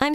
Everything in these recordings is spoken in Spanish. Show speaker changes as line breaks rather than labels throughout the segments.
I'm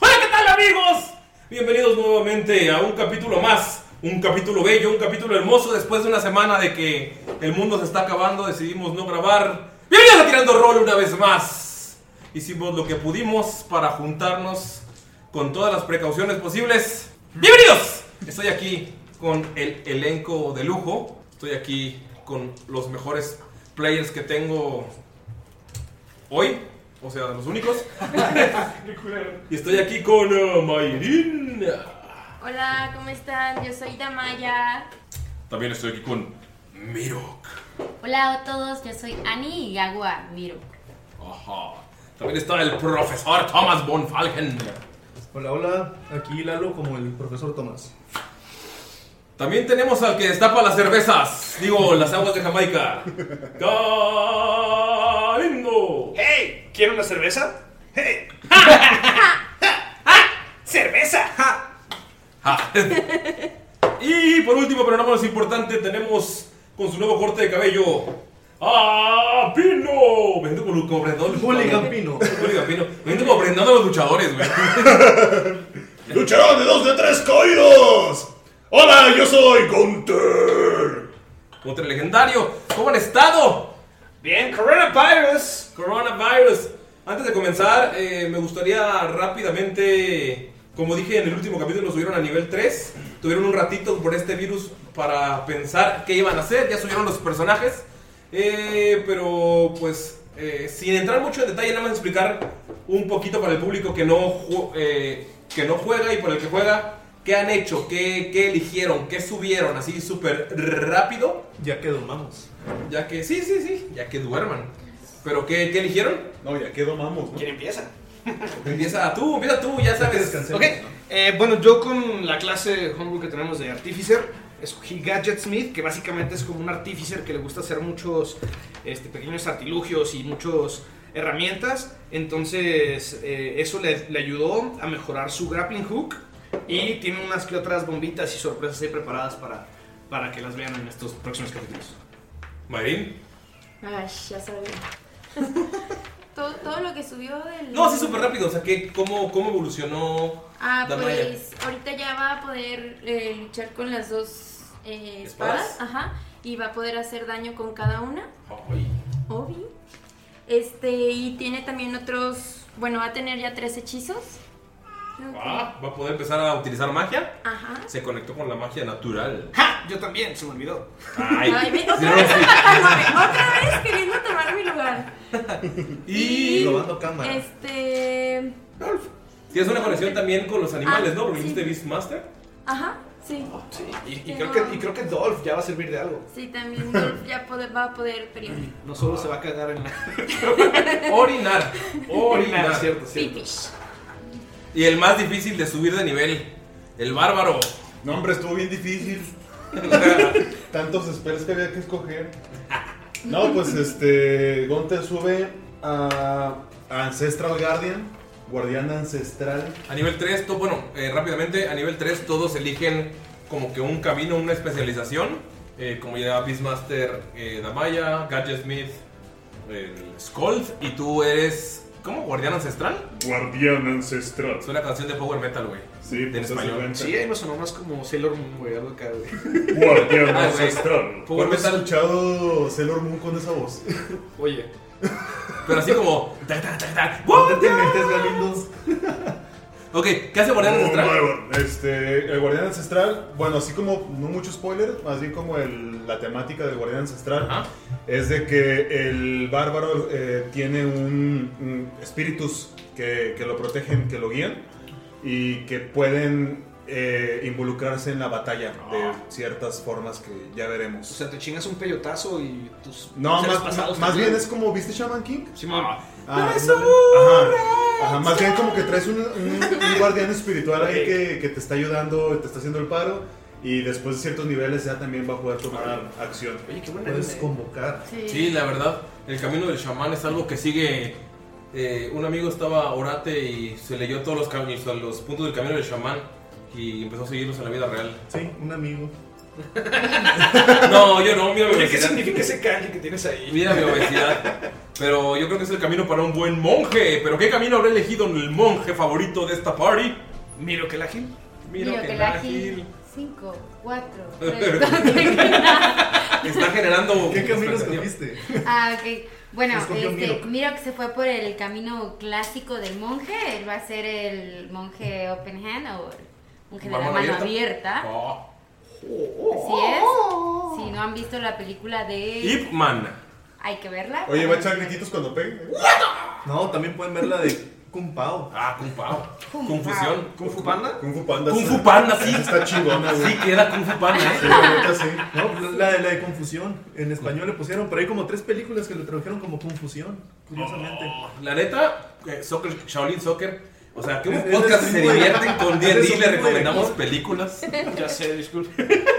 Hola, ¿qué tal amigos? Bienvenidos nuevamente a un capítulo más, un capítulo bello, un capítulo hermoso. Después de una semana de que el mundo se está acabando, decidimos no grabar. Bienvenidos a Tirando Rol una vez más. Hicimos lo que pudimos para juntarnos con todas las precauciones posibles. Bienvenidos. Estoy aquí con el elenco de lujo. Estoy aquí con los mejores players que tengo hoy. O sea, los únicos. Y estoy aquí con eh, Mayrin.
Hola, ¿cómo están? Yo soy Damaya.
También estoy aquí con Mirok.
Hola a todos, yo soy Ani y hago a Miro.
Ajá. También está el profesor Thomas von Falken.
Hola, hola, aquí Lalo como el profesor Tomás.
También tenemos al que destapa las cervezas. Digo, las aguas de Jamaica. ¡Galindo!
¡Hey! ¿Quieren una cerveza? ¡Hey! ¡Cerveza!
Ja. y por último, pero no menos importante, tenemos con su nuevo corte de cabello. ¡Ah, Pino! Me siento como, como Brendón.
Hooligan Pino.
Hooligan Pino. Me siento como Brendón de los luchadores, güey.
¡Lucharon de dos de tres caídos! ¡Hola, yo soy Gunter!
Contra el legendario. ¿Cómo han estado?
Bien, coronavirus.
Coronavirus. Antes de comenzar, eh, me gustaría rápidamente, como dije en el último capítulo, lo subieron a nivel 3. Tuvieron un ratito por este virus para pensar qué iban a hacer. Ya subieron los personajes. Eh, pero pues, eh, sin entrar mucho en detalle, nada más explicar un poquito para el público que no, ju- eh, que no juega y para el que juega, qué han hecho, qué, qué eligieron, qué subieron, así súper rápido.
Ya que domamos.
Ya que, sí, sí, sí, ya que duerman. Pero qué, qué eligieron?
No, ya que domamos,
¿Quién empieza?
Empieza tú, empieza tú, ya sabes.
Descansemos.
Ok, eh, bueno, yo con la clase homebrew que tenemos de Artificer, escogí Gadget Smith, que básicamente es como un Artificer que le gusta hacer muchos este, pequeños artilugios y muchas herramientas. Entonces, eh, eso le, le ayudó a mejorar su grappling hook y tiene unas que otras bombitas y sorpresas ahí preparadas para, para que las vean en estos próximos capítulos.
Marín.
Ay, ya sabía. todo, todo lo que subió del.
No, así súper rápido, o sea, ¿qué, cómo, ¿cómo evolucionó
Ah,
Damaya?
pues ahorita ya va a poder eh, luchar con las dos eh,
¿Espadas?
espadas. Ajá. Y va a poder hacer daño con cada una.
Ay,
Obvio. Este, y tiene también otros. Bueno, va a tener ya tres hechizos.
ah, va a poder empezar a utilizar magia.
Ajá.
Se conectó con la magia natural.
¡Ja! Yo también, se me olvidó.
Ay,
Ay, ve, otra
sí, no,
vez.
sí.
Otra vez.
Y.
Robando cámara.
Este.
Tienes una conexión también con los animales, ¿no? Porque
Ah, sí.
dijiste Beastmaster.
Ajá, sí.
Sí, y, y creo que, y creo que Dolph ya va a servir de algo.
Sí, también Dolph ya pode- va a poder pelear.
No solo se va a cagar en la.
Orinar.
Ah,
Orinar.
cierto, cierto.
Pipis.
Y el más difícil de subir de nivel. El bárbaro.
No, hombre, estuvo bien difícil. Tantos spells que había que escoger. No, pues este. Gonte sube a Ancestral Guardian, Guardián Ancestral.
A nivel 3, todo, bueno, eh, rápidamente, a nivel 3 todos eligen como que un camino, una especialización, eh, como ya Beastmaster eh, Damaya, Gadget Smith, el Scold, y tú eres, ¿cómo? ¿Guardián Ancestral?
Guardián Ancestral.
Es una canción de Power Metal, güey.
Sí,
en
pues hace
español.
cuenta.
Sí, ahí me sonó más como Sailor Moon, güey, algo acá, güey.
Guardián
Ah, güey.
Ancestral.
Power
¿Cuándo has
Metal.
escuchado Sailor Moon con esa voz?
Oye,
Pero así como... ta, ta, ta, ta,
¿Dónde te metes, Galindo?
Ok, ¿qué hace Guardián Ancestral?
Oh, my God. Este, el Guardián Ancestral, bueno, así como, no mucho spoiler, más bien como el- la temática del Guardián Ancestral
Ajá.
es de que el bárbaro eh, tiene un, un espíritus que, que lo protegen, que lo guían y que pueden eh, involucrarse en la batalla de ciertas formas que ya veremos.
Ah. o sea, te chingas un peyotazo y tus.
no,
seres
más,
pasados
más
también.
bien es como, ¿viste Shaman King?
Simón.
Ah, ándale. ajá, ajá, más bien como que traes un, un- un guardián espiritual ahí
Ok.
que, que te está ayudando, te está haciendo el paro y después de ciertos niveles ya también va a poder tomar acción.
Oye, qué buena
Puedes
idea.
convocar.
Sí, la verdad, el camino del chamán es algo que sigue. eh, un amigo estaba orate y se leyó todos los, cam- los puntos del camino del chamán y empezó a seguirlos en la vida real.
Sí, un amigo.
No, yo no, mira mi
Oye, ¿qué
obesidad.
significa ese kanji que tienes ahí?
Mira mi obesidad. Pero yo creo que es el camino para un buen monje. Pero ¿qué camino habrá elegido el monje favorito de esta party?
Miro que la gil.
Mira que ágil.
5, 4,
Está generando.
¿Qué camino
expectativa.
escogiste?
Ah, ok. Bueno,
Escogió
este,
Mirok.
Mirok se fue por el camino clásico del monje. Él va a ser el monje open hand o el monje de la
Mano
mano abierta. Oh.
Oh.
Así es. Si no han visto la película de...
Ip Man.
Hay que verla.
Oye, va a echar grititos cuando pegue.
No, también pueden ver la de Kung Pao.
Ah, Kung Pao. Confusión.
¿Kung Fu Panda?
Kung Fu Panda.
Kung
sí.
Fu Panda, sí.
Está chingona, güey.
Sí, que era Kung Fu Panda,
Sí,
¿eh?
la neta, sí.
No, la de, la de Confusión. En español le pusieron, pero hay como tres películas que lo tradujeron como Confusión, curiosamente.
La neta, eh, soccer, Shaolin Soccer. O sea, que un
Es- es
podcast
eso,
se
güey.
divierten con
Es
D&D
eso,
le
güey.
recomendamos películas.
Ya sé, disculpe.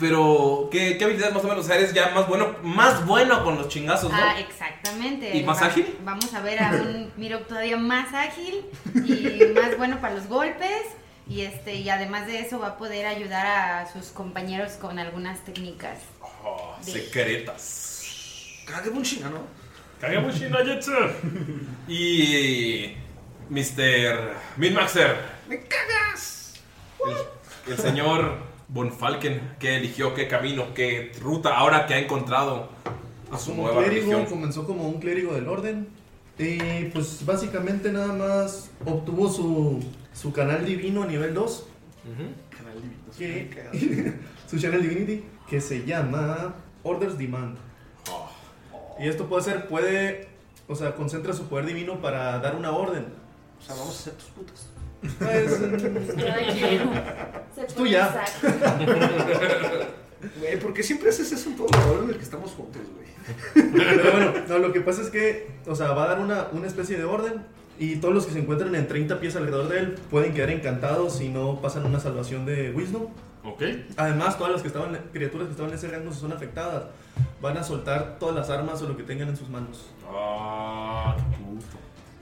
Pero, ¿qué, qué habilidad más o menos? O sea, eres ya más bueno, más bueno con los chingazos, ¿no?
Ah, exactamente.
¿Y más
Va-
ágil?
Vamos a ver a un Mirok todavía más ágil y más bueno para los golpes. Y, este, y además de eso va a poder ayudar a sus compañeros con algunas técnicas.
Oh, secretas.
Cague un chinga, ¿no?
Y... Mr. Midmaxer. ¡Me cagas! El, el señor Von Falken, que eligió qué camino, qué ruta, ahora que ha encontrado a su
Como
nueva
clérigo,
religión.
comenzó como un clérigo del orden. Y pues básicamente nada más obtuvo su, su canal divino a nivel 2.
Canal divino.
que su channel divinity que se llama orders demand
Oh.
y esto puede ser puede o sea concentra su poder divino para dar una orden
O sea, vamos a hacer tus putas.
Pues, mm, Tú ya.
Güey, ¿por qué siempre haces eso en todo el en el que estamos juntos, güey?
pero bueno no, lo que pasa es que o sea va a dar una, una especie de orden y todos los que se encuentran en 30 pies alrededor de él pueden quedar encantados si no pasan una salvación de wisdom
Ok.
Además, todas las que estaban, criaturas que estaban en ese rango son afectadas. Van a soltar todas las armas o lo que tengan en sus manos.
Ah, qué puto.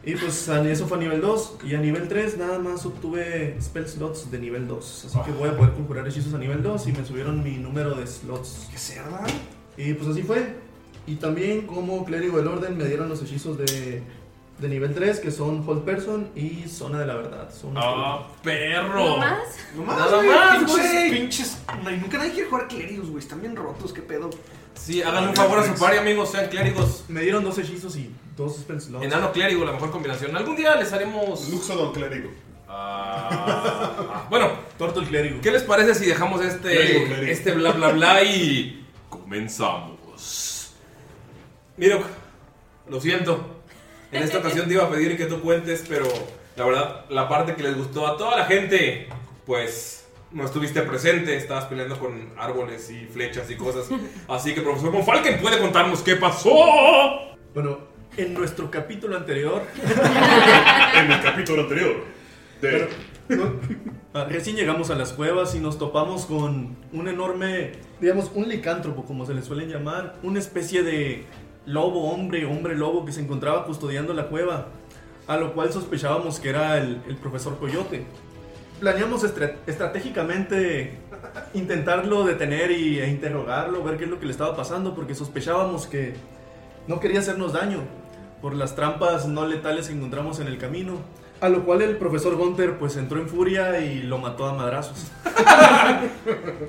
Y pues a- eso fue a nivel 2. Y a nivel 3 nada más obtuve spell slots de nivel 2. Así que voy a poder conjurar hechizos a nivel 2 y me subieron mi número de slots.
¿Qué cerda?
Y pues así fue. Y también como clérigo del orden me dieron los hechizos de, de nivel 3 que son Hold Person y Zona de la Verdad. Son unos
Ah, perro.
¿No más?
No más,
Nada
güey,
más,
pinches,
güey.
pinches. No, y nunca nadie quiere jugar clérigos, güey. Están bien rotos, qué pedo.
Sí, hagan un favor a su party, amigos, sean clérigos.
Me dieron dos hechizos y dos spell slots.
Enano clérigo, la mejor combinación. Algún día les haremos.
Luxodon Clérigo.
Ah, bueno,
Torto el clérigo.
¿qué les parece si dejamos
Clérigo,
este,
clérigo.
este bla bla bla y comenzamos? Miro, Lo siento. En esta ocasión te iba a pedir que tú cuentes, pero la verdad, la parte que les gustó a toda la gente, pues no estuviste presente, estabas peleando con árboles y flechas y cosas. Así que, profesor Von Falken, puede contarnos qué pasó.
Bueno, en nuestro capítulo anterior.
en el capítulo anterior. este.
Pero, ¿no? Ah, Recién llegamos a las cuevas y nos topamos con un enorme, digamos, un licántropo, como se le suelen llamar, una especie de lobo hombre, hombre lobo que se encontraba custodiando la cueva, a lo cual sospechábamos que era el, el profesor Coyote. Planeamos estra- estratégicamente intentarlo detener y, e interrogarlo, ver qué es lo que le estaba pasando, porque sospechábamos que no quería hacernos daño por las trampas no letales que encontramos en el camino. A lo cual el profesor Gunter pues entró en furia y lo mató a madrazos.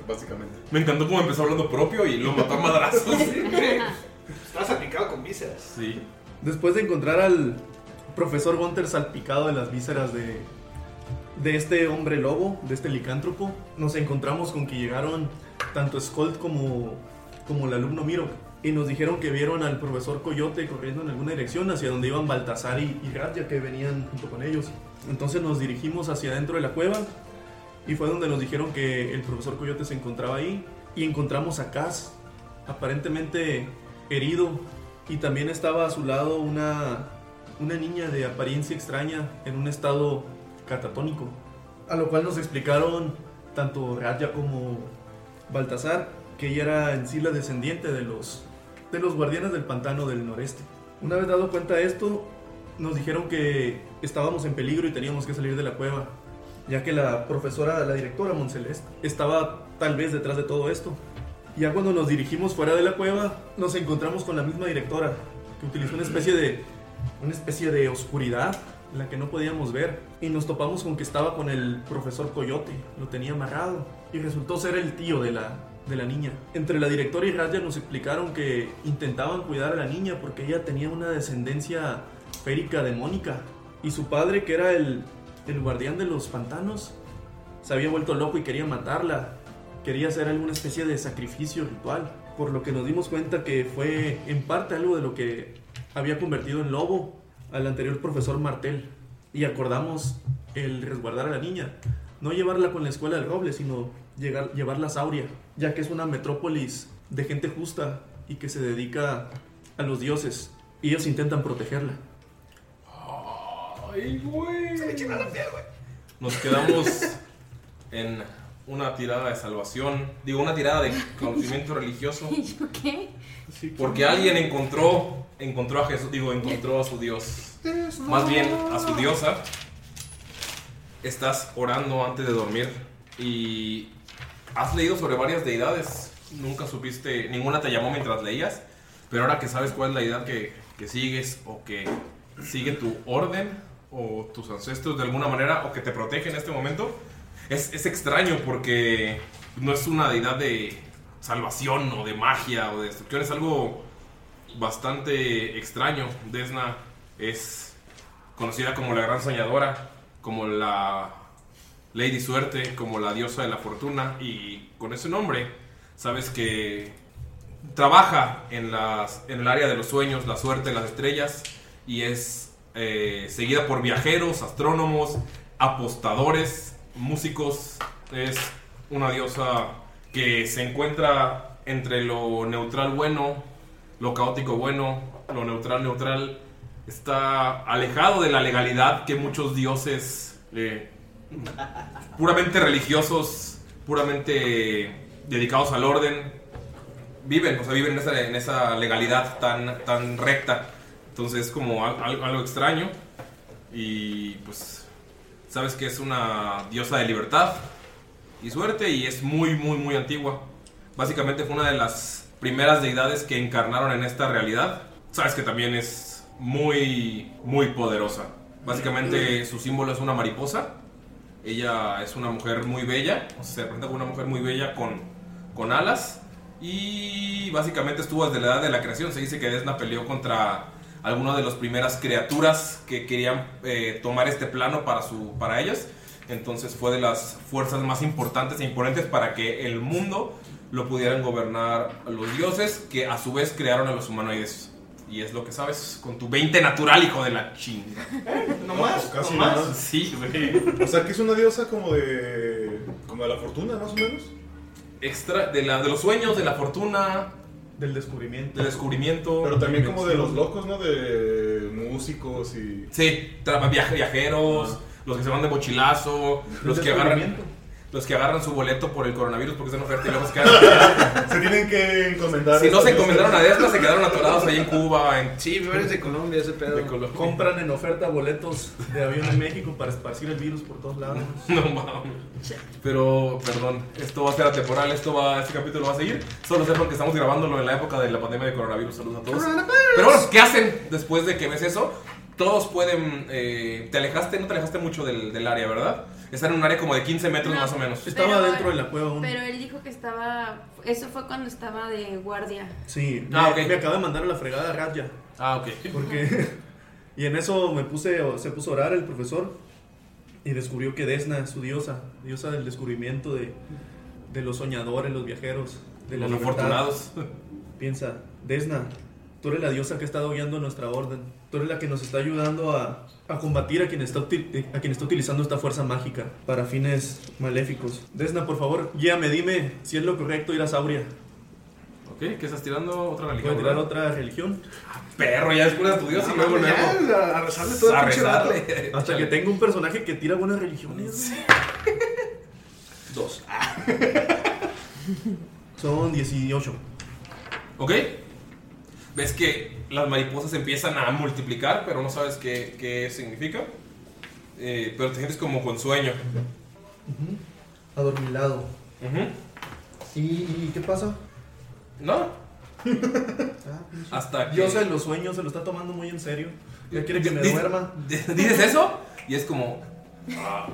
Básicamente.
Me encantó cómo empezó hablando propio y lo mató a madrazos.
Estás aplicado con vísceras.
Sí.
Después de encontrar al profesor Gunter salpicado de las vísceras de, de este hombre lobo, de este licántropo, nos encontramos con que llegaron tanto Skolt como, como el alumno Miro. Y nos dijeron que vieron al profesor Coyote corriendo en alguna dirección hacia donde iban Baltasar y, y Radia, que venían junto con ellos. Entonces nos dirigimos hacia adentro de la cueva y fue donde nos dijeron que el profesor Coyote se encontraba ahí y encontramos a Cass, aparentemente herido, y también estaba a su lado una, una niña de apariencia extraña en un estado catatónico, a lo cual nos explicaron tanto Raya como Baltasar que ella era en sí la descendiente de los, de los guardianes del pantano del noreste. Una vez dado cuenta de esto, nos dijeron que estábamos en peligro y teníamos que salir de la cueva, ya que la profesora, la directora Monceleste, estaba tal vez detrás de todo esto. Ya cuando nos dirigimos fuera de la cueva, nos encontramos con la misma directora, que utilizó una especie de, una especie de oscuridad, la que no podíamos ver, y nos topamos con que estaba con el profesor Coyote, lo tenía amarrado, y resultó ser el tío de la, de la niña. Entre la directora y Raja nos explicaron que intentaban cuidar a la niña porque ella tenía una descendencia férica demónica, y su padre, que era el, el guardián de los pantanos, se había vuelto loco y quería matarla. Quería hacer alguna especie de sacrificio ritual. Por lo que nos dimos cuenta que fue en parte algo de lo que había convertido en lobo al anterior profesor Martel. Y acordamos el resguardar a la niña. No llevarla con la escuela del roble, sino llegar- llevarla a Sauria, ya que es una metrópolis de gente justa y que se dedica a los dioses. Y ellos intentan protegerla.
Ay, güey. Nos quedamos en una tirada de salvación. Digo, una tirada de conocimiento religioso.
¿Y yo qué?
Porque alguien encontró, encontró a Jesús, digo, encontró a su Dios. Más bien, a su diosa. Estás orando antes de dormir y has leído sobre varias deidades. Nunca supiste, ninguna te llamó mientras leías. Pero ahora que sabes cuál es la deidad que, que sigues o que sigue tu orden o tus ancestros de alguna manera o que te protege en este momento, es, es extraño porque no es una deidad de salvación o de magia o de destrucción, es algo bastante extraño. Desna es conocida como la gran soñadora, como la Lady Suerte, como la diosa de la fortuna y con ese nombre sabes que trabaja en, las, en el área de los sueños, la suerte, las estrellas y es eh, seguida por viajeros, astrónomos, apostadores, músicos. Es una diosa que se encuentra entre lo neutral bueno, lo caótico bueno, lo neutral neutral. Está alejado de la legalidad que muchos dioses eh, puramente religiosos, puramente dedicados al orden, viven, o sea, viven en esa, en esa legalidad tan, tan recta. Entonces es como al- al- algo extraño. Y pues sabes que es una diosa de libertad y suerte y es muy, muy, muy antigua. Básicamente fue una de las primeras deidades que encarnaron en esta realidad. Sabes que también es muy, muy poderosa. Básicamente su símbolo es una mariposa. Ella es una mujer muy bella, o sea, se presenta como una mujer muy bella con, con alas. Y básicamente estuvo desde la edad de la creación. Se dice que Desna peleó contra algunas de las primeras criaturas que querían eh, tomar este plano para, su, para ellas. Entonces fue de las fuerzas más importantes e imponentes para que el mundo lo pudieran gobernar los dioses, que a su vez crearon a los humanoides. Y es lo que sabes con tu 20 natural, hijo de la chinga.
No más, casi no más.
Sí, güey.
O sea, que es una diosa como de. como de la fortuna, más o menos.
Extra, de, la, de los sueños, de la fortuna.
Del descubrimiento.
Del descubrimiento.
Pero también como de los
locos.
locos, ¿no? De músicos y.
Sí, tra- viaje- viajeros, los que se van de mochilazo, los que agarran.
descubrimiento.
Los que agarran su boleto por el coronavirus porque es en oferta y luego se quedan.
se tienen que encomendar.
Si no
a
se
esta
encomendaron a
diosa.
esta, se quedaron atorados ahí en Cuba. En...
Sí, varios de Colombia, ese pedo.
De Colombia.
Compran en oferta boletos de avión en México para esparcir el virus por todos lados.
No mames. Pero, perdón, esto va a ser atemporal, esto va, este capítulo va a seguir. Solo sepan que estamos grabándolo en la época de la pandemia de coronavirus. Saludos a todos. Pero bueno, ¿qué hacen después de que ves eso? Todos pueden. eh, te alejaste, no te alejaste mucho del, del área, ¿verdad? Están en un área como de 15 metros
No,
más o menos.
pero- Pero él dijo que estaba. Eso fue cuando estaba de guardia.
Sí,
Ah,
me,
ok.
me acaba de mandar a la fregada Raya.
Ah, ok.
Porque. y en eso me puse, o- se puso a orar el profesor y descubrió que Desna es su diosa, diosa del descubrimiento de, de los soñadores, los viajeros, de la
Los
libertad.
afortunados.
Piensa, Desna, tú eres la diosa que ha estado guiando nuestra orden. Tú eres la que nos está ayudando a, a combatir a quien, está uti- a quien está utilizando esta fuerza mágica para fines maléficos. Desna, por favor, guíame, dime si es lo correcto ir a Sauria.
Ok, ¿qué estás tirando? ¿Otra religión?
Voy a tirar
¿verdad? Ah,
otra religión. Ah,
Perro, ya descubres tu dios y luego, luego.
a rezarle todo el
A
pinche
rezarle.
vato.
Hasta que tengo un personaje que tira buenas religiones.
Dos.
Son 18.
¿Ok? Ves que las mariposas empiezan a multiplicar, pero no sabes qué, qué significa. Eh, pero te sientes como con sueño.
Adormilado.
Ujú.
¿Y, qué pasa?
¿No? Ah, Hasta que...
Dios en los sueños se lo está tomando muy en serio. Ya quiere que me
Dices-
duerma.
¿Dices eso? Y es como... "Ah,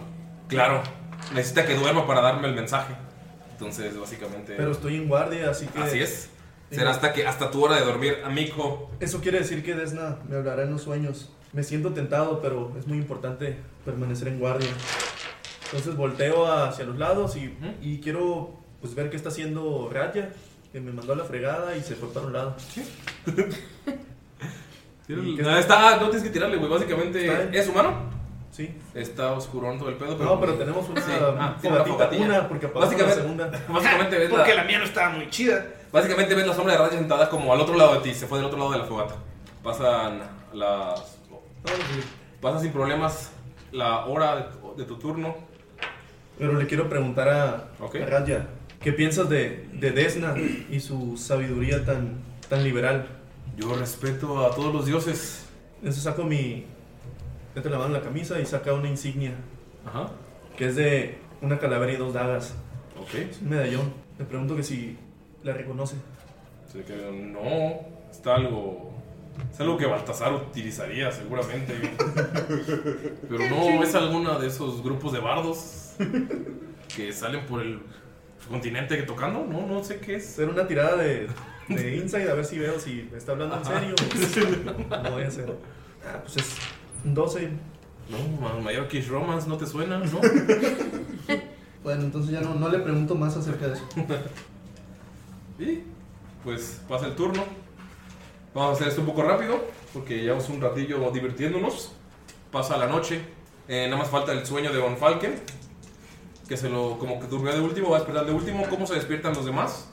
claro, necesita que duerma para darme el mensaje. Entonces, básicamente...
Pero estoy en guardia, así que.
Así es. Será hasta que hasta tu hora de dormir, amigo.
Eso quiere decir que Desna me hablará en los sueños. Me siento tentado, pero es muy importante permanecer en guardia. Entonces volteo hacia los lados y, y quiero pues, ver qué está haciendo Raya, que me mandó a la fregada y se fue para un lado. ¿Y qué
No, Mm, está, no tienes que tirarle, güey. Básicamente,
¿Está bien?
¿es humano?
Sí.
Está oscurón todo el pedo. Pero pues
No, pero tenemos una
Ah, tiene una
fogatita,
fogatilla.
una, porque apagamos la
Básicamente-
segunda.
Básicamente ves
Porque
la,
la mía no estaba muy chida.
básicamente ves la sombra de Raya sentada como al otro lado de ti. Se fue del otro lado de la fogata. Pasan las. Pasa sin problemas la hora de tu, de tu turno.
Pero le quiero preguntar a,
Ok.
a Raya, ¿qué piensas de, de Desna y su sabiduría tan, tan liberal?
Yo respeto a todos los dioses.
Entonces saco mi... Meto la mano en la camisa y saca una insignia,
Ajá.
que es de una calavera y dos dagas.
Ok.
Es un medallón. Le pregunto que si la reconoce.
Se quedó, no, está algo. Es algo que Baltasar utilizaría seguramente. Pero no es alguna de esos grupos de bardos que salen por el continente tocando. No, no sé qué es.
Hacer una tirada de, de Inside a ver si veo si está hablando
Ajá.
en serio. No voy a hacer. Ah, pues es un 12.
No, ma- Mayor Kish Romance, ¿no te suena? No.
Bueno, entonces ya no, no le pregunto más acerca de eso.
Y pues pasa el turno. Vamos a hacer esto un poco rápido porque llevamos un ratillo divirtiéndonos. Pasa la noche. Eh, nada más falta el sueño de Von Falken, que se lo como que durmió de último, va a despertar de último. ¿Cómo se despiertan los demás?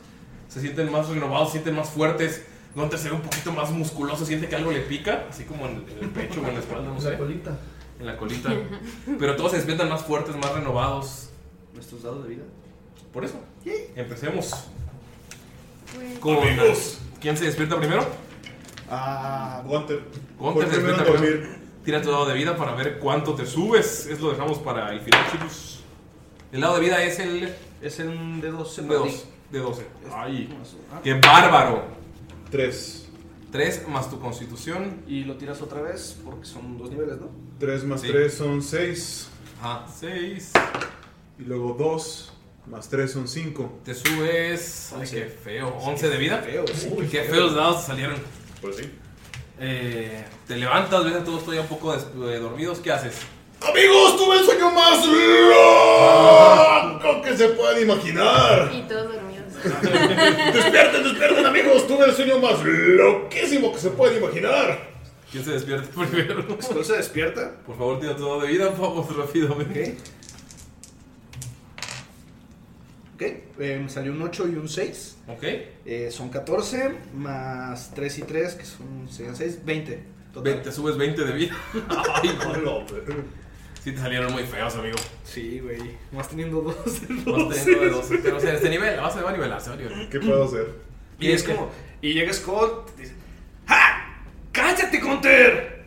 Se sienten más renovados, se sienten más fuertes. Gunter se ve un poquito más musculoso, siente que algo le pica, así como en el, en el pecho o en la espalda, no sé,
colita.
en la colita. Pero todos se despiertan más fuertes, más renovados.
Nuestros dados de vida.
Por eso, empecemos.
Pues,
Con, ¿Quién se despierta primero?
Ah, Gunter. Fue
Gunter se
primero
despierta
en dormir.
primero. Tira tu dado de vida para ver cuánto te subes. Eso lo dejamos para el final, chicos. El dado de vida es el
Es en de 12
de,
para
dos-
ti.
de 12. Ay,
Ah.
qué bárbaro.
Tres.
3 más tu constitución.
Y lo tiras otra vez porque son dos niveles, ¿no?
Tres más
Sí.
tres son seis.
Ajá, 6.
Y luego dos más tres son cinco.
Te subes. Ay, qué feo. 11 de vida.
Feo, sí.
Uy, qué feos dados te salieron.
Pues sí.
Eh, te levantas, ves a todos todavía un poco des- eh, dormidos. ¿Qué haces?
Amigos, tuve el sueño más loco que se puedan imaginar.
y todos dormidos.
¡Despierten, despierten, amigos! Tuve el sueño más loquísimo que se puede imaginar.
¿Quién se despierta primero?
¿Skull se despierta?
Por favor, tira todo de vida, vamos rápidamente.
Ok, eh, me salió un 8 y un 6.
Ok.
Eh, son 14 más 3 y 3, que son 6, 6 20. Total.
Ve- Te subes 20 de vida. Ay, no. Sí, te salieron muy feos, amigo.
Sí, güey. Más teniendo dos de
Más teniendo de doce, pero este se- se nivela, va- se va a nivelar, se va a nivelar. ¿Qué puedo hacer?
Y es como. Y llega Scott y dice: ¡Ja! ¡Cállate, Hunter!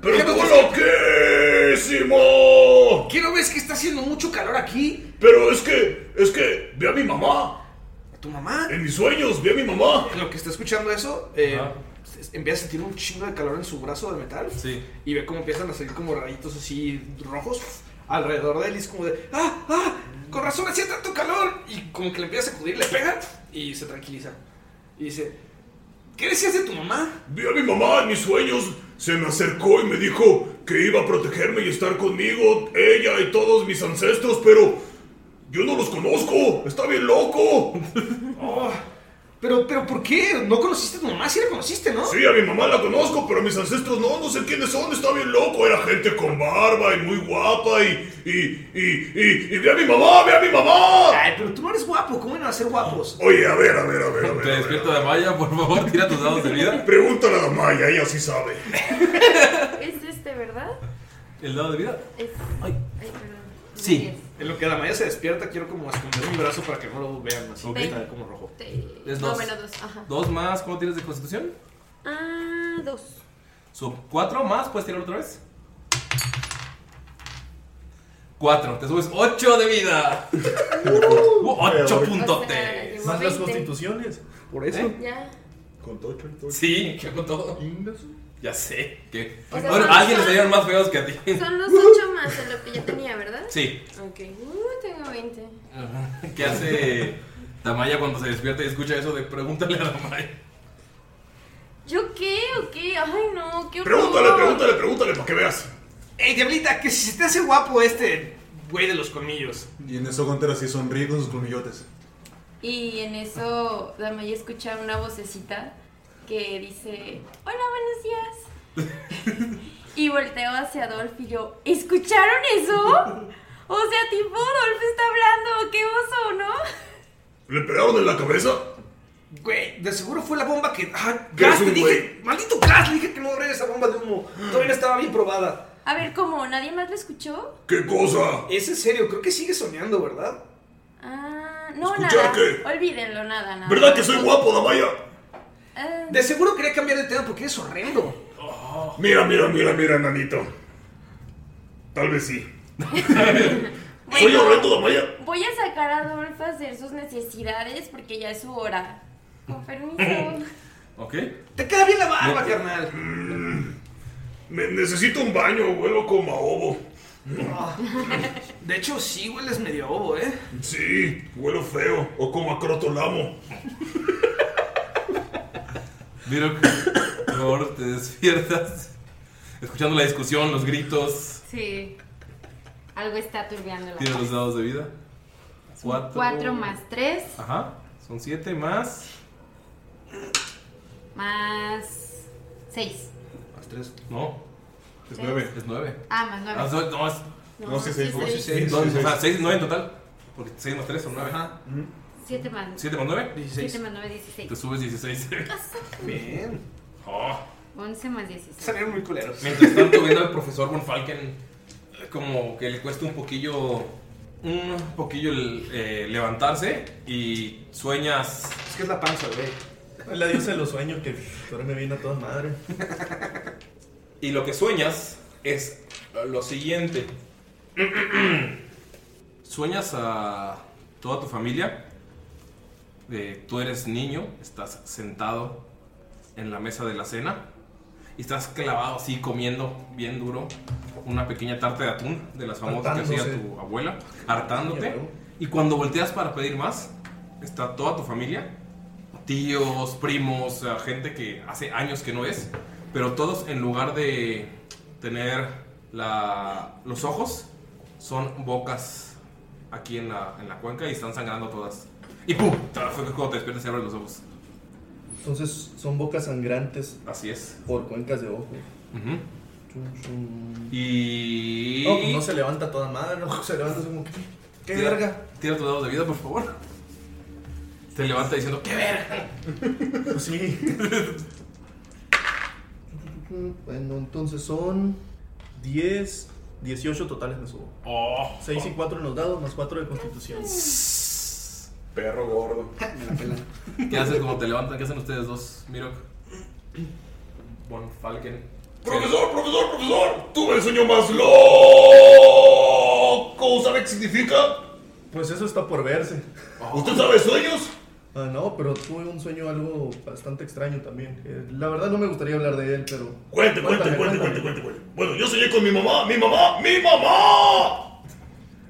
¡Pero
¿Qué
tú
ves que-
Oh.
loquísimo!
¿Qué no ves que está haciendo mucho calor aquí?
Pero es que, es que, vi a mi mamá.
¿A tu mamá?
En mis sueños, vi a mi mamá.
En lo que está escuchando eso, eh, se- empieza a sentir un chingo de calor en su brazo de metal.
Sí.
Y ve cómo empiezan a salir como rayitos así rojos alrededor de él. Y es como de, ¡ah, ah! Con razón hacía tanto calor. Y como que le empieza a sacudir, le pega y se tranquiliza. Y dice, ¿qué decías de tu mamá?
Ah, Vi a mi mamá en mis sueños. Se me acercó y me dijo que iba a protegerme y estar conmigo, ella y todos mis ancestros, pero yo no los conozco. Está bien loco.
Oh, pero, pero, ¿por qué? ¿No conociste a tu mamá? Sí la conociste, ¿no?
Sí, a mi mamá la conozco, pero a mis ancestros no, no sé quiénes son, está bien loco. Era gente con barba y muy guapa y. y. y. y. y ve a mi mamá, ve a mi mamá.
Ay, pero tú no eres guapo, ¿cómo iban a ser guapos?
Oye, a ver, a ver, a ver.
Te despierto de Maya, por favor, tira tus dados de vida.
Pregúntale a la Maya, ella sí sabe.
Es este, ¿verdad?
¿El dado de vida?
Es...
Ay.
Ay, perdón.
Sí. En lo que la Maya se despierta, quiero como esconder mi brazo para que no lo vean así.
Ok.
Está como rojo.
Te-
Es
No,
dos.
bueno, dos, ajá.
Dos más, ¿cómo tienes de constitución?
Ah, dos.
Su cuatro más, puedes tirar otra vez. Cuatro, te subes ocho de vida. Uh, ocho puntotes.
Más las
20.
constituciones.
Por
eso.
Ya.
Con todo, con todo.
Sí, ¿qué hago todo? Ya sé. Que...
O sea,
bueno,
son-
a alguien le
son-
salieron más feos que a ti.
Son los ocho más de lo que yo tenía, ¿verdad?
Sí.
Ok. Uh, tengo 20.
¿Qué hace Tamaya cuando se despierta y escucha eso de pregúntale a Tamaya?
¿Yo qué o qué? Ay, no, qué horror.
Pregúntale, pregúntale, pregúntale para que veas.
Ey, Diablita, que si se te hace guapo este güey de los colmillos.
Y en eso Gunter así sonríe con sus colmillotes.
Y en eso, Damaya escucha una vocecita que dice: Hola, buenos días. y volteo hacia Adolf y yo: ¿Escucharon eso? O sea, tipo, Adolf está hablando, qué oso, ¿no?
¿Le pegaron en la cabeza?
Güey, de seguro fue la bomba que. ¡Ah,
¿Qué
gas!
es un
Te dije, maldito gas, le dije que no abriera esa bomba de humo. Todavía no estaba bien probada.
A ver, ¿cómo? ¿Nadie más lo escuchó?
¿Qué cosa?
Es en serio, creo que sigue soñando, ¿verdad?
Ah, no,
¿Escuchar
nada.
qué?
Olvídenlo, nada, nada.
Damaya?
Ah,
De seguro quería cambiar de tema porque es horrendo.
Mira, mira, mira, mira, nanito. Tal vez sí. ¿Soy
Bueno.
horrendo, Damaya?
voy a sacar a Adolf a hacer sus necesidades porque ya es su hora. Con permiso.
¿Ok?
Te queda bien la barba,
No.
carnal.
Mm, Me necesito un baño, vuelo como a ovo.
De hecho, sí hueles medio bobo, ¿eh?
Sí, huelo feo. O como a crotolamo.
Miro que por favor, te despiertas. Escuchando la discusión, los gritos.
Sí. Algo está turbiando la
Tira los
cabeza.
dados de vida. Cuatro.
Cuatro más tres
Ajá. Son siete más.
más seis.
Más tres. No.
Es nueve.
Es nueve.
Ah, más nueve.
Ah, so- no, es.
No, sí, seis,
No,
sí,
sí,
seis.
seis.
Sí,
No,
sí,
O sea,
seis.
seis, nueve en total. Porque seis más tres son nueve. Ajá.
Siete más.
¿Siete más nueve? Dieciséis.
Siete más nueve, dieciséis.
Te subes 16.
Bien.
Oh.
Once más dieciséis.
Salieron muy culeros.
Mientras tanto, viendo al profesor Von Falken, eh, como que le cuesta un poquillo. Un poquillo el, eh, levantarse y sueñas.
Es que es la panza, güey.
La diosa de los sueños que duerme bien a toda madre.
Y lo que sueñas es lo siguiente. Sueñas a toda tu familia. Eh, tú eres niño, estás sentado en la mesa de la cena y estás clavado así comiendo bien duro una pequeña tarta de atún de las famosas que hacía
Hartándose.
tu abuela, hartándote.
Claro.
Y cuando volteas para pedir más, está toda tu familia, tíos, primos, eh, gente que hace años que no es, pero todos en lugar de tener la- los ojos, son bocas aquí en la, en la cuenca y están sangrando todas. Y ¡pum! Te fue que cuando te despiertas y abres los ojos.
Entonces son bocas sangrantes.
Así es.
Por cuencas de ojo.
Ujú. Y.
No, pues no se levanta toda madre, no se levanta es como. ¡Qué
Tira-
verga!
Tira tu dado de vida, por favor. Te levanta diciendo, ¡qué verga!
Sí. Bueno, entonces son 10, 18 totales me subo.
Oh.
Oh,
6 y 4 en los dados, más 4 de constitución.
Perro gordo.
¿Qué haces cuando te levantan? ¿Qué hacen ustedes dos? Mirok. Von Falken.
Profesor, profesor, profesor, tuve el sueño más loco. ¿Sabe qué significa?
Pues eso está por verse.
¿Usted sabe sueños?
Oh. Ah, no, pero tuve un sueño algo bastante extraño también. Eh, la verdad no me gustaría hablar de él, pero.
Cuente, cuente, cuente, cuente, cuente, cuente. Bueno, yo soñé con mi mamá, mi mamá, mi mamá.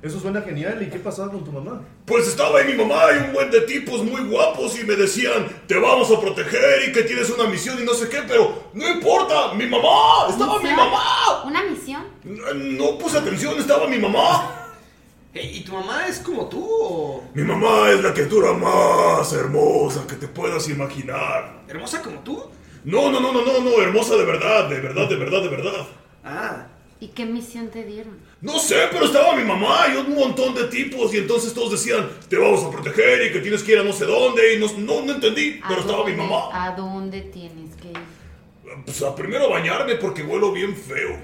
Eso suena genial. ¿Y qué pasaba con tu mamá?
Pues estaba ahí mi mamá y un buen de tipos muy guapos y me decían, te vamos a proteger y que tienes una misión y no sé qué, pero no importa, mi mamá, estaba mi mamá.
¿Una misión?
No, no puse atención, estaba mi mamá.
¿Y tu mamá es como tú o
Mi mamá es la criatura más hermosa que te puedas imaginar.
hermosa como tú?
No, no, no, no, no, no, hermosa de verdad, de verdad, de verdad, de verdad.
Ah.
¿Y qué misión te dieron?
No sé, pero estaba mi mamá y un montón de tipos y entonces todos decían, te vamos a proteger y que tienes que ir a no sé dónde y no, no, no entendí,
Ah,
pero estaba mi mamá.
¿A dónde tienes que ir?
Pues a primero bañarme porque huelo bien feo.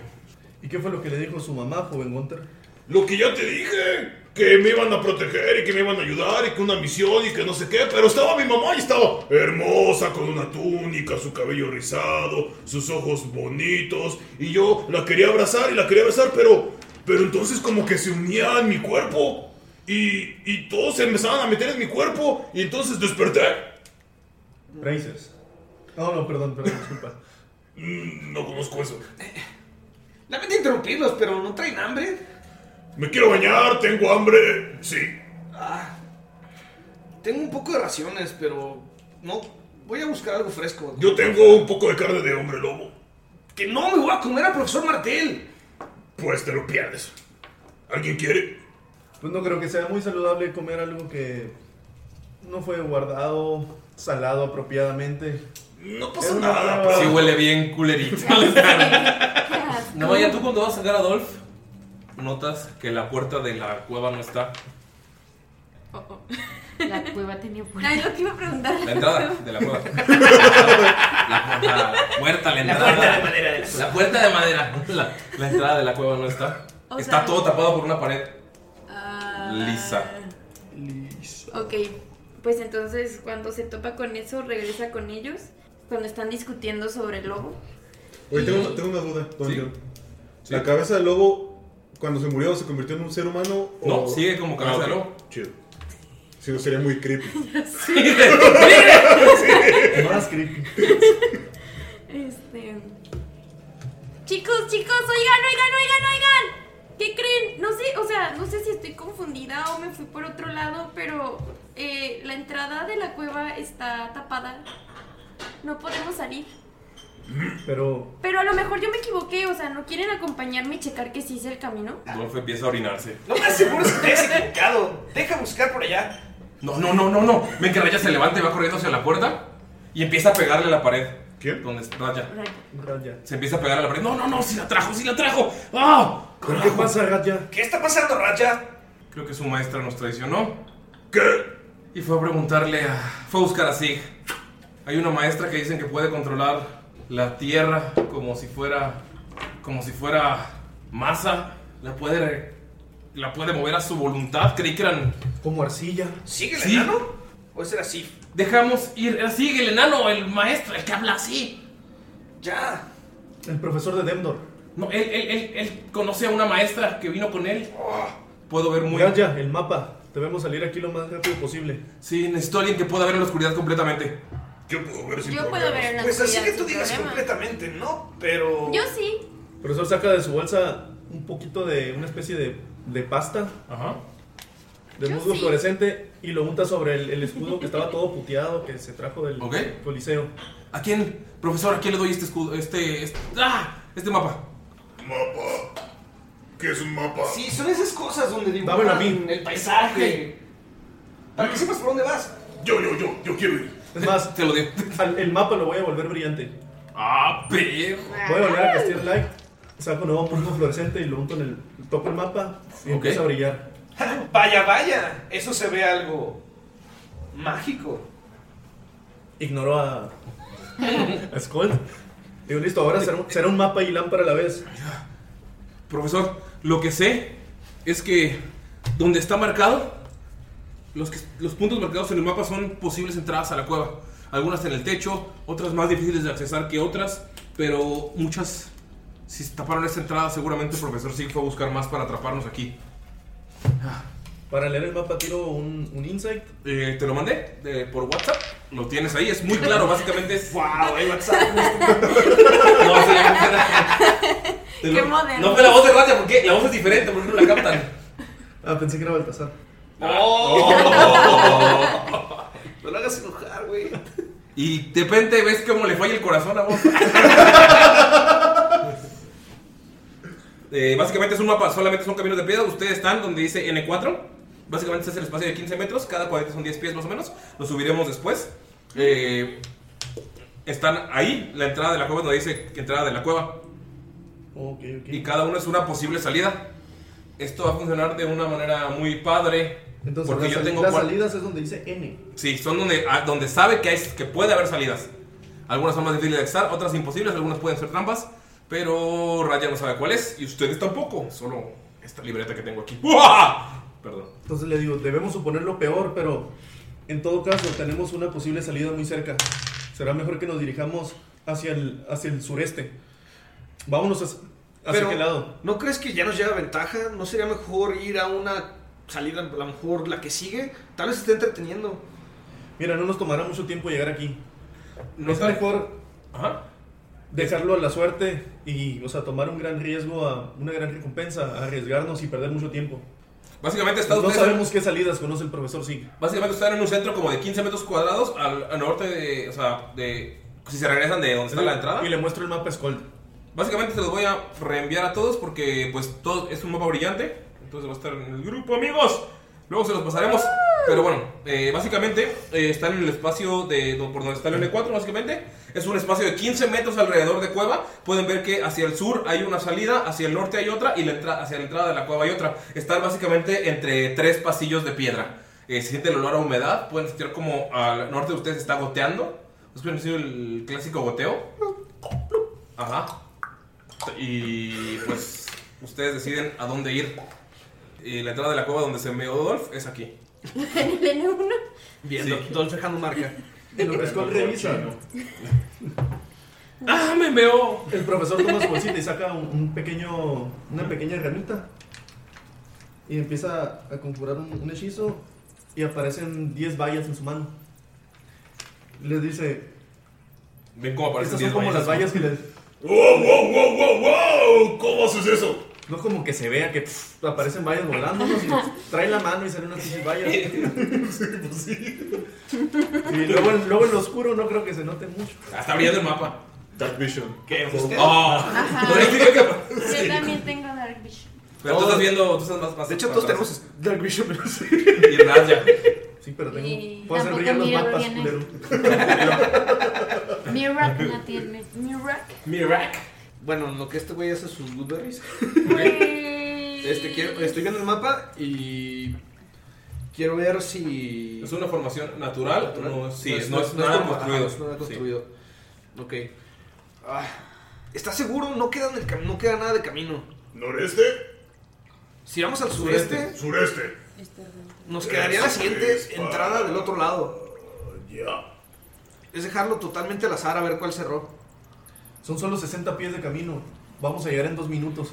¿Y qué fue lo que le dijo su mamá, joven Gunter?
Lo que ya te dije, que me iban a proteger y que me iban a ayudar y que una misión y que no sé qué, pero estaba mi mamá y estaba hermosa con una túnica, su cabello rizado, sus ojos bonitos y yo la quería abrazar y la quería besar, pero pero entonces como que se unía en mi cuerpo y, y todos se empezaban a meter en mi cuerpo y entonces desperté.
Brazers. No, no, perdón, perdón, disculpa.
Mm, No conozco eso.
Lamento interrumpirlos, pero ¿no traen hambre?
Me quiero bañar, tengo hambre. Sí,
Ah, tengo un poco de raciones, pero no. Voy a buscar algo fresco.
Yo tengo un poco de carne de hombre lobo.
Que no me voy a comer al profesor Martel.
Pues te lo pierdes. ¿Alguien quiere?
Pues no creo que sea muy saludable comer algo que no fue guardado, salado apropiadamente.
No
pasa nada, pero- Sí huele bien culerito. No, ya tú cuando vas a sacar a Adolf, notas que la puerta de la cueva no está.
La cueva tenía puerta.
Ay, lo que iba a preguntar.
La entrada de la cueva. La, puerta- la puerta, la
La
entrada.
puerta de madera de la cueva.
La puerta de madera. La, la entrada de la cueva no está.
O
está
sea-
todo tapado por una pared
Ah,
lisa.
Ok, pues entonces cuando se topa con eso, regresa con ellos. Cuando están discutiendo sobre el lobo.
Oye,
Y-
tengo, una- tengo una duda, don John.
Sí.
¿La cabeza del lobo, cuando se murió, se convirtió en un ser humano?
No, sigue como cabeza
Ah, ok.
de lobo.
Chido. Si no, sería muy creepy.
Más creepy.
Este. Chicos, chicos, oigan, oigan, oigan, oigan. ¿Qué creen? No sé, o sea, no sé si estoy confundida o me fui por otro lado, pero eh, la entrada de la cueva está tapada. No podemos salir.
Pero
Pero a lo mejor yo me equivoqué, o sea, ¿no quieren acompañarme y checar que sí es el camino?
Adolf empieza a orinarse.
No me aseguro que te hayas equivocado. Deja buscar por allá.
No, no, no, no, no. Ven que Raya se levanta y va corriendo hacia la puerta y empieza a pegarle a la pared. ¿Quién? Donde está Raya.
Raya.
Se empieza a pegar a la pared. No, no, no, si la trajo, si la trajo. ¡Ah!
¿Qué pasa, Raya?
¿Qué está pasando, Racha?
Creo que su maestra nos traicionó. ¿Qué? Y fue a preguntarle a. Fue a buscar a Sig. Hay una maestra que dicen que puede controlar la tierra como si fuera. como si fuera masa. La puede. La puede mover a su voluntad. Creí que eran.
Como arcilla.
¿Sigue el
Sí.
enano? ¿O ese era así?
Dejamos ir. Era Sig, el enano, el maestro, el que habla así.
Ya.
El profesor de Demdor.
No, él, él, él, él conoce a una maestra que vino con él.
Ah.
Puedo ver muy.
Raya, el mapa. Debemos salir aquí lo más rápido posible.
Sí, necesito a alguien que pueda ver en la oscuridad completamente.
Yo puedo ver
Yo puedo ver en la
Pues así
oscuridad
que tú
sin
digas
problema.
completamente, ¿no? Pero.
Yo sí.
El profesor saca de su bolsa un poquito de una especie de, de pasta
Ajá.
de
Yo
musgo
sí.
fluorescente y lo unta sobre el, el escudo que estaba todo puteado que se trajo del
Ok.
coliseo.
¿A quién, profesor, a quién le doy este escudo? Este. este ¡Ah! Este mapa.
Mapa. ¿Qué es un mapa?
Pues Sí, son esas cosas donde dibujan
Dámelo a mí.
el "Ah, paisaje. Para que sepas por dónde vas.
Yo, yo, yo, yo quiero ir. Es más, te lo digo. El mapa lo voy a volver brillante.
Ah, perro.
Voy a volver a castear like, saco un nuevo punto fluorescente y lo unto en el topo el mapa y empieza a brillar.
Vaya, vaya. Eso se ve algo mágico.
Ignoro a, a Skull. Digo, listo, ahora será un, será un mapa y lámpara a la vez.
Profesor, lo que sé es que donde está marcado, los, que- los puntos marcados en el mapa son posibles entradas a la cueva. Algunas en el techo, otras más difíciles de accesar que otras, pero muchas, si taparon esta entrada, seguramente el profesor sí fue a buscar más para atraparnos aquí.
Para leer el mapa tiro un, un insight.
Eh, te lo mandé eh, por WhatsApp, lo tienes ahí, es muy claro, básicamente es... ¡Wow!
Hay WhatsApp.
no, sí, te lo- No fue la voz de Radia, porque la voz es diferente, porque no la captan.
Ah, pensé que era Baltasar.
Oh.
No lo hagas enojar, güey.
Y de repente ves cómo le falla el corazón a vos. Eh, básicamente es un mapa, solamente son caminos de piedra. Ustedes están donde dice N4. Básicamente este es el espacio de 15 metros. Cada cuadrito son 10 pies más o menos. Lo subiremos después. Eh, están ahí, la entrada de la cueva, donde dice entrada de la cueva. Y cada uno es una posible salida. Esto va a funcionar de una manera muy padre.
Entonces,
porque
las
yo
sal-
tengo
las
cuatro-
salidas es donde dice N.
Sí, son donde, a- donde sabe que, hay, que puede haber salidas. Algunas son más difíciles de accesar, otras imposibles, algunas pueden ser trampas, pero Raya no sabe cuál es, y ustedes tampoco, solo esta libreta que tengo aquí. ¡Uah! Ah, Perdón.
Entonces le digo, debemos suponer lo peor, pero en todo caso tenemos una posible salida muy cerca. Será mejor que nos dirijamos hacia el, hacia el sureste. Vámonos hacia, hacia
Pero,
qué lado.
¿No crees que ya nos lleva ventaja? ¿No sería mejor ir a una salida, a lo mejor la que sigue? Tal vez se esté entreteniendo.
Mira, no nos tomará mucho tiempo llegar aquí.
No
es
Este,
sabe-
mejor dejarlo a la suerte y, o sea, tomar un gran riesgo, a una gran recompensa, arriesgarnos y perder mucho tiempo.
Básicamente está
No
usted-
sabemos qué salidas conoce el profesor Sig.
Básicamente están en un centro como de 15 metros cuadrados al, al norte de. O sea, de. Si se regresan de donde está la entrada.
Y le muestro el mapa Skull.
Básicamente se los voy a reenviar a todos porque, pues, todo es un mapa brillante. Entonces va a estar en el grupo, amigos. Luego se los pasaremos. Pero bueno, eh, básicamente eh, están en el espacio de do- por donde está el N4, básicamente. Es un espacio de 15 metros alrededor de cueva. Pueden ver que hacia el sur hay una salida, hacia el norte hay otra y la entra- hacia la entrada de la cueva hay otra. Están básicamente entre tres pasillos de piedra. Eh, se siente el olor a humedad. Pueden sentir como al norte de ustedes está goteando. ¿Ustedes han sido el clásico goteo? Ajá. Y pues ustedes deciden a dónde ir. Y la entrada de la cueva donde se meó Dolph es aquí.
En el N1.
Viendo, Dolph dejando marca.
Y lo que Skull revisa.
¡Ah, me veo!
El profesor toma su bolsita y saca un, un pequeño, una pequeña ranita. Y empieza a conjurar un, un hechizo. Y aparecen 10 vallas en su mano. Les dice:
Ven cómo aparecen
Estas son como
10
las vallas que les.
¡Wow, wow, wow, wow, wow! ¿Cómo haces eso?
No como que se vea que pff, aparecen vallas volando. ¿no? Si trae la mano y salen unas pinches vallas. Y luego, en- luego en lo oscuro no creo que se note mucho.
Ah, Está brillando el mapa.
Dark Vision.
¿Qué?
¡Oh! Significa que-
Yo también tengo Dark Vision.
Pero tú estás viendo, tú estás más, más
De hecho,
más
todos
atrás.
tenemos Dark Vision, pero sí.
Y Raya.
Sí, pero tengo.
Y
puedo hacer
tampoco
brillar los
miro
mapas.
bien, ¿eh?
culero.
Mirac no tiene. Mirac.
Mirac. Bueno, en lo que este güey hace sus Goodberries. este, quiero, estoy viendo el mapa y. Quiero ver si.
Es una formación natural, no- sí, no es nada
como- ajá,
construido.
no es nada
Sí.
construido. Ok. Ah, ¿Estás seguro? No queda, en el cam- no queda nada de camino.
¿Noreste?
Si vamos al sureste,
Sureste. Este
nos quedaría la siguiente
Es para-
entrada del otro lado.
Ya.
Es dejarlo totalmente al azar a ver cuál cerró.
Son solo 60 pies de camino. Vamos a llegar en dos minutos.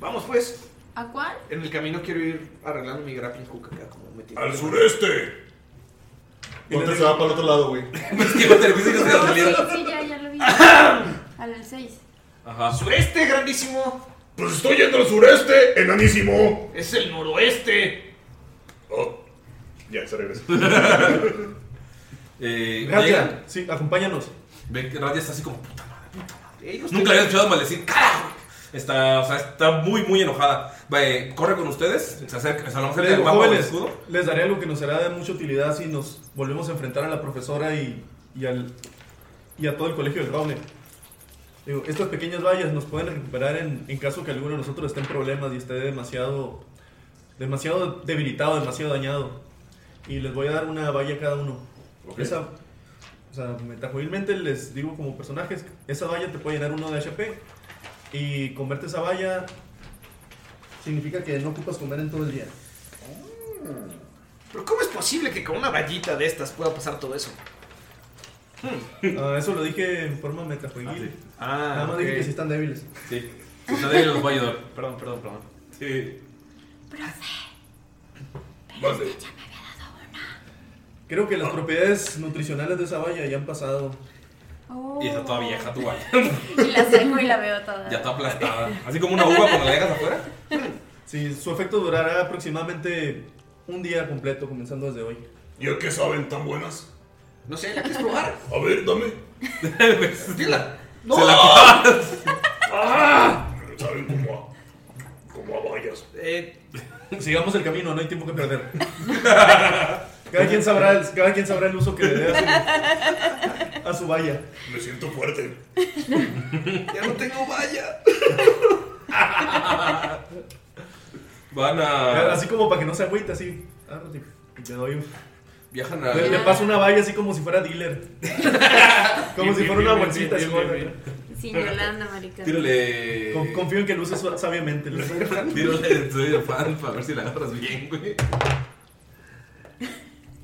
Vamos pues.
¿A cuál?
En el camino quiero ir arreglando mi grappling hook acá como metido.
¡Al sureste!
Y le
Ponte se
digo-
va para el otro lado, güey.
Ah, sí, sí, ya, ya lo vi. Al 6.
Ajá.
Sureste, Este grandísimo.
Pues estoy yendo al sureste, enanísimo.
Es el noroeste.
Oh. Ya, se regresa.
Eh, llegan.
Raya, sí, acompáñanos.
Ven que Raya está así como puta madre.
Ellos
Nunca había escuchado maldecir. ¡Carajo! Está, o sea, está muy, muy enojada. Va, eh, corre con ustedes, se acerca, se acerca
Les
el
digo,
mapa del
jóvenes,
escudo.
les daré algo que nos será de mucha utilidad si nos volvemos a enfrentar a la profesora y, y al, y a todo el colegio del Roble. Digo, estas pequeñas vallas nos pueden recuperar en, en caso que alguno de nosotros esté en problemas y esté demasiado, demasiado debilitado, demasiado dañado. Y les voy a dar una valla a cada uno.
Ok.
Esa, o sea, metajubilmente les digo como personajes, esa valla te puede llenar uno de HP y convierte esa valla significa que no ocupas comer en todo el día.
Pero ¿cómo es posible que con una vallita de estas pueda pasar todo eso?
Ah, eso lo dije en forma metajueguil.
Ah,
Nada más dije
ok.
que sí están débiles.
Sí. Está débil, los voy a ayudar.
Perdón, perdón, perdón.
Sí.
Creo que las propiedades nutricionales de esa valla ya han pasado.
Y está toda vieja tu valla.
Oh. Y la saco y la veo toda.
Ya está aplastada. Así como una uva cuando la dejas afuera.
Sí, su efecto durará aproximadamente un día completo, comenzando desde hoy.
¿Y a qué saben tan buenas?
No sé, ¿la quieres probar?
A ver, dame.
Tila.
¡Se la quitas!
Ah.
Ah.
Ah, Saben como a, como a vallas.
Eh,
Sigamos el camino, no hay tiempo que perder. Cada quien sabrá el, cada quien sabrá el uso que le dé a su, a su valla.
Me siento fuerte.
ya no tengo valla.
Van a.
Ah, Así como para que no se agüite, así. Ah, sí, Te doy un-
Viajan a.
Le, le paso una valla así como si fuera dealer. como si fuera una bolsita. así.
Sin Yolanda, marica.
Tírale.
Con- Confío en que lo uses sabiamente. lo sé.
Tírale de estudio de fan para ver si la agarras bien, güey.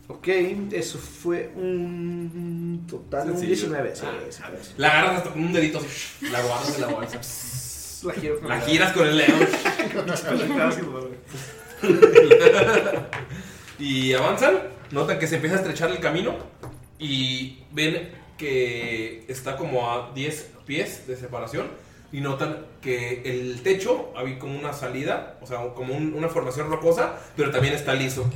Ok, eso fue un total un
Sencillo.
19. Sí, sí, sí.
La agarras hasta con un dedito así. La guardas en la bolsa.
La giro con
La
la-
giras con el león. Y avanzan, notan que se empieza a estrechar el camino y ven que está como a 10 pies de separación y notan que el techo había como una salida, o sea, como un- una formación rocosa, pero también está liso.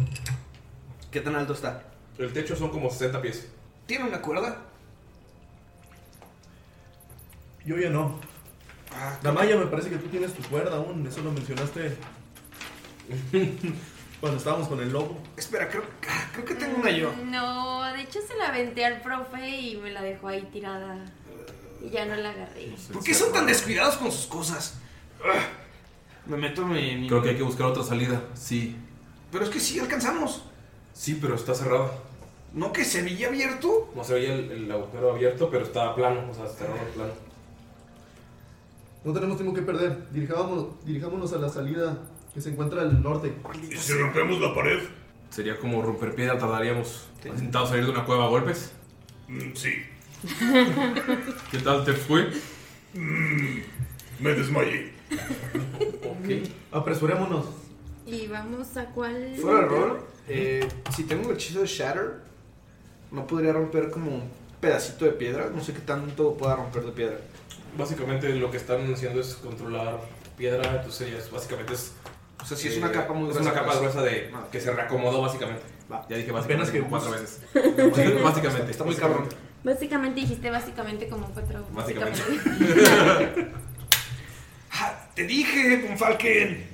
¿Qué tan alto está?
El techo son como 60 pies.
¿Tiene una cuerda?
Yo ya no.
Ah,
Damaya, me parece que tú tienes tu cuerda aún. Eso lo mencionaste cuando estábamos con el lobo.
Espera, creo, ah, creo que tengo una yo.
No, de hecho se la aventé al profe y me la dejó ahí tirada. Y ya no la agarré.
¿Por qué son tan descuidados con sus cosas? Ah, Me meto mi, mi-
Creo que hay que buscar otra salida. Sí.
Pero es que sí alcanzamos.
Sí, pero está cerrada.
No que se veía abierto.
No se veía el, el agujero abierto, pero está plano, o sea, cerrado plano.
No tenemos tiempo que perder. Dirijámonos, dirijámonos a la salida que se encuentra al norte.
¿Y si rompemos la pared?
Sería como romper piedra, tardaríamos. ¿Has intentado salir de una cueva a golpes?
Mm, sí.
¿Qué tal te fue?
Mm, Me desmayé.
Ok.
Mm. Apresurémonos.
¿Y vamos a cuál?
Fuera de rol, eh, si tengo el hechizo de Shatter, no podría romper como un pedacito de piedra. No sé qué tanto pueda romper de piedra.
Básicamente lo que están haciendo es controlar piedra, entonces ya es- básicamente es...
O sea, si es una capa muy
gruesa. Es una capa gruesa de...
Ah.
que se reacomodó básicamente.
Va.
Ya dije
Apenas
básicamente
que
como cuatro
bus-
veces. Sí, básicamente.
Está muy cabrón.
Básicamente dijiste básicamente como cuatro.
Básicamente.
Ah, te dije, Bonfalken.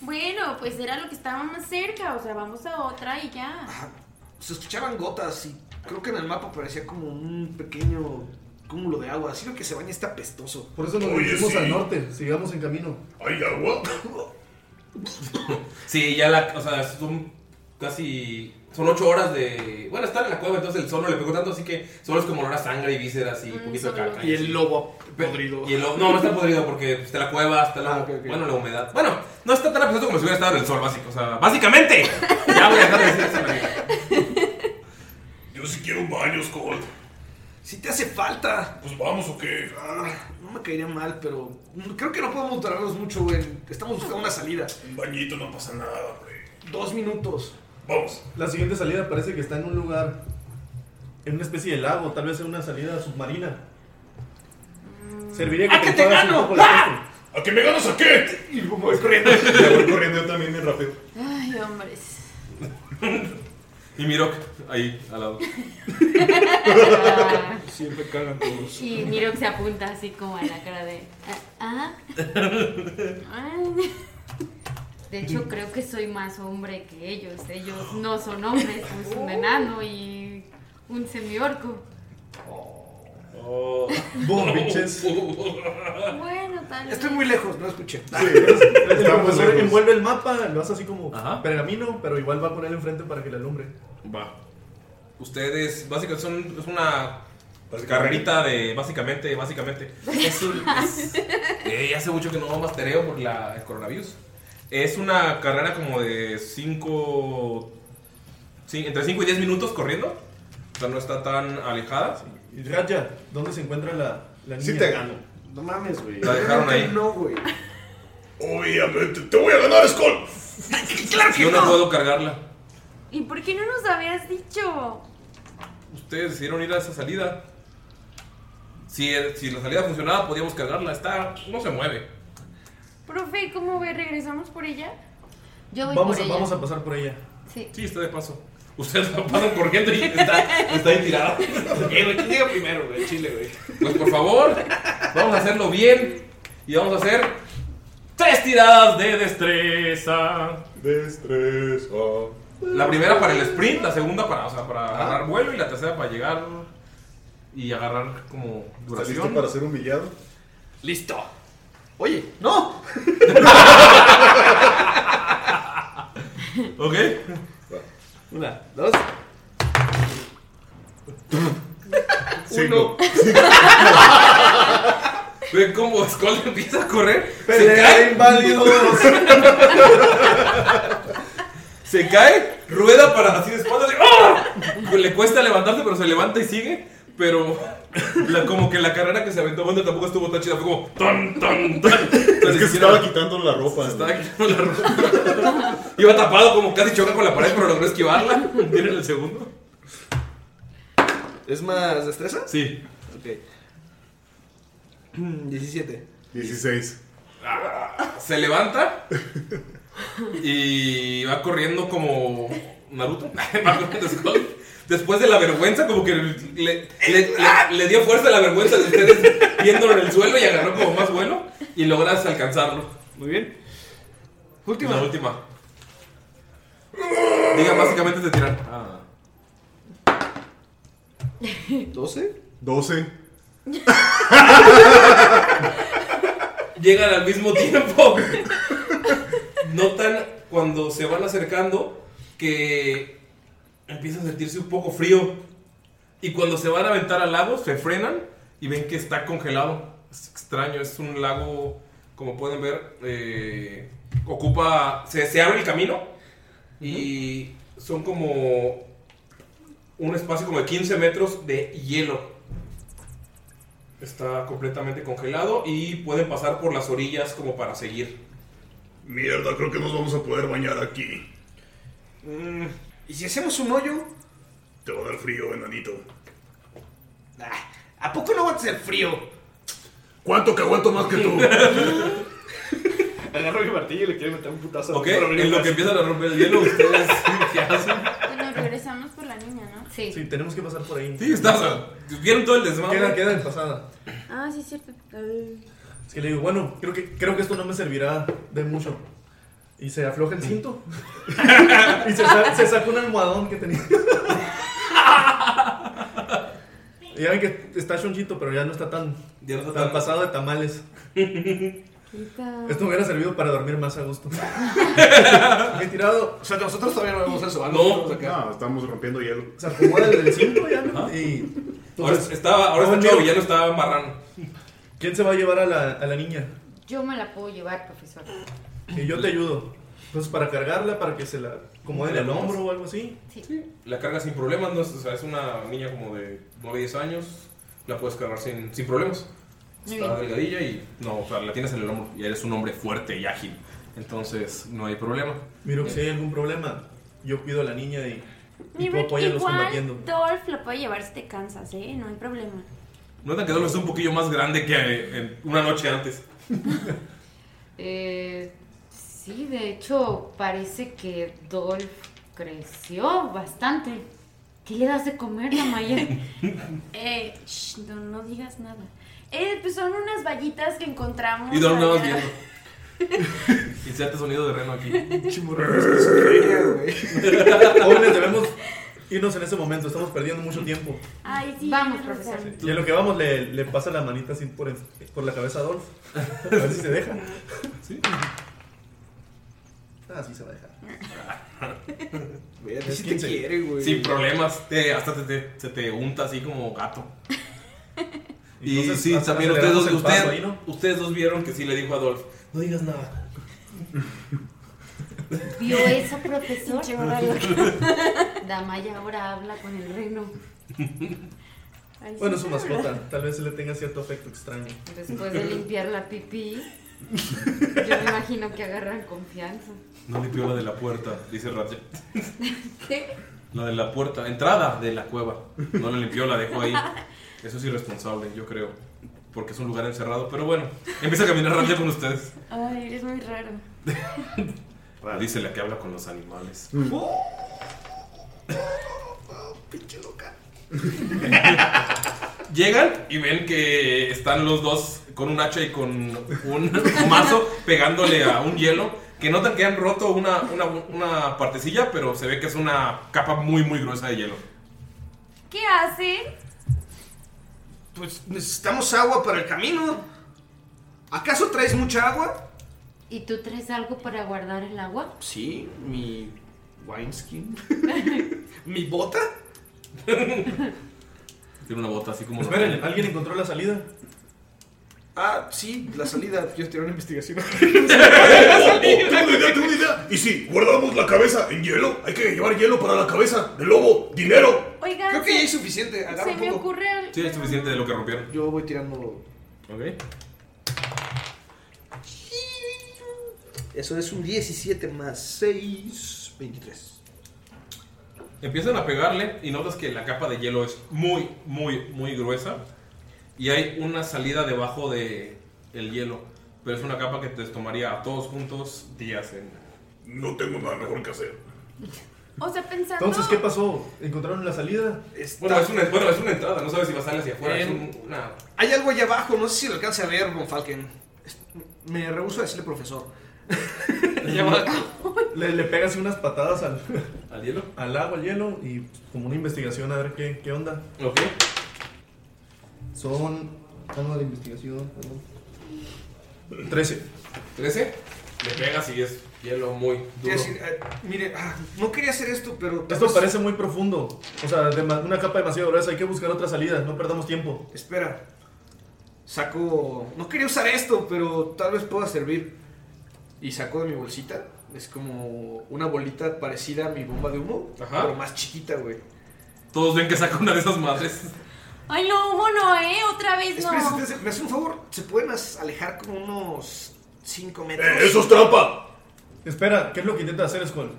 Bueno, pues era lo que estaba más cerca, o sea, vamos a otra y ya.
Ah, se escuchaban gotas y creo que en el mapa parecía como un pequeño cúmulo de agua. Así lo que se baña está pestoso.
Por eso nos
Oye,
dirigimos
sí.
al norte. Sigamos en camino.
¿Hay agua?
Sí, ya la... o sea, son casi... son ocho horas de... bueno, están en la cueva, entonces el sol no le pegó tanto, así que solo es como olor a sangre y vísceras y un poquito de
Mm, solo.
caca.
Y el lobo podrido.
Y el lobo- no, no está podrido porque pues, está la cueva, está la,
Ah, ok, ok.
bueno, la humedad. Bueno, no está tan apestoso como si hubiera estado en el sol, básico. O sea, básicamente. ya voy a dejar de decir eso. amigo.
Yo sí quiero un baño, Skull.
Si te hace falta.
Pues vamos o qué.
Ah, no me caería mal, pero creo que no podemos durarnos mucho, güey. Estamos buscando una salida.
Un bañito no pasa nada, hombre.
Dos minutos.
Vamos.
La siguiente salida parece que está en un lugar, en una especie de lago, tal vez en una salida submarina. Serviría que
¡Ah, que te
enfadas un
gano!
poco la
¡Ah!
peste.
¿A que me ganas a qué?
Y me voy corriendo.
Me voy corriendo yo también bien rápido.
Ay, hombres.
Y Mirok, ahí, al lado. Siempre cagan todos.
Y Mirok se apunta así como a la cara de. Ah. ah". De hecho, creo que soy más hombre que ellos. Ellos no son hombres, es un enano y un semiorco.
Oh.
Boom, bitches.
Ah.
Bueno, tal vez.
Estoy muy lejos, no escuché. Ah,
Sí, el
Estamos
profesor
lejos.
envuelve el mapa, lo hace así como pergamino, pero igual va a ponerlo enfrente para que le alumbre.
Va. Ustedes, básicamente, son, es una pues, carrerita de. Básicamente, básicamente. Es un- es- eh, hace mucho que no mastereo por la, el coronavirus. Es una carrera como de 5. Sí, entre 5 y 10 minutos corriendo. O sea, no está tan alejada.
Y Raya, ¿dónde se encuentra la, la niña?
Sí te gano.
No mames, güey.
La dejaron ahí.
No, güey.
Obviamente, te voy a ganar, Skull.
¡Claro
Yo no puedo cargarla.
¿Y por qué no nos habías dicho?
Ustedes decidieron ir a esa salida. Si, si la salida funcionaba, podíamos cargarla. Está. No se mueve.
Profe, ¿cómo ve? ¿Regresamos por ella? Yo
Vamos a, vamos a pasar por ella.
Sí.
está de paso. Ustedes la pasan corriendo y está, está ahí tirada.
Eh, güey, ¿quién llega primero, güey? Chile, güey.
Pues por favor, vamos a hacerlo bien. Y vamos a hacer tres tiradas de destreza.
Destreza.
oh.
La primera para el sprint, la segunda para, o sea, para agarrar vuelo y la tercera para llegar y agarrar como
¿Estás
duración.
listo para ser humillado?
Listo.
Oye, no.
¿Ok?
Una, dos.
Uno. Ven cómo Skull empieza a correr.
Pelea inválidos.
Se cae, rueda para así de espaldas. y ¡ah! Le cuesta levantarse, pero se levanta y sigue. Pero la- como que la carrera que se aventó Wonder tampoco estuvo tan chida. Fue como tan, tan, tan.
Es que se estaba quitando la ropa.
Se estaba quitando la ropa. Iba tapado, como casi choca con la pared, pero logró esquivarla. ¿Tienen el segundo?
¿Es más destreza?
Sí.
Ok. Mm, 17.
16.
Se levanta y va corriendo como Naruto. Va corriendo Skull. Después de la vergüenza, como que le, le- le- le dio fuerza a la vergüenza de ustedes viéndolo en el suelo y agarró como más vuelo y logras alcanzarlo.
Muy bien. Última.
La última. Diga, básicamente te tiran.
Ah. 12.
12.
Llegan al mismo tiempo. Notan cuando se van acercando que empieza a sentirse un poco frío. Y cuando se van a aventar al lago, se frenan y ven que está congelado. Es extraño, es un lago, como pueden ver, eh, ocupa, se, se abre el camino y son como un espacio como de 15 metros de hielo. Está completamente congelado y pueden pasar por las orillas como para seguir.
Mierda, creo que nos vamos a poder bañar aquí.
Mm, ¿Y si hacemos un hoyo?
Te va a dar frío, enanito.
Ah, ¿A poco no aguantas el frío?
¿Cuánto que aguanto más que tú?
Agarro mi martillo y le quiero meter un putazo.
Ok, en lo que empiezan a romper el hielo, ustedes qué hacen.
Bueno, regresamos por la niña, ¿no?
Sí, tenemos que pasar por ahí.
Sí, estás. Vieron todo el desmadre.
Queda, queda en pasada.
Ah, sí, es cierto. Ay.
Es que le digo, bueno, creo que, creo que esto no me servirá de mucho. Y se afloja
Mm.
el cinto. y se, sa- se saca un almohadón que tenía. Y ya ven que está chonchito, pero ya no está tan,
Ya no está
tan
tan-
pasado de tamales.
Quita.
Esto me hubiera servido para dormir más a gusto. Me he tirado,
O sea, nosotros todavía no vemos eso, ¿vale?
No.
Nosotros acá.
No, estamos rompiendo hielo.
se acomoda el del cinto ya, ¿no? Y
Ahora
entonces,
estaba, ahora está
Bueno.
chavo, ya no estaba marrano.
¿quién se va a llevar a la, a la niña?
Yo me la puedo llevar, profesor.
Y yo te ayudo. Entonces, para cargarla, para que se la acomoden el hombro o algo así.
La carga sin problemas, no es, o sea, es una niña como de 9, 10 años. La puedes cargar sin, sin problemas.
Muy
Está
bien.
delgadilla y no, o sea, la tienes en el hombro y eres un hombre fuerte y ágil. Entonces no hay problema.
Miro que si hay algún problema, yo cuido a la niña y, y tú
Igual,
apoyas los combatiendo.
Dolph la puede llevar si te cansas, ¿eh? No hay problema.
Notan que Dolph es un poquillo más grande que eh, en una noche antes.
Eh, sí, de hecho, parece que Dolph Creció bastante. ¿Qué le das de comer, Damaya?
Eh, shh, no, no digas nada. Eh, pues son unas vallitas que encontramos.
Y Don nada más
allá.
viendo. Inserte sonido de reno aquí.
Jóvenes, debemos irnos en ese momento. Estamos perdiendo mucho tiempo.
Ay, sí.
Vamos,
tienes razón.
profesor.
Y en lo que vamos, le, le pasa la manita así por, en- por la cabeza a Adolf. A ver si se deja. Sí. Ah, sí se va a dejar.
Ve, a ti
Es
sí te
15.
quiere, güey.
Sin problemas, te- hasta te- te- se te unta así como gato. Y
Entonces,
sí,
ac-
también ustedes dos,
aceleramos el
ustedes-
paso ahí, ¿no?
ustedes dos vieron que sí le dijo a Adolf, no digas nada.
¿Vio eso, profesor?
Pinche gorda loca.
Damaya ahora habla con el reno.
Ay, sí,
Bueno, es su
sí, ¿verdad?
mascota. Tal vez se le tenga cierto afecto extraño.
Después de limpiar la pipí, yo me imagino que agarran confianza.
No limpió la de la puerta, dice Ratchet.
¿Qué?
La de la puerta, entrada de la cueva. No la limpió, la dejó ahí. Eso es irresponsable, yo creo. Porque es un lugar encerrado, pero bueno. Empieza a caminar Ratchet con ustedes.
Ay, eres muy raro.
Dice la que habla con los animales.
Mm.
¡Oh!
Pinche loca.
Llegan y ven que están los dos con un hacha y con un mazo pegándole a un hielo. Que notan que han roto una, una, una partecilla, pero se ve que es una capa muy, muy gruesa de hielo.
¿Qué hacen?
Pues necesitamos agua para el camino. ¿Acaso traes mucha agua?
¿Y tú traes algo para guardar el agua?
Sí, mi wineskin. mi bota.
Tiene una bota así como.
Esperen, ¿alguien encontró la salida?
Ah, sí, la salida. Yo tenía una investigación.
Tengo una idea. Y si guardamos la cabeza en hielo, hay que llevar hielo para la cabeza del lobo. Dinero.
Oigan,
Creo que
se-
ya es suficiente. Agarra
se
un
me
poco.
ocurre al-
Sí, es suficiente de lo que rompieron.
Yo voy tirando.
Ok.
Eso es un 17 más 6, 23.
Empiezan a pegarle y notas que la capa de hielo es muy, muy, muy gruesa. Y hay una salida debajo de el hielo. Pero es una capa que te tomaría a todos juntos días en.
No tengo nada mejor que hacer.
O sea, pensando.
Entonces, ¿qué pasó? ¿Encontraron la salida?
Bueno, es una, bueno, es una entrada, no sabes si va a salir hacia
Eh,
afuera. es un- una-
Hay algo allá abajo, no sé si lo alcance a ver, Von Falken. Es- Me rehuso a decirle profesor. Allá abajo.
Le, le pegas unas patadas al,
¿Al hielo?
al agua, al hielo y como una investigación a ver qué, qué onda.
Ok.
Son. Algo de investigación, perdón. 13.
13. Le pegas y es hielo muy duro.
Quiero decir, eh, mire, ah, no quería hacer esto, pero. tal
Esto
vez-
parece muy profundo. O sea, dema- una capa demasiado gruesa. Hay que buscar otra salida. No perdamos tiempo.
Espera. Saco. No quería usar esto, pero tal vez pueda servir. Y saco de mi bolsita. Es como una bolita parecida a mi bomba de humo,
Ajá.
pero más chiquita, güey.
Todos ven que saca una de esas madres.
Ay, no, hubo no, ¿eh? Otra vez no.
Espérense, espérense, me hace un favor. ¿Se pueden as- alejar como unos 5 metros?
Eh, eso es trampa.
Espera, ¿qué es lo que intenta hacer, Skull?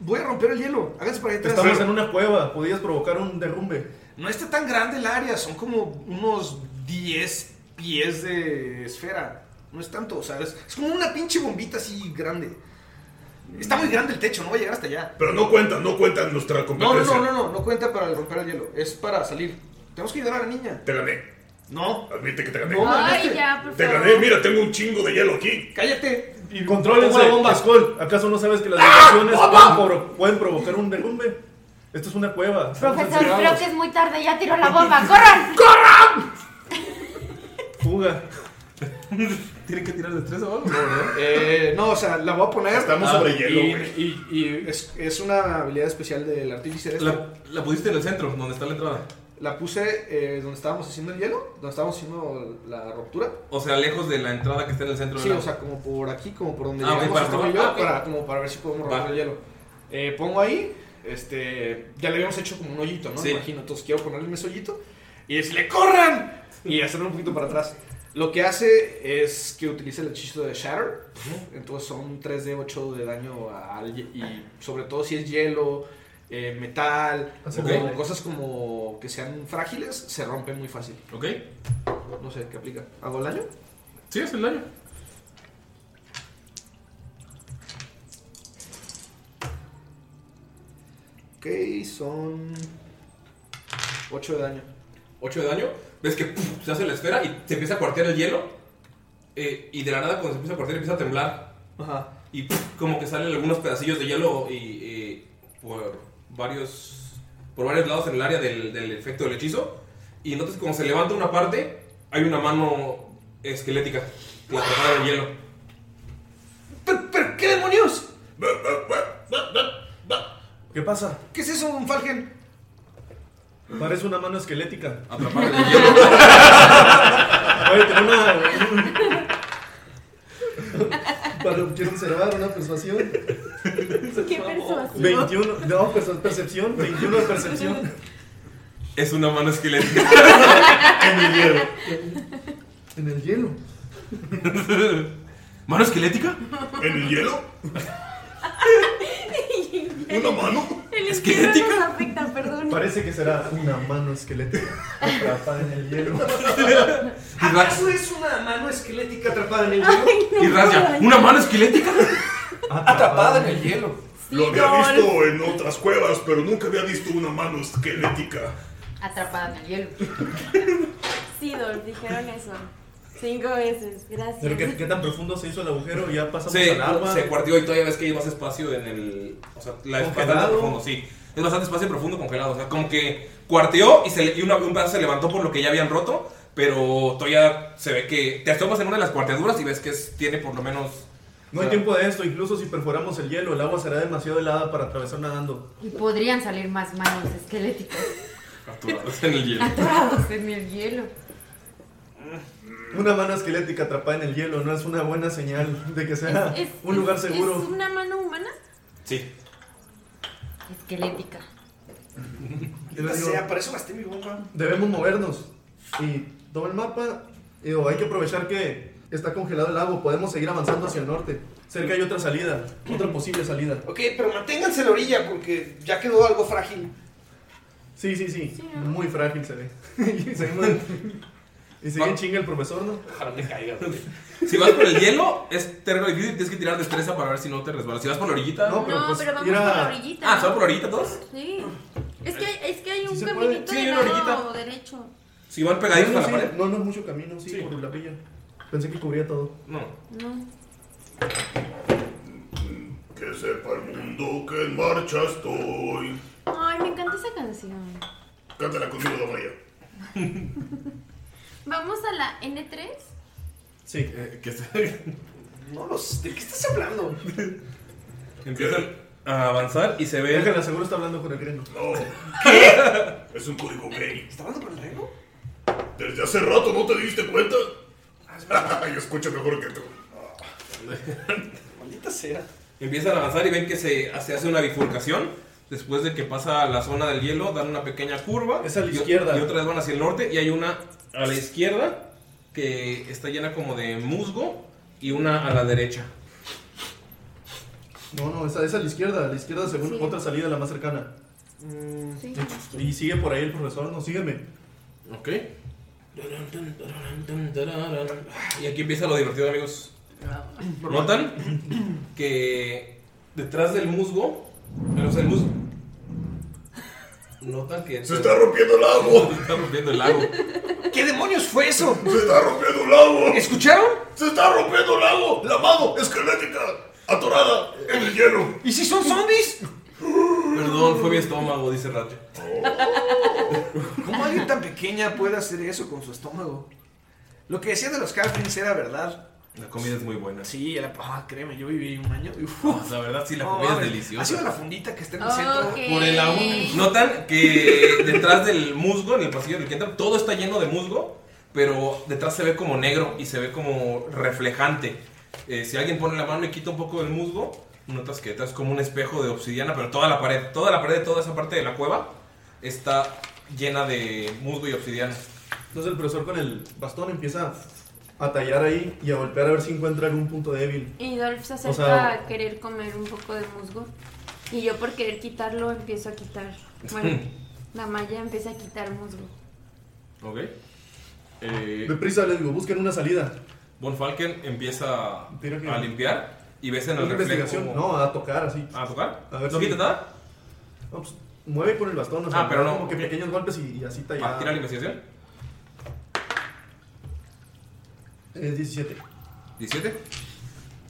Voy a romper el hielo. Háganse para allá atrás.
Estamos en una cueva. Podías provocar un derrumbe.
No está tan grande el área, son como unos 10 pies de esfera. No es tanto, o sea, es, es como una pinche bombita así grande. Está muy grande el techo, no va a llegar hasta allá.
Pero no cuentan, no cuentan nuestra
No, no,
competencia.
no, no, no, no cuenta para romper el hielo, es para salir. Tenemos que ayudar a la niña.
Te gané.
No,
Admite que te gané.
No.
Ay, ya, por favor.
Te gané. Mira, tengo un chingo de hielo aquí.
cállate.
Y controlense,
Pongo la bomba. ¡Ah!
Skull. ¿Acaso no sabes que las vibraciones pueden, pro- pueden provocar un derrumbe? Esto es una cueva. estamos
Profesor, creo
encerrados.
que es muy tarde, ya tiró la bomba, corran.
Fuga.
¿Tienen que tirar de tres o algo? No,
Eh, no, o sea, la voy a poner.
Estamos
Ah,
sobre
y-
hielo, güey.
Y, y es, es una habilidad especial del artífice. este.
La, la pusiste en el centro, donde está la entrada.
La puse eh, donde estábamos haciendo el hielo, donde estábamos haciendo la ruptura.
O sea, lejos de la entrada que está en el centro
Sí,
de la.
o sea, como por aquí, como por donde
Ah, ok,
llegamos
para
Estefan
tomar-
y yo,
ah, ok.
para, como para ver si podemos
Va.
romper el hielo. Eh, pongo ahí, este, ya le habíamos hecho como un hoyito, ¿no?
Sí.
Me imagino, entonces quiero ponerle en ese hoyito y decirle ¡corran! Y hacerlo un poquito para atrás. Lo que hace es que utiliza el hechizo de Shatter, entonces son 3 de 8 de daño al, hie- y sobre todo si es hielo, eh, metal,
Hace
o
doble.
como cosas como que sean frágiles, se rompen muy fácil.
Ok.
No sé, ¿qué aplica? ¿Hago el daño?
Sí, es el daño.
Ok, son. 8 de daño.
8 de daño, ves que ¡puf! se hace la esfera y se empieza a cuartear el hielo. eh, y de la nada, cuando se empieza a cuartear, empieza a temblar.
Ajá.
Y ¡puf! como que salen algunos pedacillos de hielo y, eh, por varios por varios lados en el área del, del efecto del hechizo. Y notas que cuando se levanta una parte, hay una mano esquelética que la atrapada en el hielo.
¿Pero qué demonios?
¿Qué pasa?
¿Qué es eso, un Falgen?
Parece una mano esquelética.
Atrapada
en el hielo. Oye, tengo una. Para, quiero observar una persuasión.
¿Qué persuasión?
21. No, pues es percepción. 21 de percepción.
Es una mano esquelética.
En el hielo. En el hielo.
¿Mano esquelética?
¿En el hielo?
¿Una
mano?
El
¿Esquelética?
izquierdo nos afecta, perdón.
Parece que será una mano esquelética atrapada en el hielo.
¿Acaso es una mano esquelética atrapada en el hielo?
Y Razia, ¿una mano esquelética?
Atrapada en el hielo.
Lo había visto en otras cuevas, pero nunca había visto una mano esquelética.
Atrapada en el hielo.
Sí, Dolph, dijeron eso. Cinco veces, gracias.
Pero qué, qué tan profundo se hizo el agujero, ya pasamos
Se,
al agua.
se cuarteó y todavía ves que hay más espacio en el. O sea, la es bastante
Congelado.
profundo, sí. Es bastante espacio profundo congelado. O sea, como que cuarteó y, se, le- y una- un pedazo se levantó por lo que ya habían roto. Pero todavía se ve que. Te asomas en una de las cuarteaduras y ves que es- tiene por lo menos.
No hay tiempo de esto, incluso si perforamos el hielo, el agua será demasiado helada para atravesar nadando.
Y podrían salir más manos esqueléticas
en el hielo.
atorados en el hielo.
Una mano esquelética atrapada en el hielo no es una buena señal de que sea
Es-
un lugar seguro.
¿Es una mano humana?
Sí.
Esquelética.
Les digo,
sea, para eso gasté mi bomba.
Debemos movernos. Y toma el mapa. y digo, hay que aprovechar que está congelado el lago. Podemos seguir avanzando hacia el norte. Cerca hay otra salida, otra posible salida.
Ok, pero manténganse a la orilla porque ya quedó algo frágil.
Sí, sí, sí. Muy frágil se ve. y seguimos- y sigue en chinga el profesor, ¿no?
Ojalá te caigas, güey.
Si vas por el hielo, es terreno difícil. Tienes que tirar destreza para ver si no te resbalas. Si vas por la orillita.
No, pues
No, pero vamos
ir a-
por la orillita.
Ah, ¿se va por la orillita todos?
Sí. Es que, hay- es que hay un
se puede.
caminito
Sí,
de
hay una
lado derecho.
Si van pegaditos
no,
a la
sí,
pared.
No, no es mucho camino, sí, por la orilla. Pensé que cubría todo.
No.
No.
Que sepa el mundo que en marcha estoy.
Ay, me encanta esa canción.
Cántala conmigo, Damaya.
Vamos a la N3.
Sí. eh,
No los. ¿De qué estás hablando?
Empiezan a avanzar y se ve.
Déjala, seguro está hablando con el greno.
Es un código gay.
¿Está hablando con el reno?
Desde hace rato no te diste cuenta.
Ah,
Yo escucho mejor que tú.
Maldita sea.
Empiezan a avanzar y ven que se, se hace una bifurcación. Después de que pasa la zona del hielo, dan una pequeña curva.
Es a la
y-
izquierda.
Y otra vez van hacia el norte. Y hay una a la izquierda que está llena como de musgo y una a la derecha.
No, no, esa es a la izquierda. A la izquierda, según
Sí.
otra salida, la más cercana.
Sí.
Y sigue por ahí el profesor, no, sígueme.
Ok. Y aquí empieza lo divertido, amigos. Notan que detrás del musgo, o sea, el musgo. Notan que
Se está rompiendo el lago.
Se está rompiendo el lago.
¿Qué demonios fue eso?
Se está rompiendo el lago.
¿Escucharon?
Se está rompiendo el lago. La mano esquelética atorada en el hielo.
¿Y si son zombies?
Perdón, fue mi estómago, dice Racha.
¿Cómo alguien tan pequeña puede hacer eso con su estómago? Lo que decían de los Halflings era verdad.
La comida es muy buena.
Sí, era- ah, créeme, yo viví un año. y uf,
La verdad, sí, la comida
mames,
es
Ha sido
deliciosa.
la fundita que está en el centro.
Ok.
Por el agua.
Eh,
Notan que detrás del musgo, en el pasillo del que entran, todo está lleno de musgo, pero detrás se ve como negro y se ve como reflejante. Eh, si alguien pone la mano y quita un poco del musgo, notas que detrás es como un espejo de obsidiana, pero toda la pared, toda la pared de toda esa parte de la cueva está llena de musgo y obsidiana.
Entonces el profesor con el bastón empieza a tallar ahí y a golpear a ver si encuentra algún punto débil.
Y Dolph se acerca
O sea-
a querer comer un poco de musgo. Y yo por querer quitarlo empiezo a quitar. Bueno, la malla empieza a quitar musgo.
¿Ok? Eh,
Deprisa les digo, busquen una salida.
Von Falken empieza
Tira que-
a limpiar y ves en
Una
el reflejo.
investigación, no, a tocar así.
¿A tocar?
A ver
¿No
si-
quitas nada?
No, pues, mueve con el bastón. O sea,
Ah, pero
da
no.
Como que pequeños golpes y, y así está
¿Para
ya.
tirar la investigación?
Es 17.
¿17?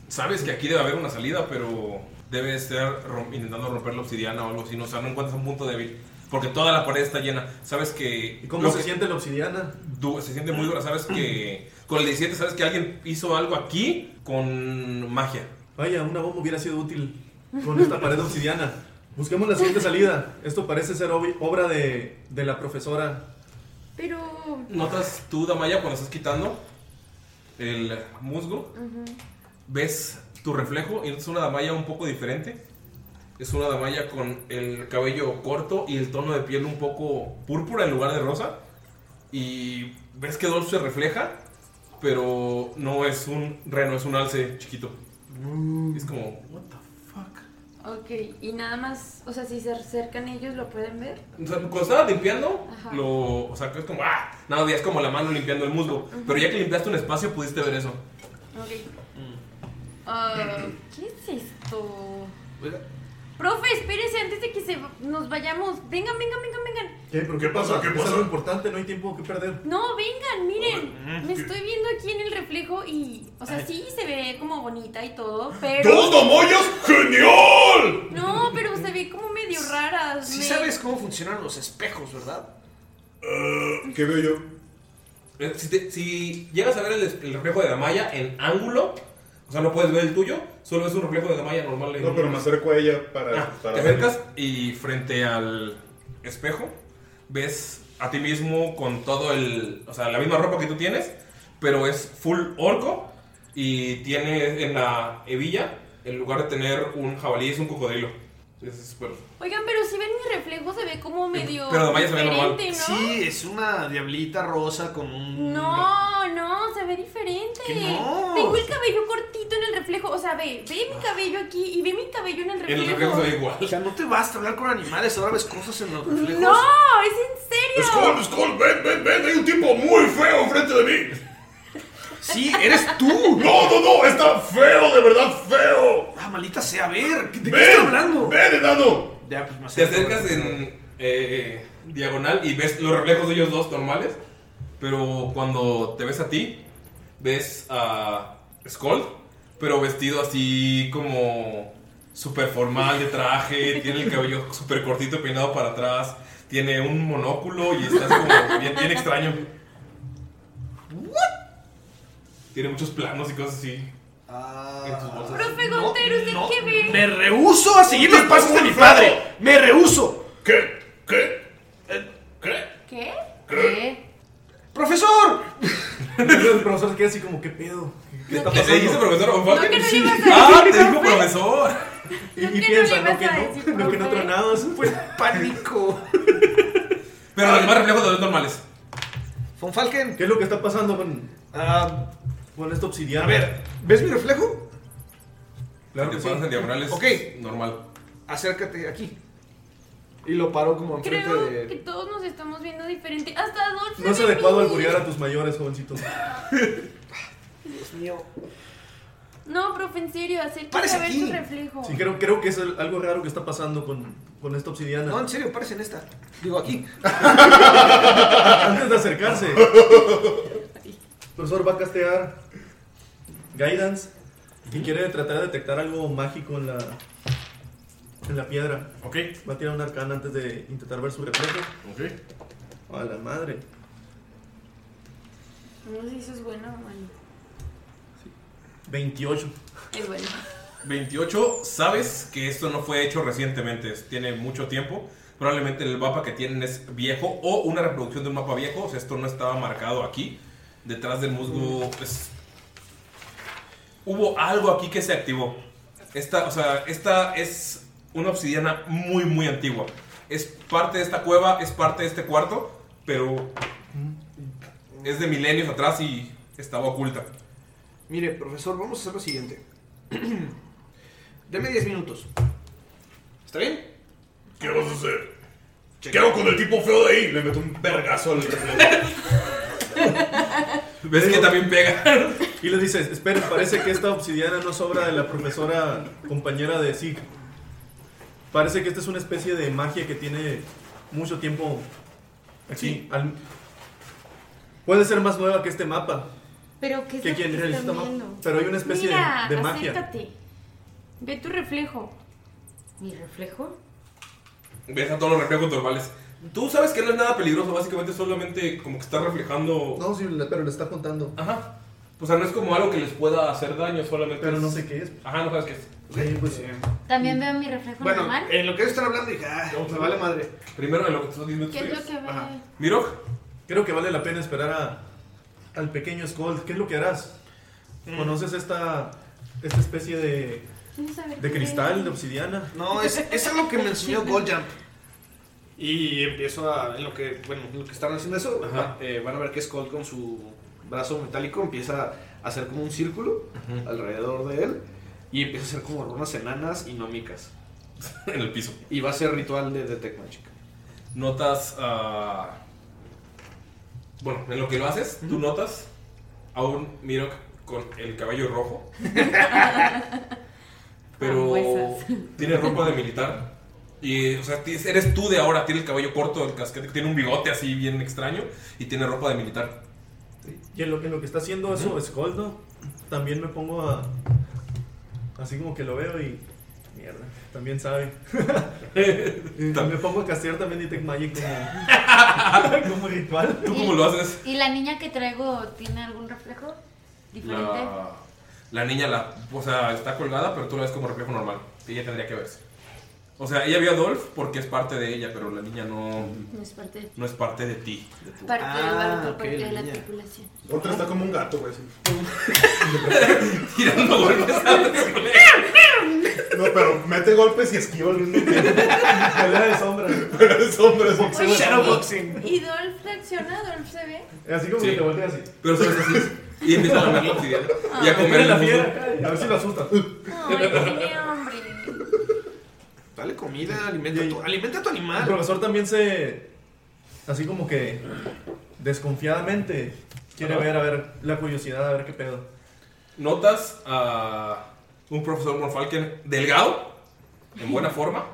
Sabes que aquí debe haber una salida, pero debe estar rom- intentando romper la obsidiana o algo así. No, o sea, no encuentras un punto débil. Porque toda la pared está llena. Sabes que.
¿Y cómo
lo
se
que-
siente la obsidiana?
du- se siente muy dura. Sabes que. Con el 17, sabes que alguien hizo algo aquí con magia.
Vaya, una bomba hubiera sido útil con esta pared obsidiana. Busquemos la siguiente salida. Esto parece ser obvi- obra de, de la profesora.
Pero.
Notas tú, Damaya, cuando estás quitando el musgo,
Ujú.
ves tu reflejo y es una Damaya un poco diferente. Es una Damaya con el cabello corto y el tono de piel un poco púrpura en lugar de rosa. Y ves que Dolph se refleja, pero no es un reno, es un alce chiquito. Es como, what the
Ok, y nada más, o sea, si se acercan ellos, ¿lo pueden ver?
O sea, cuando estaba limpiando,
Ajá.
lo, o sea, que es como, ah, nada, es como la mano limpiando el musgo.
Ujú.
Pero ya que limpiaste un espacio, pudiste ver eso.
Ok. Ah, ¿Qué es esto?
Oiga.
Profe, espérese antes de que se nos vayamos. Vengan, vengan, vengan, vengan.
¿Qué? ¿Pero qué pasa? ¿Qué Es algo importante, no hay tiempo que perder.
No, vengan, miren.
Ay,
Me
¿qué?
estoy viendo aquí en el reflejo y, o sea, sí se ve como bonita y todo, pero.
¡Dos domoyos! ¡Genial!
No, pero se ve como medio rara.
Sí
me-
sabes cómo funcionan los
Pues,
espejos, ¿verdad?
Ah,
¿Qué veo yo? Eh, Si, te- si llegas a ver el, es- el reflejo de Damaya en ángulo, o sea, no puedes ver el tuyo, solo es un reflejo de Damaya normal. en-
No, pero me acerco a ella para.
Ah,
para
te acercas y frente al espejo ves a ti mismo con todo el, o sea, la misma ropa que tú tienes, pero es full orco y tiene en la hebilla, en lugar de tener un jabalí, es un cocodrilo. Es súper-
Oigan, pero si ven mi reflejo, se ve como medio.
pero Damaya se ve normal.
diferente, ¿no?
Sí, es una diablita rosa con un.
No, no, se ve diferente.
¿Que no?
Tengo el cabello cortito en el reflejo. O sea, ve, ve mi cabello aquí y ve mi cabello en el reflejo.
igual.
O sea, no te basta hablar con animales, ahora ves cosas en los reflejos.
No, es en serio.
Skull, Skull, ven, ven, ven, hay un tipo muy feo enfrente de mí.
Sí, eres tú.
No, no, no, está feo, de verdad feo.
Ah, maldita sea, a ver, ¿de
qué estás hablando? Ven, enano.
Ya, pues más.
Te acercas en eh, diagonal y ves los reflejos de ellos dos normales, pero cuando te ves a ti, ves a Skull, pero vestido así como súper formal de traje, tiene el cabello súper cortito peinado para atrás, tiene un monóculo y estás como bien, bien extraño. Tiene muchos planos y cosas así. en sus bolsas.
Profe Gontero, ¿usted qué ve?
Me rehuso a seguir los pasos de mi padre. Me rehuso.
¿Qué? ¿Qué?
¿Qué?
¿Qué?
¡Profesor!
el profesor queda así como, ¿qué pedo? ¿Qué
¿Te dijiste profesor Von Falken?
que no le
Sí.
ibas a
Ah,
decir,
te dijo
profe.
profesor.
Y,
que
y
no
piensa,
le
no, que
ibas a
no,
decir,
no, que no
profe.
tronado, eso fue
pánico.
Pero los demás reflejos de los normales.
Von Falken.
¿Qué es lo que está pasando con,
Ah,
con este esta obsidiana?
a ver, ¿ves mi reflejo?
Claro te
que sí.
pasas en diagonales.
Ok.
Normal.
Acércate aquí. Y lo paro como enfrente
Creo
de.
que todos nos estamos viendo diferente. Hasta Adolfo.
No es
de
adecuado
mí.
alburear a tus mayores, jovencitos.
Dios mío.
No, profe, en serio, acércate
Párese
a ver
aquí.
tu reflejo.
Sí, creo, creo que es el- algo raro que está pasando con, con esta obsidiana.
No, en serio, parecen esta. Digo, aquí.
Antes de acercarse. Profesor va a castear Guidance y quiere tratar de detectar algo mágico en la, en la piedra.
Ok.
Va a tirar un arcana antes de intentar ver su reflejo.
Ok.
A la madre.
No sé si eso es bueno o malo.
28.
Es bueno.
28, sabes que esto no fue hecho recientemente, es- tiene mucho tiempo. Probablemente el mapa que tienen es viejo o una reproducción de un mapa viejo. O sea, esto no estaba marcado aquí. Detrás del musgo, pues. Hubo algo aquí que se activó. Esta, o sea, esta es una obsidiana muy, muy antigua. Es parte de esta cueva, es parte de este cuarto, pero. Es de milenios atrás y estaba oculta.
Mire, profesor, vamos a hacer lo siguiente. Deme 10 minutos. ¿Está bien?
¿Qué vas a hacer? ¿Qué hago con el tipo feo de ahí? Le meto un vergazo al reflejo.
¿Ves que también pega?
Y le dice, esperen, parece que esta obsidiana no es obra de la profesora compañera de Sig. Parece que esta es una especie de magia que tiene mucho tiempo aquí. Al- Puede ser más nueva que este mapa.
Pero qué es
Que
lo
quien
que
realiza
están
ma-
viendo?
pero hay una especie de-
Mira,
de magia.
acércate. Ve tu reflejo. ¿Mi reflejo?
Deja todos los reflejos normales. Tú sabes que no es nada peligroso, básicamente solamente como que está reflejando.
No, sí, pero lo está contando.
Ajá. O sea, no es como algo que les pueda hacer daño, solamente.
Pero no
es-
sé qué es.
Ajá, no sabes qué es.
También veo mi reflejo normal.
en lo que ellos están hablando dije, ah, me vale madre.
Primero en lo que tú dices.
¿Qué es lo que ve?
Miro.
Creo que vale la pena esperar a- al pequeño Skull. ¿Qué es lo que harás?
Mm.
¿Conoces esta, esta especie de,
Quiero saber
de
qué
cristal, de
es.
obsidiana?
No, es, es algo que me enseñó Goldjump. Y empiezo a. En lo que, bueno, en lo que están haciendo eso, va- eh, van a ver que Skull con su brazo metálico empieza a hacer como un círculo
Ujú.
alrededor de él y empieza a hacer como runas enanas y nómicas.
en el piso.
Y va a ser ritual de Detect Magic.
Notas. ah, Bueno, en lo que lo haces, tú notas a un Mirok con el cabello rojo. pero
Frambuesas.
tiene ropa de militar. Y, o sea, ti- eres tú de ahora, tiene el cabello corto, el casquete, tiene un bigote así bien extraño y tiene ropa de militar.
Y en lo, en lo que está haciendo eso Skull, ¿no? También me pongo a... Así como que lo veo y... Mierda, también sabe. Y me pongo a castear también Detect Magic como, como ritual.
¿Tú cómo lo haces?
pues,
¿Y la niña que traigo tiene algún reflejo diferente?
La, la niña la, o sea, está colgada, pero tú la ves como reflejo normal. Ella tendría que verse. O sea, ella vio a Dolph porque es parte de ella, pero la niña no,
No es parte de-
no es parte de ti. de tu-
Parte del barco, parte de la
niña.
tripulación.
Otra está como un gato, güey. así.
Tirando golpes.
No, pero mete golpes y esquiva al mismo tiempo.
Pelea de sombra.
Pero es hombre, es boxeo.
Shadowboxing.
¿Y Dolph reacciona? ¿Dolph se ve?
Así como
Sí.
que te volteas así.
Pero solo es así. Y empieza a lamer la obsidiana. Y a comer
Mira Ah. la
el musgo.
fiera. A ver si lo asusta.
Ay, tiene hambre.
Dale comida, alimenta, a tu,
Sí.
alimenta a tu
El
animal.
profesor también se. Así como que. Desconfiadamente. Quiere ver, a ver, la curiosidad, a ver qué pedo.
Notas a un profesor Morfalken delgado, en buena forma,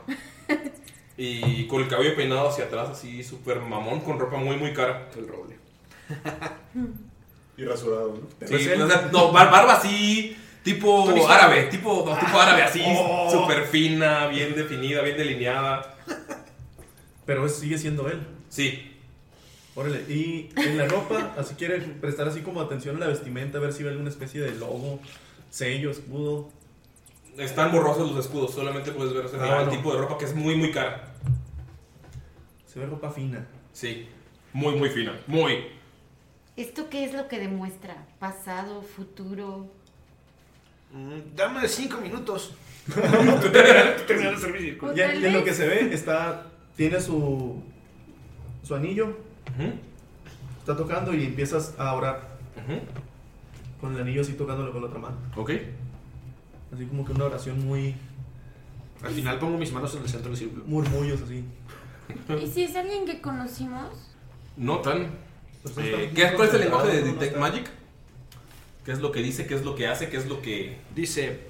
y con el cabello peinado hacia atrás, así súper mamón, con ropa muy, muy cara.
El roble.
Y rasurado, ¿no?
Sí,
Recién-
o sea, no, bar- barba así, tipo
Tony Stark.
árabe, tipo, no, tipo árabe así,
oh.
súper fina, bien definida, bien delineada.
Pero es- sigue siendo él.
Sí,
Órale. Y en la ropa, así quiere prestar así como atención a la vestimenta, a ver si ve alguna especie de logo, sello, escudo.
están borrosos los escudos, solamente puedes ver o sea,
Ah,
el
no.
tipo de ropa que es muy, muy cara.
Se ve ropa fina.
Sí, muy, muy fina, muy.
¿Esto qué es lo que demuestra? ¿Pasado, futuro?
Mm, Dame cinco minutos. Terminar de hacer mi círculo.
O
Y, en-
tal
y en lo que
vez-
se ve, está. Tiene su. Su anillo.
Ujú,
Está tocando y empiezas a orar.
ujú,
Con el anillo así tocándolo con la otra mano.
Ok.
Así como que una oración muy.
Al final pongo mis manos en el centro del círculo.
Murmullos así.
¿Y si es alguien que conocimos?
No tan.
Pues
Eh,
está-
¿qué- ¿Cuál es
está-
el lenguaje
no,
de
no
Detect
está.
Magic? ¿Qué es lo que dice? ¿Qué es lo que hace? ¿Qué es lo que.?
Dice,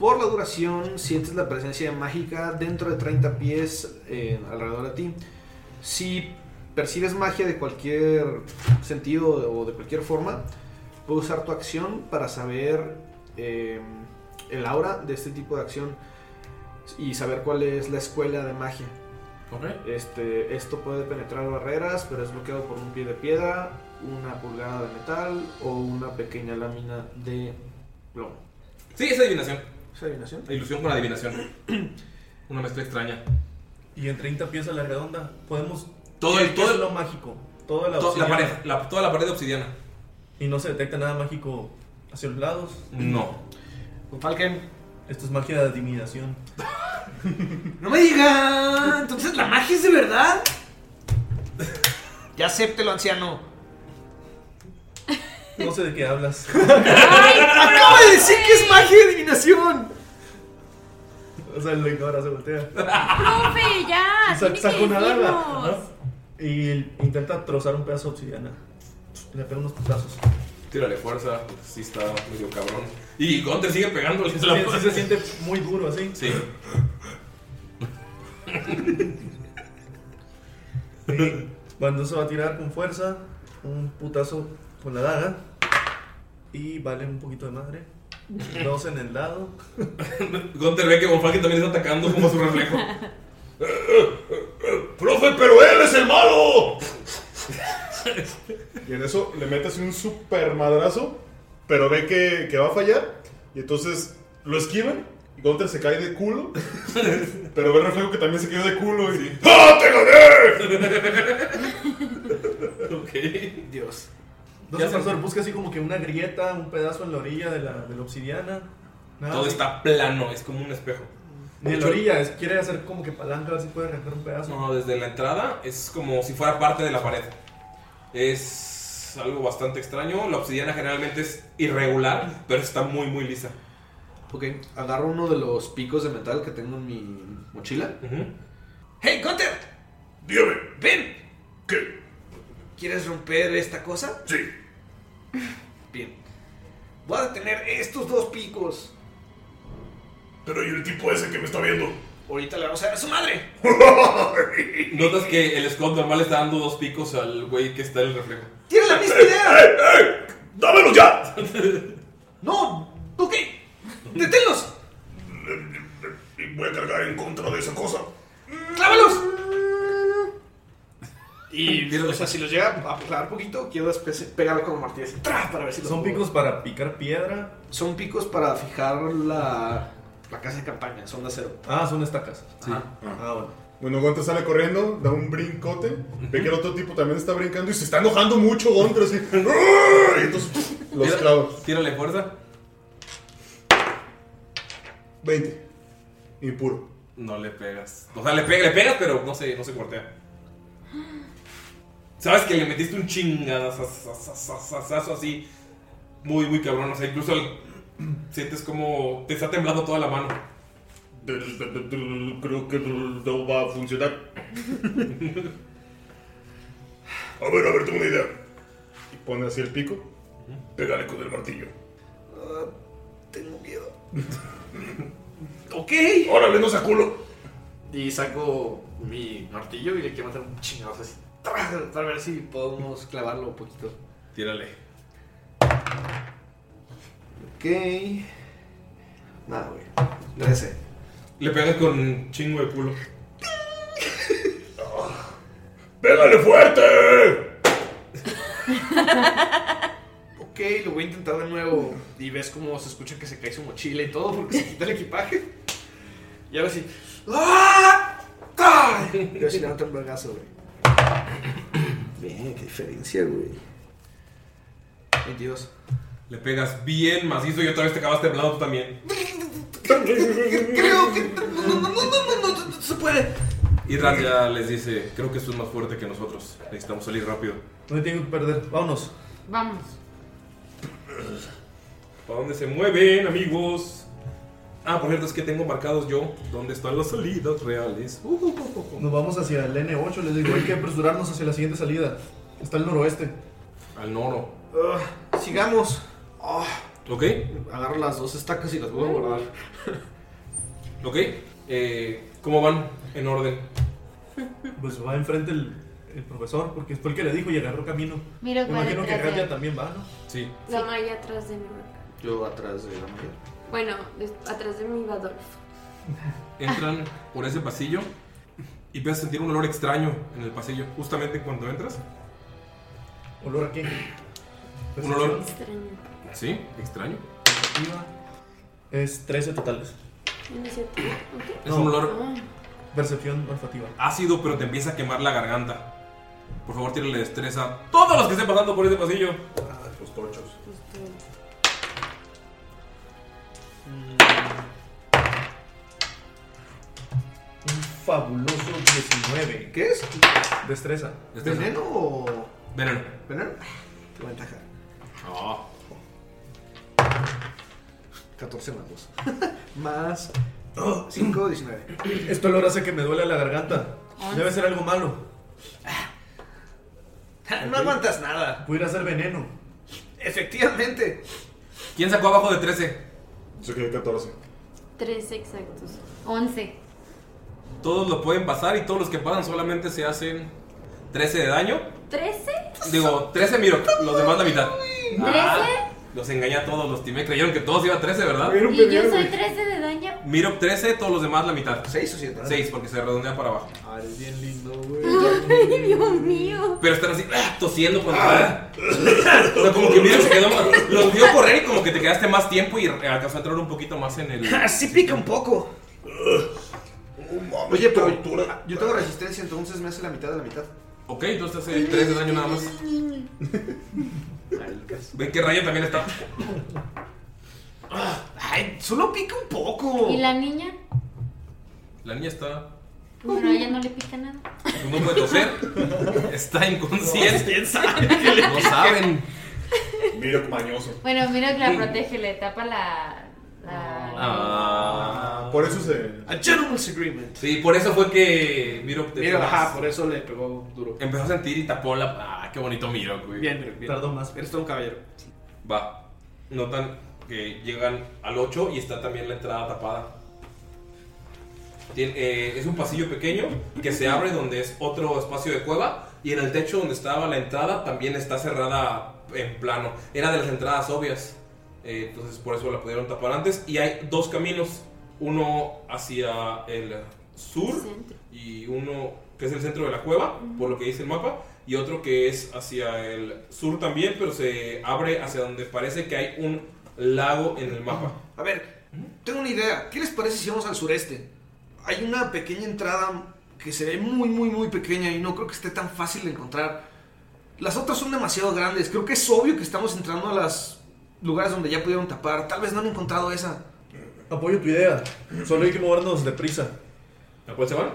por la duración sientes la presencia mágica dentro de 30 pies eh, alrededor de ti. Si percibes magia de cualquier sentido o de cualquier forma, puedes usar tu acción para saber eh, el aura de este tipo de acción y saber cuál es la escuela de magia. Este, esto puede penetrar barreras, pero es bloqueado por un pie de piedra, una pulgada de metal o una pequeña lámina de plomo.
Sí, es adivinación.
¿Es adivinación?
Ilusión con adivinación. Una mezcla extraña.
Y en 30 pies a la redonda podemos.
Todo
¿Qué-
el-
qué
todo
es
el-
lo mágico. Toda la,
To- la
obsidiana.
pared, la- toda la pared de obsidiana.
Y no se detecta nada mágico hacia los lados.
No.
Falken.
Esto es magia de adivinación.
No me diga. Entonces la magia es de verdad. Ya acéptelo, anciano.
No sé de qué hablas.
Acabo de decir que es magia de adivinación.
o sea, lo ignora, se voltea.
Ah,
¡Profe,
Sa-
ya! Ah, tiene que
saca una daga.
decirnos.
Ajá. Y él intenta trozar un pedazo de obsidiana. Le pega unos putazos.
Tírale fuerza, porque sí está medio cabrón. Y Gunter sigue pegándole.
Sí, sí se siente muy duro así.
Sí.
Y Bandu se va a tirar con fuerza, un putazo con la daga. Y vale un poquito de madre. Dos en el lado.
Gunter ve que Wolfaki también está atacando como su reflejo.
¡Profe, pero él es el malo!
Y en eso le metes un super madrazo, pero ve que, que va a fallar. Y entonces lo esquivan. Y Gunter se cae de culo. pero ve el reflejo que también se cayó de culo. Y ¡Ah, te gané!
ok, Dios.
Entonces Pastor busca así como que una grieta, un pedazo en la orilla de la, de la obsidiana. Nada,
Todo
así.
está plano, es como un espejo.
Ni en la orilla, es- quiere hacer como que palanca, a ver si puede arrancar un pedazo.
No, desde la entrada es como si fuera parte de la pared. Es algo bastante extraño. La obsidiana generalmente es irregular, pero está muy, muy lisa.
Ok, agarro uno de los picos de metal que tengo en mi mochila. ¡Hey, Gunter!
Dígame.
¡Ven! ¿Qué? ¿Quieres romper esta cosa?
Sí.
Bien. Voy a detener estos dos picos.
Pero ¿y el tipo ese que me está viendo?
Ahorita le vamos a dar a su madre.
Notas que el Scott normal está dando dos picos al güey que está en el reflejo.
¡Tiene la misma
Eh,
idea!
¡Dámelo ya!
¡No! ¡Ok! ¡Deténlos!
Y voy a cargar en contra de esa cosa.
¡Clávalos! Y, o sea, si los llega a clavar poquito, quiero después pegarle con un martillo así, ¡tra! para ver si los
Son picos para picar piedra.
Son picos para fijar la, la casa de campaña, son de acero.
Ah, son estacas. Sí. Ah, bueno.
Bueno, Gunter sale corriendo, da un brincote. Ve que el otro tipo también está brincando y se está enojando mucho Gunter. Así. "¡Ah!" Y entonces los
Tira-
clavos.
Tírale fuerza.
20. Impuro.
No le pegas. O sea, le, pe- le pegas, pero no se, no se cortea. Sabes que le metiste un chingadazo así. Muy, muy cabrón. O sea, incluso el- sientes como te está temblando toda la mano.
Creo que no va a funcionar. A ver, a ver, tengo una idea.
Y pone así el pico.
Pégale con el martillo.
ah, tengo miedo.
ok. Órale, no se culo.
Y saco mi martillo y le quiero matar un chingazo así, ¡tra! para ver si podemos clavarlo un poquito.
Tírale.
Ok. Nada, güey. 13.
Le pegas con un chingo de culo.
¡Pégale fuerte!
Ok, lo voy a intentar de nuevo. Y ves cómo se escucha que se cae su mochila y todo porque se quita el equipaje. Y ahora sí. ¡Ah! ¡Ah! Yo sí le noto un vergazo, güey. Bien, qué diferencia, güey. 22.
Le pegas bien macizo y otra vez te acabas temblando tú también.
Creo que. No, no, no, no, no, no, no se puede.
Y Raz ya les dice, creo que esto es más fuerte que nosotros. Necesitamos salir rápido.
No tengo que perder. Vámonos.
Vamos.
Eh,
¿Para dónde se mueven, amigos? Ah, por cierto, es que tengo marcados yo dónde están las salidas reales. Uh, uh, uh, uh, uh.
Nos vamos hacia el N8. Les digo, hay que apresurarnos hacia la siguiente salida. Está al noroeste.
Al noro.
Ah, sigamos. Ah,
¿Ok?
agarro las dos estacas y las voy a guardar.
¿Ok? Eh, ¿Cómo van? En orden.
Pues va enfrente el, el profesor, porque fue el que le dijo y agarró camino.
Miro
Me
cuál
imagino que
detrás de
Gaya
él.
también va, ¿no?
Sí.
La Maya atrás de mí. va-
Yo atrás de la mujer.
Bueno, des- atrás de mí va Adolfo.
Entran por ese pasillo y empiezas a sentir un olor extraño en el pasillo. Justamente cuando entras.
¿Olor a qué?
Un olor.
Extraño.
Sí, extraño.
Perspectiva. Es 13 totales.
Iniciativa. ¿ok?
Es un olor
Ah,
Percepción olfativa.
ácido, pero te empieza a quemar la garganta. Por favor, tírale destreza. Todos los que estén pasando por ese pasillo.
Ah,
Los tochos.
pues, todo.
Mm. Un fabuloso 19.
¿Qué es?
Destreza.
Destreza.
¿Veneno o.?
Veneno.
¿Veneno? Oh, Qué ventaja. 14 más 2. más 5, 19.
Esto olor hace que me duele la garganta. Debe ser algo malo.
Ah, No aguantas nada.
Pudiera ser veneno.
Efectivamente.
¿Quién sacó abajo de 13?
Yo quedé 14.
13 exactos.
11.
Todos lo pueden pasar y todos los que pasan solamente se hacen 13 de daño.
¿13?
Digo, 13 miro, los demás la mitad.
Ah,
¿13?
Los engañé a todos, los timé. Creyeron que todos iban a 13, ¿verdad?
Y yo soy 13 de daño.
Miro 13, todos los demás la mitad.
¿6 o 7?
6, porque se redondea para abajo.
Ah, eres bien lindo, güey.
Ay, Dios mío.
Pero están así, ah, tosiendo cuando. o sea, como que Miro se quedó más. Los vio correr y como que te quedaste más tiempo y alcanzó a entrar un poquito más en el.
Así Ah, pica un poco. Oye, pero yo tengo resistencia, entonces me hace la mitad de la mitad.
Ok, entonces hace 3 de daño nada más. Ven que Raya también está.
Ah, Ay, solo pica un poco.
¿Y la niña?
La niña está.
Pues,
Pero a ella no le pica nada.
No puede toser. Está inconsciente.
¿Quién sabe?
No saben.
Miro mañoso.
Bueno, mira que la protege, le tapa la. la...
Ah, por eso se.
A gentleman's agreement.
Sí, por eso fue que Miro te
Mira, ajá, por eso le pegó duro.
empezó a sentir y tapó la. Ah, qué bonito Miro, güey.
Bien, bien, bien.
Tardó más.
Eres todo un caballero.
Va. Notan que llegan al 8 y está también la entrada tapada. Tien- eh, es un pasillo pequeño que se abre donde es otro espacio de cueva y en el techo donde estaba la entrada también está cerrada en plano. Era de las entradas obvias, eh, entonces por eso la pudieron tapar antes. Y hay dos caminos, uno hacia el sur
Centro.
y uno que es el centro de la cueva, por lo que dice el mapa, y otro que es hacia el sur también, pero se abre hacia donde parece que hay un lago en el mapa.
A ver, tengo una idea. ¿Qué les parece si vamos al sureste? Hay una pequeña entrada que se ve muy, muy, muy pequeña y no creo que esté tan fácil de encontrar. Las otras son demasiado grandes. Creo que es obvio que estamos entrando a los lugares donde ya pudieron tapar. Tal vez no han encontrado esa.
Apoyo tu idea. Solo hay que movernos deprisa.
¿A cuál se van?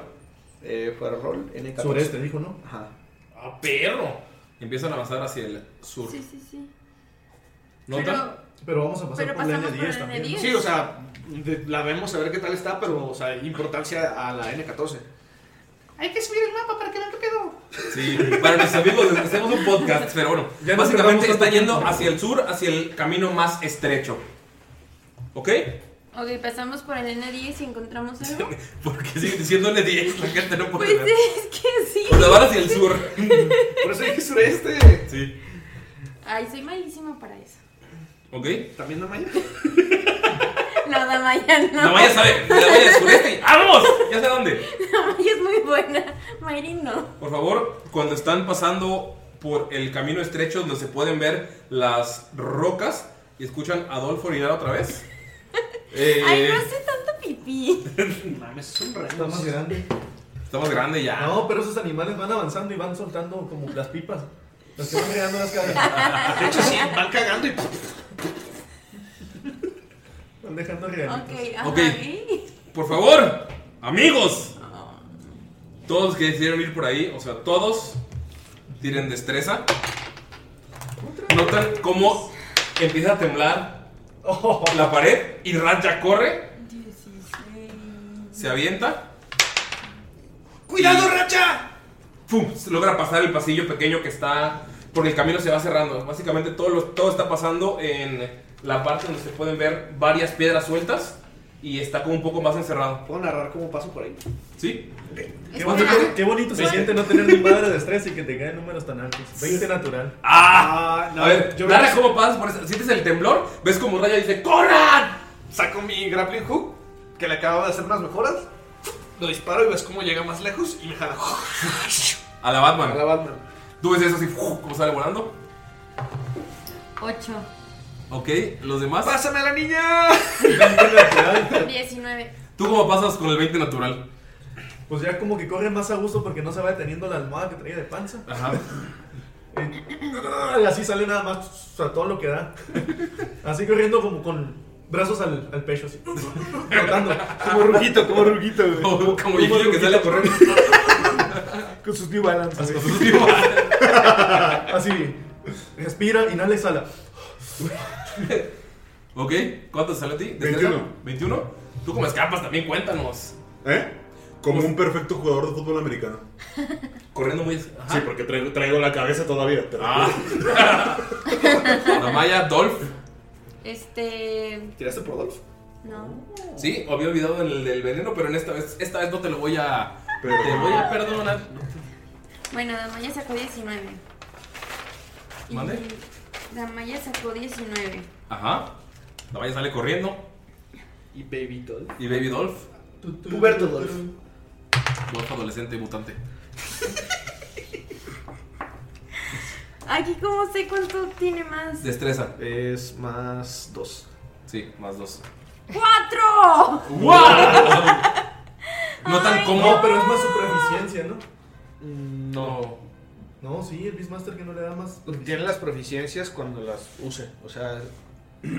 Eh, para rol, N14.
Sureste, este, dijo, ¿no?
Ajá.
¡Ah, perro! Empiezan a avanzar hacia el sur.
Sí, sí, sí.
¿Notan?
Pero vamos a pasar
Pero
por la
pasamos por
N10
la
también.
N10.
Sí, o sea, de- la vemos a ver qué tal está, pero, o sea, importancia a la N14. Hay que subir el mapa para que vean qué pedo.
Sí, para nuestros amigos, hacemos un podcast, pero bueno,
Ya nos
básicamente
perdamos
está
tanto
yendo
tiempo.
hacia el sur, hacia el camino más estrecho. ¿Ok?
Ok, pasamos por el N10 y encontramos algo.
Porque sigue diciéndole 10, la gente no puede
Pues
ver.
es que sí.
O sea, van hacia el sur.
Por eso dije sureste.
Sí.
Ay, soy malísima para eso.
¿Ok?
También no maya.
No, Damaya no.
La Maya sabe, la Maya del sureste. y ¡Vamos! Ya sé dónde.
Damaya es muy buena. Mayri no.
Por favor, cuando están pasando por el camino estrecho donde se pueden ver las rocas y escuchan a Adolfo orinar otra vez. Eh,
Ay, no hace tanto pipí.
Mames, es un rey.
Está más grande.
Está más grande ya.
No, pero esos animales van avanzando y van soltando como las pipas. Las que van creando las caras.
De hecho, sí, van cagando y.
Van dejando real.
Ok, ajá.
Ok.
¿eh?
Por favor, amigos. Todos los que decidieron ir por ahí, o sea, todos tienen destreza. Notan cómo empieza a temblar la pared y Raja corre,
16.
se avienta,
¡Cuidado, racha!
¡fum! Se logra pasar el pasillo pequeño que está, porque el camino se va cerrando. Básicamente todo, lo- todo está pasando en la parte donde se pueden ver varias piedras sueltas y está como un poco más encerrado.
¿Puedo narrar cómo paso por ahí?
¿Sí?
Qué
¿Cuánto
bonito,
tiene?
qué bonito se siente no tener ni madre de estrés y que te caen números tan altos. 20 natural.
¡Ah!
Ah, no,
a ver,
yo
Lara,
veo-
¿cómo pasas por eso? ¿Sientes el temblor? ¿Ves como Raya dice ¡Corran!
Saco mi grappling hook, que le acababa de hacer unas mejoras. Lo disparo y ves cómo llega más lejos y me jala.
A la Batman.
A la Batman.
Tú ves eso así, ¡fuu! como sale volando.
8.
Ok, los demás.
¡Pásame a la niña!
20 natural.
19.
¿Tú cómo pasas con el 20 natural?
Pues ya como que corre más a gusto porque no se va deteniendo la almohada que traía de panza.
Ajá.
Y así sale nada más a todo lo que da. Así corriendo como con brazos al, al pecho, así. Flotando.
Como ruguito, como ruguito, güey.
Como, como viejillo que sale a correr.
Con sus New Balance. güey. Así. Respira, inhala, exhala.
ok, ¿cuánto sale a ti? ¿De
21.
cerca? 21. ¿Tú cómo escapas también? Cuéntanos.
¿Eh? Como un perfecto jugador de fútbol americano.
Pues Corriendo muy.
Sí, porque traigo, traigo la cabeza todavía. pero-
Ah. La Maya Dolph.
Este.
¿Tiraste por Dolph?
No.
Sí, había olvidado el del veneno, pero en esta vez, esta vez no te lo voy a. Te voy a perdonar.
Bueno, Damaya sacó 19. Y
¿Mande?
Damaya sacó 19.
Ajá. La vaya sale corriendo.
Y Baby Dolph.
Y Baby Dolph.
Puberto Dolph.
Dolph adolescente y mutante.
Aquí como sé cuánto tiene más.
Destreza.
Es más 2.
Sí, más 2.
¡Cuatro!
No tan
No,
cómodo,
pero es más superficiencia, ¿no?
No.
No, sí, el Beastmaster que no le da más.
Tiene las proficiencias cuando las use. O sea.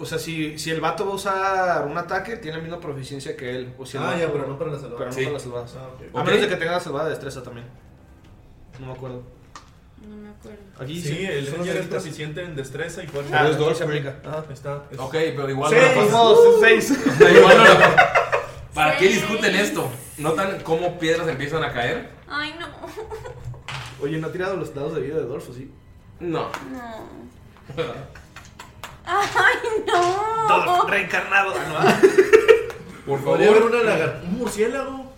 O sea, si, si el vato va a usar un ataque, tiene la misma proficiencia que él. O si el
Ah,
vato-
ya, pero no para las salvadas.
Pero no
Sí.
para las salvadas.
Ah, ok.
A
Ok.
menos de que tenga la salvada de destreza también. No me acuerdo.
No me acuerdo.
Aquí
sí,
sí,
el
son
Ranger es
rayitas.
proficiente en destreza y fuerza.
Ah,
Pero
aquí se
güey.
aplica.
Ah, está. es- Uh.
Ok, pero igual
Seis,
no la pasas.
dos,
O sea, igual no la- ¿Para qué discuten esto? ¿Notan cómo piedras empiezan a caer?
Ay, no.
Oye, ¿no ha tirado los dados de vida de Dolfo, sí?
No.
No. Ay, no.
Dolph, reencarnado.
Por
Podría haber
favor.
una lagar- un murciélago.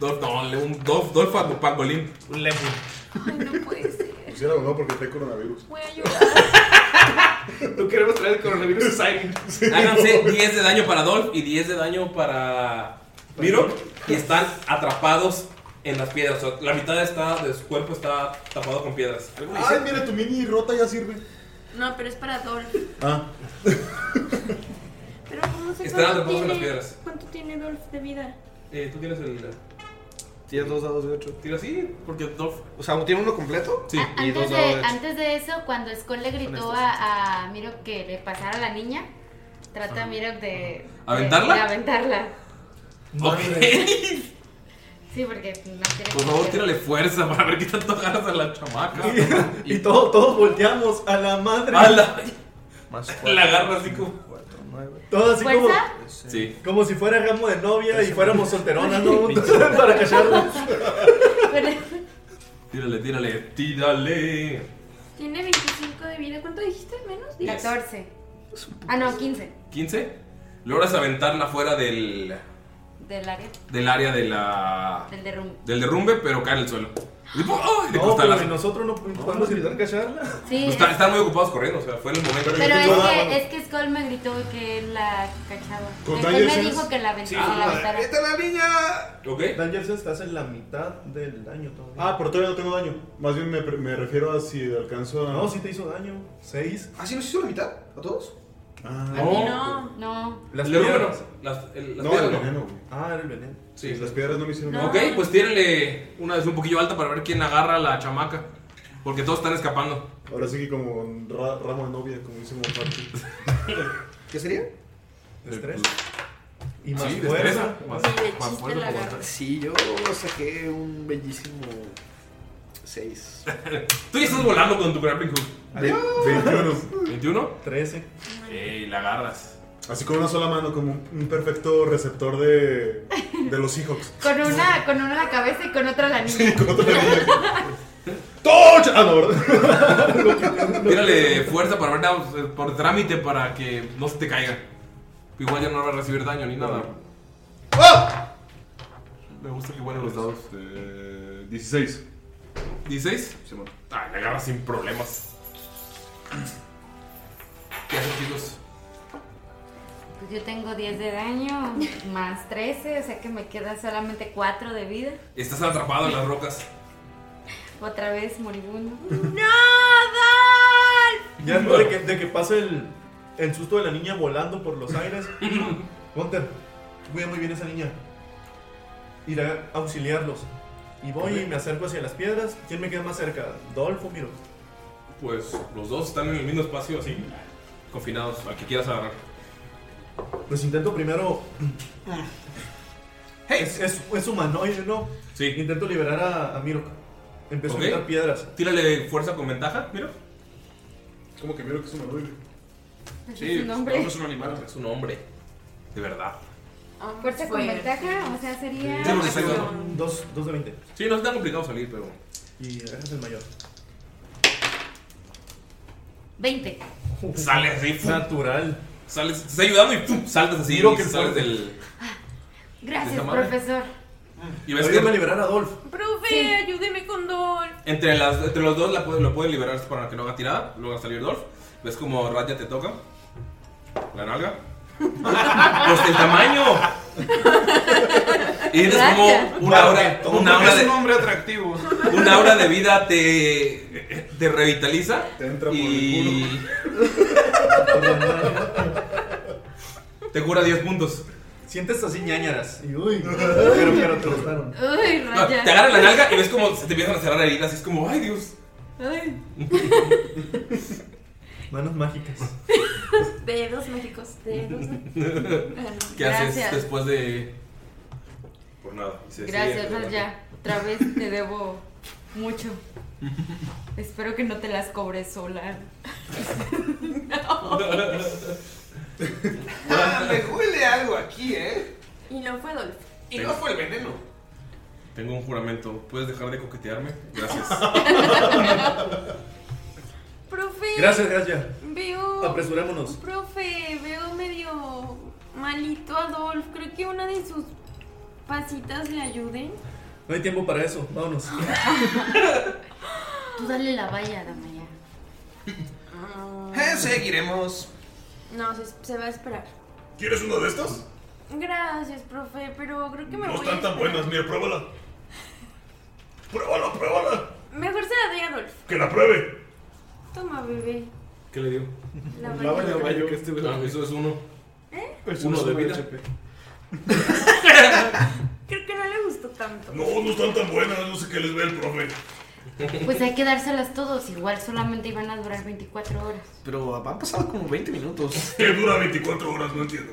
Dolph, no, le- un Dolph, Dolph a pangolín.
Un lemur.
Ay, no puede ser.
Pusiera o no porque trae coronavirus.
Voy a llorar.
No queremos traer el coronavirus a
Háganse 10 de daño para Dolph y 10 de daño para Miro. Y están atrapados en las piedras. O sea, la mitad está, de su cuerpo está tapado con piedras.
Ay, mira, tu mini rota ya sirve.
No, pero es para Dolph.
Ah,
Pero ¿cómo se
Están
cuánto
atrapados en las
tiene-
piedras.
¿Cuánto tiene Dolph de vida?
Eh, ¿Tú tienes el.
Tiene dos dados de 8.
Tira así? Porque Dolph.
O sea, ¿tiene uno completo?
Sí.
A-
Y dos
Antes de,
dados de ocho.
antes de eso, cuando Skull le gritó
estos.
a, a Miro que le pasara a la niña, trata a Miro de.
¿Aventarla?
de- de aventarla.
Ok.
Sí, porque no quiere.
Por favor, tírale fuerza para ver qué tanto agarras a la chamaca.
Y, todos, todos volteamos a la madre.
A la-
Más cuatro,
La agarra así como.
4, 9.
Todo así como,
¿Fuerza?
Sí.
como si fuera ramo de novia y fuéramos solteronas, ¿no? Para callarnos.
Pero-
Tírale, tírale, tírale.
Tiene 25 de vida. ¿Cuánto dijiste? ¿Menos? Diez.
14. Ah, no, 15.
15. Logras aventarla fuera del,
Del área,
del área de la,
del derrumbe.
del derrumbe, pero cae en el suelo. Y, ¡pum! ¡ay! Le
No, pero
costalazo.
si nosotros no podemos intentar callarla.
Sí.
Pues están, están muy ocupados corriendo, o sea, fue en el momento.
Pero es
Ah,
que,
bueno.
es que Skull me gritó que la cachaba.
Con
Él me
Dyersen's-
dijo que la aventara.
Ah,
la aventara.
¡Vete a la niña!
¿Ok?
Danger estás en la mitad del daño todavía.
ah, pero todavía no tengo daño. Más bien me, pre- me refiero a si alcanzo a.
No, sí te hizo daño. Seis.
¿Ah, sí nos hizo la mitad? ¿A todos?
Ah,
A mí no.
No.
Las
El derrumbe
piedras.
no, Las, el- las
no, el
piedras no.
veneno, güey.
Ah, era el veneno.
Sí.
Las piedras no me hicieron
No.
Ok, pues tírenle una vez un poquillo alta para ver quién agarra a la chamaca. Porque todos están escapando.
Ahora sí que como un ra- ramo de novia, como dice Mofati.
¿Qué sería?
Estrés.
Y
más
sí,
fuerza.
destreza, Más,
Sí, de
más
chiste
fuerza.
la
como-
agarra.
Sí, yo saqué un bellísimo 6.
Tú ya estás volando con tu grappling hook.
21.
¿21?
Trece.
Ey, la agarras.
Así con una sola mano, como un, un perfecto receptor de, de los Seahawks.
Con una, con una la cabeza y con otra la niña.
Y con otra niña. ¡Touch! Ah, no, ¿verdad?
Tírale fuerza para ver nada, eh, por trámite para que no se te caiga. Igual ya no va a recibir daño ni nada.
¡Ah!
Me gusta que igualen los dados.
Eh, 16.
16. Ah, le agarras sin problemas. ¿Qué hacen, chicos?
Pues yo tengo 10 de daño, más 13, o sea que me queda solamente 4 de vida.
Estás atrapado en las rocas.
Otra vez moribundo.
¡No,
Ya después de que, de que pase el, el susto de la niña volando por los aires. Hunter, cuida muy bien esa niña. Ir a auxiliarlos. Y voy y me acerco hacia las piedras. ¿Quién me queda más cerca? Dolfo, miro.
Pues los dos están en el mismo espacio, así. Confinados, al que quieras agarrar.
Pues intento primero.
¡Hey!
Es, es, es humanoide, ¿no?
Sí.
Intento liberar a, a Miro. Empiezo a
Ok.
quitar piedras.
Tírale fuerza con ventaja, mira.
Como que miro que es un androide.
es un hombre.
es un animal.
pues, Es un hombre. De verdad.
Dadal!
Fuerza con ventaja, o sea sería.
Sí, porque está ayudando.
Dos, dos de 20.
Sí, no es tan complicado salir, pero.
Y agarras el mayor.
20.
Sales así. ¡fum!
Natural.
Sales, te está ayudando y ¡pum! saltas así.
Tiro que
sales
sale.
del.
Ah, Gracias,
Esa madre.
profesor.
Y ves
Ayúdame
que
a liberar a Dolph.
Profe,
Sí.
ayúdeme con Dolph.
entre, las, entre los dos la puede- lo pueden liberar para que no haga tirada. Luego va a salir Dolph. Ves como Radia te toca. La nalga. pues el tamaño. Y eres como una hora, una hora
es
de.
un hombre atractivo.
Una aura de vida te, te revitaliza.
Te entra por
y... Te cura 10 puntos.
Sientes así ñañaras. Y uy, pero quiero te gustaron.
Ay,
No,
raya.
te agarra la nalga y ves como se te empiezan a cerrar heridas. Y es como, ay Dios.
Ay,
Manos mágicas.
dedos mágicos, dedos. mágicos. Bueno,
¿Qué haces
gracias.
después de.? Por nada. Y se sigue
Gracias,
adelante.
Raya. Otra vez te debo mucho. Espero que no te las cobres sola.
Ah, me huele algo aquí, ¿eh?
Y no fue Dolph.
Y no fue el veneno.
Tengo un juramento. ¿Puedes dejar de coquetearme? Gracias.
Profe.
Gracias, gracias.
Veo.
Apresurémonos.
Profe, veo medio malito a Dolph. Creo que una de sus pasitas le ayude.
No hay tiempo para eso. Vámonos.
Tú dale la valla, Damaya.
Eh, seguiremos.
Ah. No, se, se va a esperar.
¿Quieres una de estas?
Gracias, profe, pero creo que me
No
voy a
están tan
esperar.
buenas, mira, pruébala. Pruébala, pruébala.
Mejor se la doy a Dolph.
Que la pruebe.
Toma, bebé.
¿Qué le digo?
La ¿Eh?
Lávale
valla.
la mayo. Que este güey-
No, Ah, eso es uno.
es
uno de
suma
vida.
HP.
Creo que no le gustó tanto.
No, no están tan buenas, no sé qué les ve el profe.
Pues hay que dárselas todos, igual solamente iban a durar 24 horas.
Pero han pasado como 20 minutos.
Que dura 24 horas, no entiendo.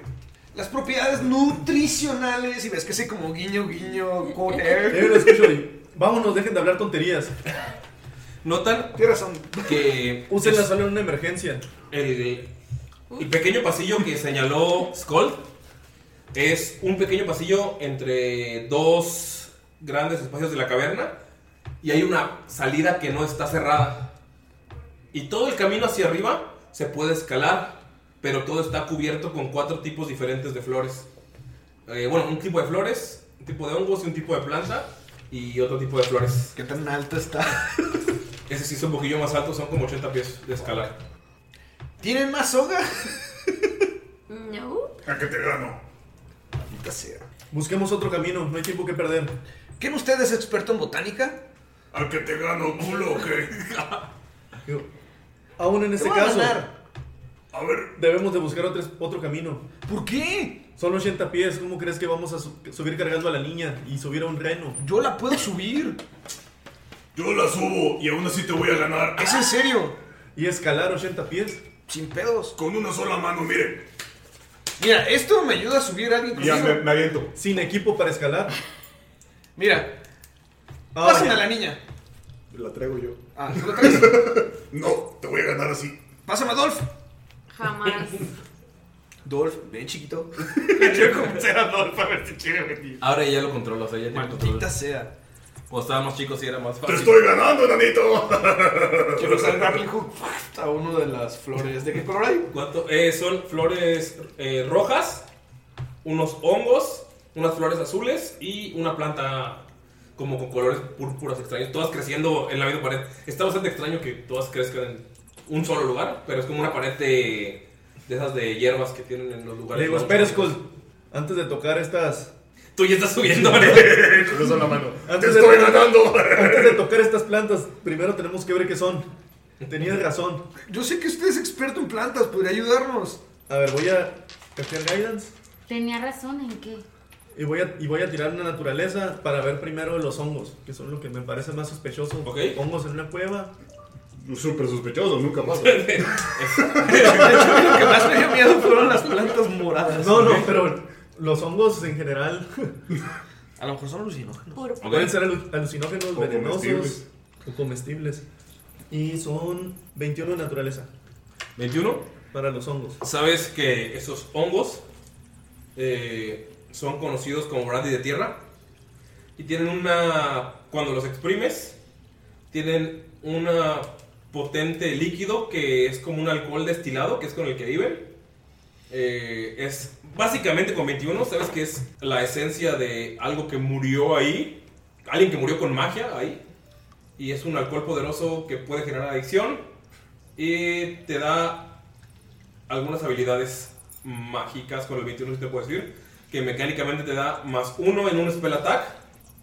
Las propiedades nutricionales, y ves que sé como guiño, guiño, con
Eh, lo escucho y, Vámonos, dejen de hablar tonterías.
Notan
Tienes razón.
que
Úsenla solo en una emergencia.
El, el pequeño pasillo que señaló Skull es un pequeño pasillo entre dos grandes espacios de la caverna y hay una salida que no está cerrada. Y todo el camino hacia arriba se puede escalar, pero todo está cubierto con cuatro tipos diferentes de flores. Eh, bueno, un tipo de flores, un tipo de hongos y un tipo de planta y otro tipo de flores.
¿Qué tan alta está?
Ese sí es un poquillo más alto, son como 80 pies de escalar.
¿Tienen más soga?
No.
A que te gano.
Maldita sea.
Busquemos otro camino, no hay tiempo que perder.
¿Quién usted es experto en botánica?
A que te gano, culo, que.
Yo, Aún en
Te
este
voy a
caso,
ganar.
A ver,
debemos de buscar otro, otro camino.
¿Por qué?
Son 80 pies, ¿cómo crees que vamos a su- subir cargando a la niña y subir a un reno?
Yo la puedo subir.
yo la subo y aún así te voy a ganar.
Es en serio.
Y escalar 80 pies.
Sin pedos.
Con una sola mano, miren.
Mira, esto me ayuda a subir a alguien
Ya
conmigo.
me, me aviento.
Sin equipo para escalar.
Mira,
Ah,
pásenme
ya.
a la niña.
La traigo yo.
Ah, ¿tú lo traes?
No, te voy a ganar así.
Pásame a Dolph.
Jamás.
Dolph, ven chiquito.
Quiero convencer a Dolph a ver si quiere venir.
Ahora ya lo controlas, o sea, ya tiene control.
Maldita sea.
Cuando estábamos chicos sí era más
Te
fácil.
estoy ganando, nanito.
Quiero usar el grappling hook a uno de las flores. ¿De qué color hay?
¿Cuánto? Eh, son flores eh, rojas, unos hongos, unas flores azules y una planta como con colores púrpuras extraños, todas creciendo en la misma pared. Está bastante extraño que todas crezcan en un solo lugar, pero es como una pared de, de esas de hierbas que tienen en los lugares.
Le digo,
más
espera,
bonitos".
Skull. Antes de tocar estas.
Tú ya estás subiendo, ¿eh? ¿vale?
Con una sola mano. Te
Antes de-
estoy ganando.
Antes de tocar estas plantas, primero tenemos que ver qué son. Tenías razón.
Yo sé que usted es experto en plantas, podría ayudarnos.
A ver, voy a castear guidance
Tenía razón en qué.
y voy a, y voy a tirar una naturaleza para ver primero los hongos, que son lo que me parece más sospechoso.
Ok. Pues
Hongos en una cueva.
Súper sospechoso, nunca pasa.
Pues, Lo que más me dio miedo fueron las plantas moradas.
No, no, pero los hongos en general
A lo mejor son alucinógenos.
Puro.
pueden ser alu- alucinógenos,
O
venenosos
comestibles.
o comestibles. Y son 21 de naturaleza
21.
para los hongos.
Sabes que esos hongos eh, son conocidos como brandy de tierra y tienen una. Cuando los exprimes, tienen una potente líquido que es como un alcohol destilado, que es con el que viven. Eh, es básicamente con 21, sabes que es la esencia de algo que murió ahí, alguien que murió con magia ahí. Y es un alcohol poderoso que puede generar adicción y te da algunas habilidades mágicas con el 21, si te puedo decir, que mecánicamente te da más uno en un spell attack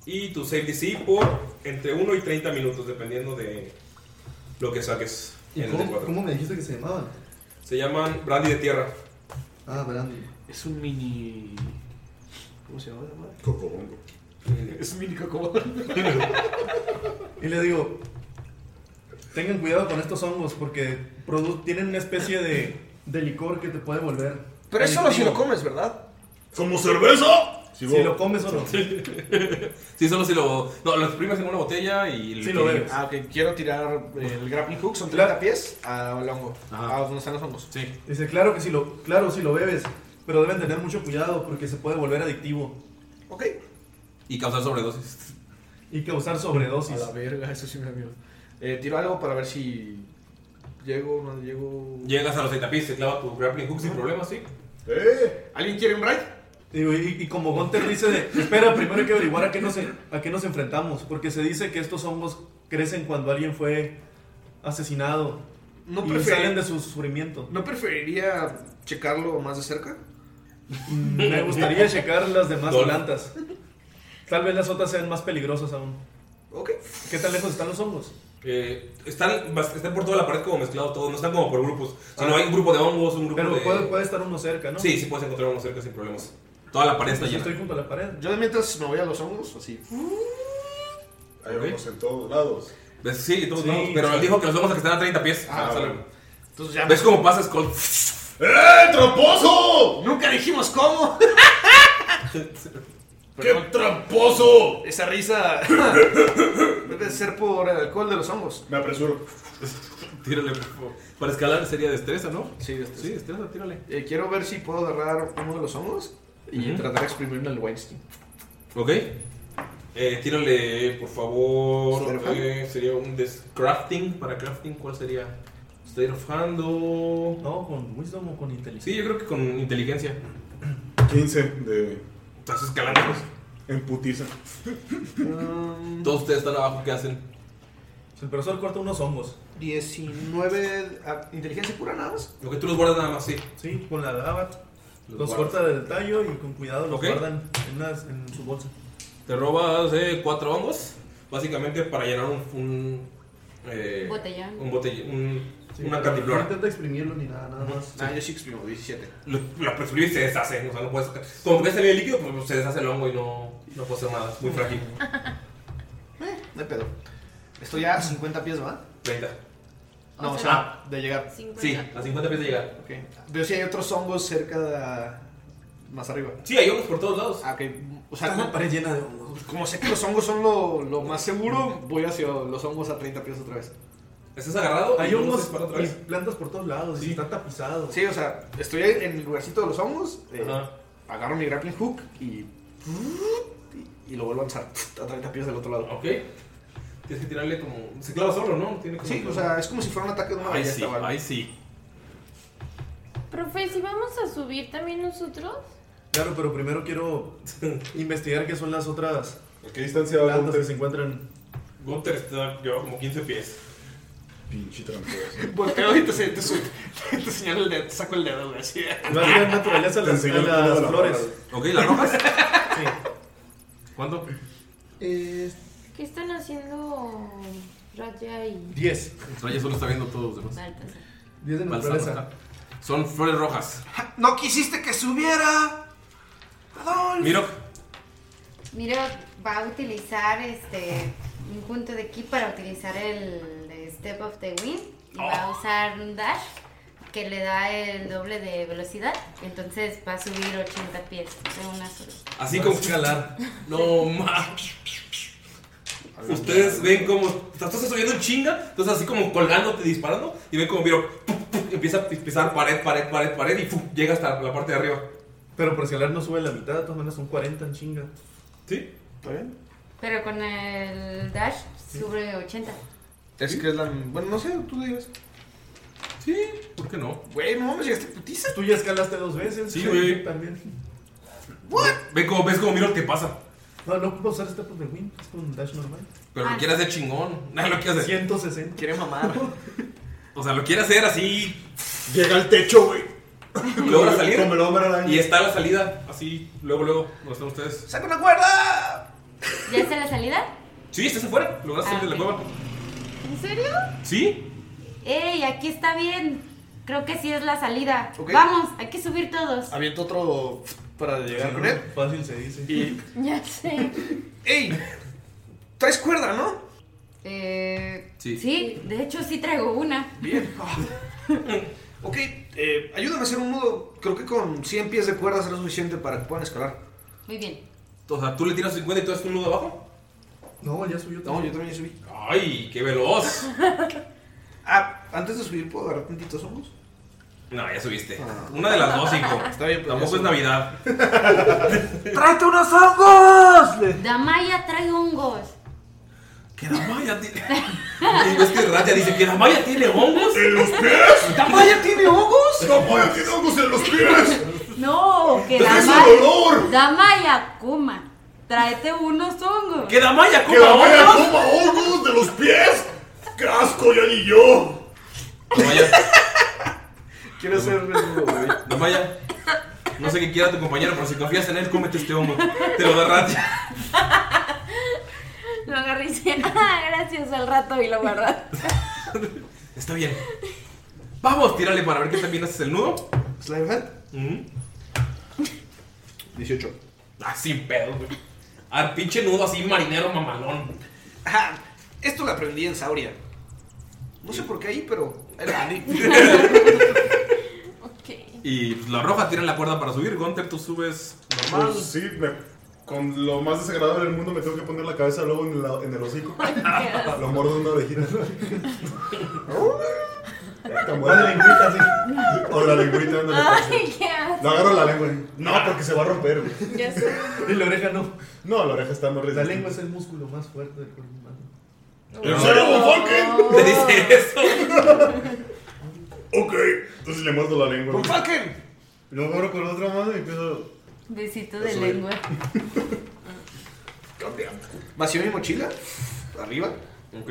y tu save DC por entre 1 y 30 minutos, dependiendo de lo que saques
¿Y
en el
cómo,
D4.
cómo me dijiste que se llamaban?
Se llaman Brandy de Tierra.
Ah, Brandy.
Es un mini. ¿Cómo se llama?
Cocobongo.
Es un mini cocobongo.
Y le digo, tengan cuidado con estos hongos porque produ- tienen una especie de, de licor que te puede volver.
Pero es solo si lo
adictivo.
comes, ¿verdad?
¿Como cerveza?
Si, lo comes o no.
Sí, solo si lo. No, lo exprimes en una botella y.
Sí, lo bebes. Ah, ok. Quiero tirar el grappling hook, son 30 pies, Ah, al hongo. A donde están los hongos.
Sí.
Dice, claro que si lo, claro, si lo bebes, pero deben tener mucho cuidado porque se puede volver adictivo
Ok.
Y causar sobredosis.
y causar sobredosis.
A la verga, eso sí me da miedo. Eh, tiro algo para ver si. Llego, no llego.
Llegas a los 30 pies, te clava tu grappling hook sin problema, sí.
¡Eh!
¿Alguien quiere un ride?
Digo, y, y como Gunter dice, de, espera, primero hay que averiguar a qué, nos, a qué nos enfrentamos, porque se dice que estos hongos crecen cuando alguien fue asesinado
No
y
prefiero-
salen de su sufrimiento.
¿No preferiría checarlo más de cerca?
Mm, Me gustaría checar las demás
Dol-
plantas. Tal vez las otras sean más peligrosas aún.
Ok.
¿Qué tan lejos están los hongos?
Eh, están, bas- están por toda la pared como mezclados todos, no están como por grupos. Sino hay un grupo de hongos, un grupo
Ah. Pero
de.
puede, puede estar uno cerca, ¿no?
Sí, sí puedes encontrar uno cerca sin problemas. Toda la pared está
Pues
llena.
estoy junto a la pared.
Yo de mientras me voy a los hongos, así.
Hay
Ok.
hongos en todos lados.
¿Ves? Sí, todos
Sí,
lados, Pero
sí.
él dijo que los hongos que están a 30 pies.
Ah,
O sea,
bueno. Entonces ya.
¿Ves cómo pasas con.
¡Eh, tramposo!
¡Nunca dijimos cómo!
¡Qué tramposo!
Esa risa debe ser por el alcohol de los hongos.
Me apresuro.
Tírale, por favor. Para escalar sería destreza, ¿no?
Sí, destreza.
Sí, destreza, tírale.
Eh, quiero ver si puedo agarrar uno de los hongos y
Ujú.
tratar de exprimirlo en el Weinstein.
Ok. Eh, tírale, por favor.
Sleight of hand.
eh, sería un des- crafting. Para crafting, ¿cuál sería? State of hand o-
No, con wisdom o con inteligencia.
Sí, yo creo que con inteligencia.
15 de.
Estás escalando. pues.
En putiza.
Um,
Todos ustedes están abajo, ¿qué hacen?
El profesor corta unos hongos.
19 ah, inteligencia pura nada más.
Lo que tú los guardas nada más, sí.
Sí, con la dabat.
Los
Los,
guardas.
corta del tallo y con cuidado los
Ok.
guardan en, unas- en su bolsa.
Te robas eh, cuatro hongos, básicamente para llenar un. un eh,
Botellón.
Un botellón. Un,
Sí, pero
una
No
cantimplora.
intenta exprimirlo ni nada, nada más.
Ah, yo sí exprimo, 17.
Lo- La perspectiva se deshace, o sea, no puedes sacar. Como ves el líquido, pues se deshace el hongo y no, no puede hacer nada, es muy frágil.
Eh, no hay pedo. Estoy a 50 pies, ¿va?
30.
No,
O
o
sea,
sea, de llegar.
50.
Sí, a 50 pies de llegar.
Ok. Veo si hay otros hongos cerca de... más arriba.
Sí, hay hongos por todos lados.
Ah, ok. O sea,
Está la
como,
pared llena de hongos.
pues como sé que los hongos son lo, lo más seguro, voy hacia los hongos a 30 pies otra vez.
¿Estás agarrado?
Hay
y no
hongos
se para otra
y
vez.
plantas por todos lados y está tapizado.
Sí, o sea, estoy ahí en el lugarcito de los hongos, eh,
Ajá.
agarro mi grappling hook y... Y lo vuelvo a lanzar a 30 pies del otro lado.
Ok. Tienes que tirarle como. Se clava solo, ¿no? Tiene como-
Sí, o sea, es como si fuera un ataque de una
Ahí sí,
ballesta o algo.
ahí sí.
Profe, ¿si vamos a subir también nosotros?
Claro, pero primero quiero investigar qué son las otras
¿A qué distancia va
plantas que se
Gunter?
encuentran.
Gunter está, lleva como 15 pies.
Pinche tramposo.
Volteo y te, se- te, su- te señalo el dedo, te saco el dedo, güey, así.
Va a dar naturaleza a
Te
las,
enseñó
a
el
las
culo de la
flores.
flor.
Ok, ¿las rojas?
Sí.
¿Cuánto?
¿Qué están haciendo Raya y
10.
Raya solo está viendo todos los demás.
Baltasar?
10 de naturaleza.
Baltasar. Son flores rojas.
¡No quisiste que subiera! ¡Adolf!
Miro,
Mira, va a utilizar este un punto de ki para utilizar el Step of the Wind y va
Oh.
a usar un dash que le da el doble de velocidad, entonces va a subir 80 pies de una sola.
así como.
escalar.
No más. Ustedes ven como. o sea, Tú estás subiendo en chinga, entonces así como colgándote, disparando, y ven como Miro puf, puf, empieza a pisar pared, pared, pared, pared, y ¡fum! llega hasta la parte de arriba.
Pero por escalar no sube la mitad, de todas maneras son 40 en chinga.
¿Sí?
Pues
¿Está bien?
Pero con el dash sube 80.
Es que es la. Bueno, no sé, tú digas.
Sí, ¿por qué no?
Güey, no mames, llegaste putiza.
Tú ya escalaste dos veces.
Sí, güey.
También.
Ve cómo, ves cómo Miro te pasa.
No, no puedo usar este de Win, es con Dash normal.
Pero
Ah.
lo quieras de chingón. No, lo quieras de.
160.
Quiere mamar.
O sea, lo quiere hacer así.
Llega al techo, güey.
Logra salir.
Como el hombre araña.
Y está la salida. Así, luego, luego. ¿Dónde están ustedes?
¡Saca una cuerda!
¿Ya está la salida?
Sí, estás afuera. Logras salir
Ah,
de la cueva.
¿En serio?
¿Sí?
¡Ey, aquí está bien! Creo que sí es la salida.
Ok.
Vamos, hay que subir todos.
Aviento otro para llegar con él.
Fácil se dice.
Y.
Ya sé.
¡Ey! Traes cuerda, ¿no?
Eh,
Sí.
sí, de hecho sí traigo una.
Bien. Ah. Ok, eh, ayúdame a hacer un nudo. Creo que con 100 pies de cuerda será suficiente para que puedan escalar.
Muy bien.
O sea, tú le tiras 50 y tú haces un nudo abajo.
No, ya subió
No, yo
también.
también ya subí.
¡Ay, qué veloz!
Ah, antes de subir, ¿puedo agarrar tantitos hongos?
No, ya subiste. Una de las dos, hijo.
Ah. Está bien, pero
Tampoco
ya
es
subí.
Navidad.
¡Tráete unos hongos!
Damaya trae hongos.
Que Damaya tiene. Digo, es que Ratia dice que Damaya tiene hongos.
¿En los pies?
¿Damaya tiene hongos?
¡No puede tiene hongos en los pies!
No, que
¡Es
Damaya.
el olor!
Damaya, coma. Tráete unos hongos.
¡Que Damaya
¡Que
coma
la vaya
hongos!
coma hongos de los pies! ¡Qué asco, ya ni yo!
Damaya,
Quiero hacer el nudo, güey.
Damaya. No sé qué quiera tu compañero, pero si confías en él, cómete este hongo. Te lo da Ratia.
Lo agarré y dije, ah, gracias al rato y lo guardé.
Está bien. Vamos, tírale para ver que también haces el nudo.
Slime Hand.
Ujú.
18.
Ah, sin pedo, güey. Al pinche nudo así marinero mamalón.
Ajá, Ah, esto lo aprendí en Sauria. No sé por qué ahí, pero ahí lo aprendí.
Ok.
Y pues, la roja tira la cuerda para subir. Gunter, tú subes normal.
Pues sí, me- con lo más desagradable del mundo me tengo que poner la cabeza luego en, la- en el hocico. Lo mordo en una orejita.
Te muerde la lengüita así.
O la lengüita, ándale, pues.
Ay, qué asco.
No agarro la lengua. y- No, porque se va a romper. güey.
Ya sé.
Y la oreja no.
No, la oreja está morrida.
La lengua es el músculo más fuerte del cuerpo humano.
¿En serio, Von
Te dice eso.
Ok, entonces le muerdo la lengua.
¡Por
güey.
fucking!
Lo agarro con la otra mano y empiezo.
Besito de lengua.
Vació mi mochila, arriba,
Ok.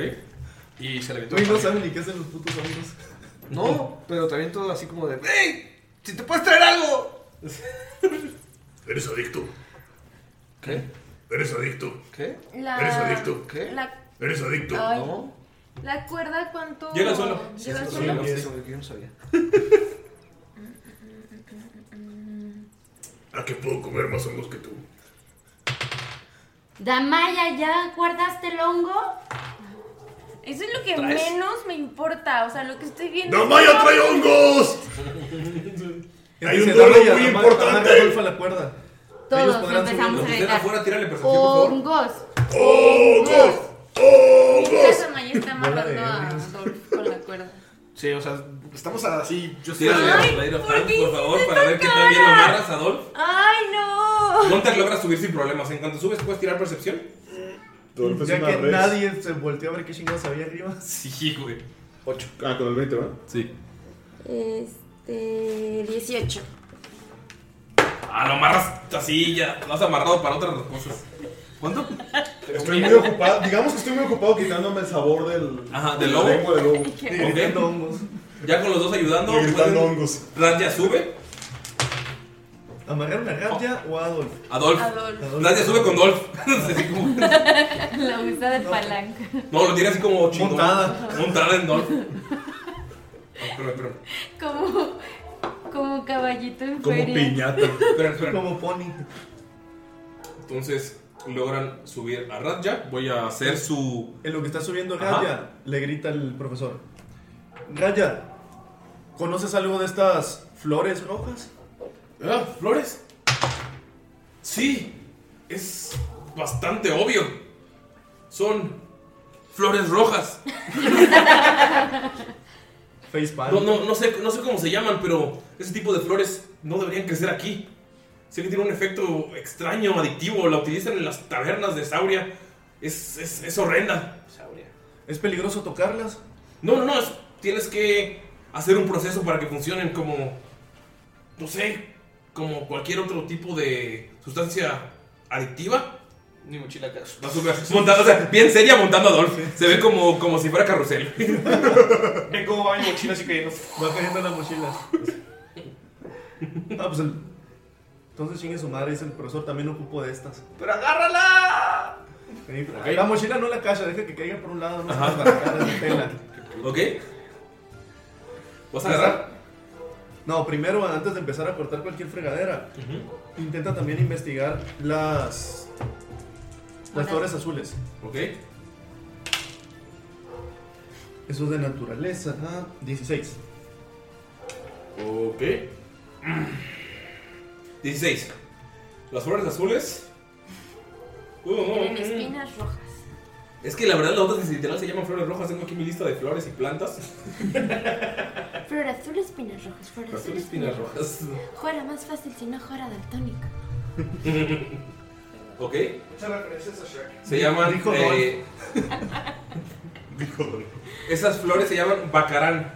y se le aventó.
Güey, no saben ni qué hacen los putos hongos.
No, pero también todo así como de, ¡Ey! ¡Si te puedes traer algo!
Eres adicto.
¿Qué?
Eres adicto.
¿Qué?
La...
Eres adicto.
¿Qué?
La...
Eres adicto.
Ay,
No.
la cuerda cuánto...
Llega al suelo.
Llega al
Sí,
suelo.
sí, sí, yo no sabía.
¿A qué puedo comer más hongos que tú?
Damaya, ¿ya guardaste el hongo?
Eso es lo que
¿Traes?
menos me importa. O sea, lo que estoy viendo. es-
¡Damaya trae hongos! Hay un
Dice,
duelo
"Dale, amarra-
muy importante".
amarra Adolfo a la cuerda. Ellos
Todos
podrán
empezamos
Los
a
que estén
gritar.
afuera, tírale percepción, por favor.
Hongos.
¡Hongos!
Mientras
¡Hongos!
Amaya está amarrando a Adolfo con la cuerda.
Sí, o sea, estamos así. Yo estoy
Tírale
Ay,
a Slayer of
¿por
Hand,
qué
por favor,
hiciste
para ver
esa
que también lo
cara?
amarras, Adolf.
¡Ay, no!
Gunter logra subir sin problemas. En cuanto subes, puedes tirar percepción.
Oh.
Dolph es
Ya
una
que
res.
nadie se volteó a ver qué chingados había arriba.
Sí, güey.
8.
Ah, con el 20, ¿verdad?
Sí.
Este. 18.
Ah, lo amarras así, ya. Lo has amarrado para otras cosas. ¿Cuánto?
Estoy muy ocupado. Digamos que estoy muy ocupado quitándome el sabor del.
Ajá, del
la
lobo.
lengua del lobo.
Gritando hongos.
Ya con los dos ayudando.
Y gritando
pueden-
hongos.
Ratia sube. Oh.
¿Amarraron a Gardia o a Adolf?
Adolf.
Adolfo.
Ratia sube con Dolph. Así como-
La usa de palanca.
No, lo tiene así como chingón.
Montada.
Montada en Dolph. Espera, espera.
Como, como caballito en
Como
feria.
piñata.
Espera, espera.
Como pony.
Entonces logran subir a Radja. Voy a hacer su.
En lo que está subiendo
Ajá.
Raya, le grita el profesor. Raya, ¿conoces algo de estas flores rojas?
Ah, flores. Sí, es bastante obvio. Son flores rojas.
Facepalm.
No, no, no, sé, no sé cómo se llaman, pero ese tipo de flores no deberían crecer aquí. Sé que tiene un efecto extraño, adictivo. La utilizan en las tabernas de Sauria. Es, es, es horrenda.
Sauria.
¿Es peligroso tocarlas?
No, no, no. es- tienes que hacer un proceso para que funcionen como. No sé. Como cualquier otro tipo de sustancia adictiva.
Ni mochila
Va a subir- monta- o sea, bien seria montando a Adolf. Se ve como, como si fuera carrusel.
Ve cómo va mi mochila así cayendo.
Va cayendo la mochila. Ah, pues el... Entonces chingue su madre, dice el profesor, también ocupo de estas.
¡Pero agárrala!
Sí, pero
Ok.
La mochila no la cacha, deja que caiga por un lado, no se la cara de tela.
¿Ok? ¿Vas a agarrar?
No, primero, antes de empezar a cortar cualquier fregadera, intenta también investigar las. las
Hola.
flores azules.
¿Ok?
Eso es de naturaleza. ah, 16.
Ok. 16. Las flores azules. Uh, uh,
Tienen
uh.
espinas rojas.
Es que la verdad las otras literal se llaman flores rojas. Tengo aquí mi lista de flores y plantas.
Flor azul, espinas rojas. Flor
Flor azul,
azul,
espinas rojas.
Jora más fácil si no jora daltónico.
¿Ok?
Esa referencia es a Shrek.
Se llaman.
Dijo
eh, Esas flores se llaman bacarán.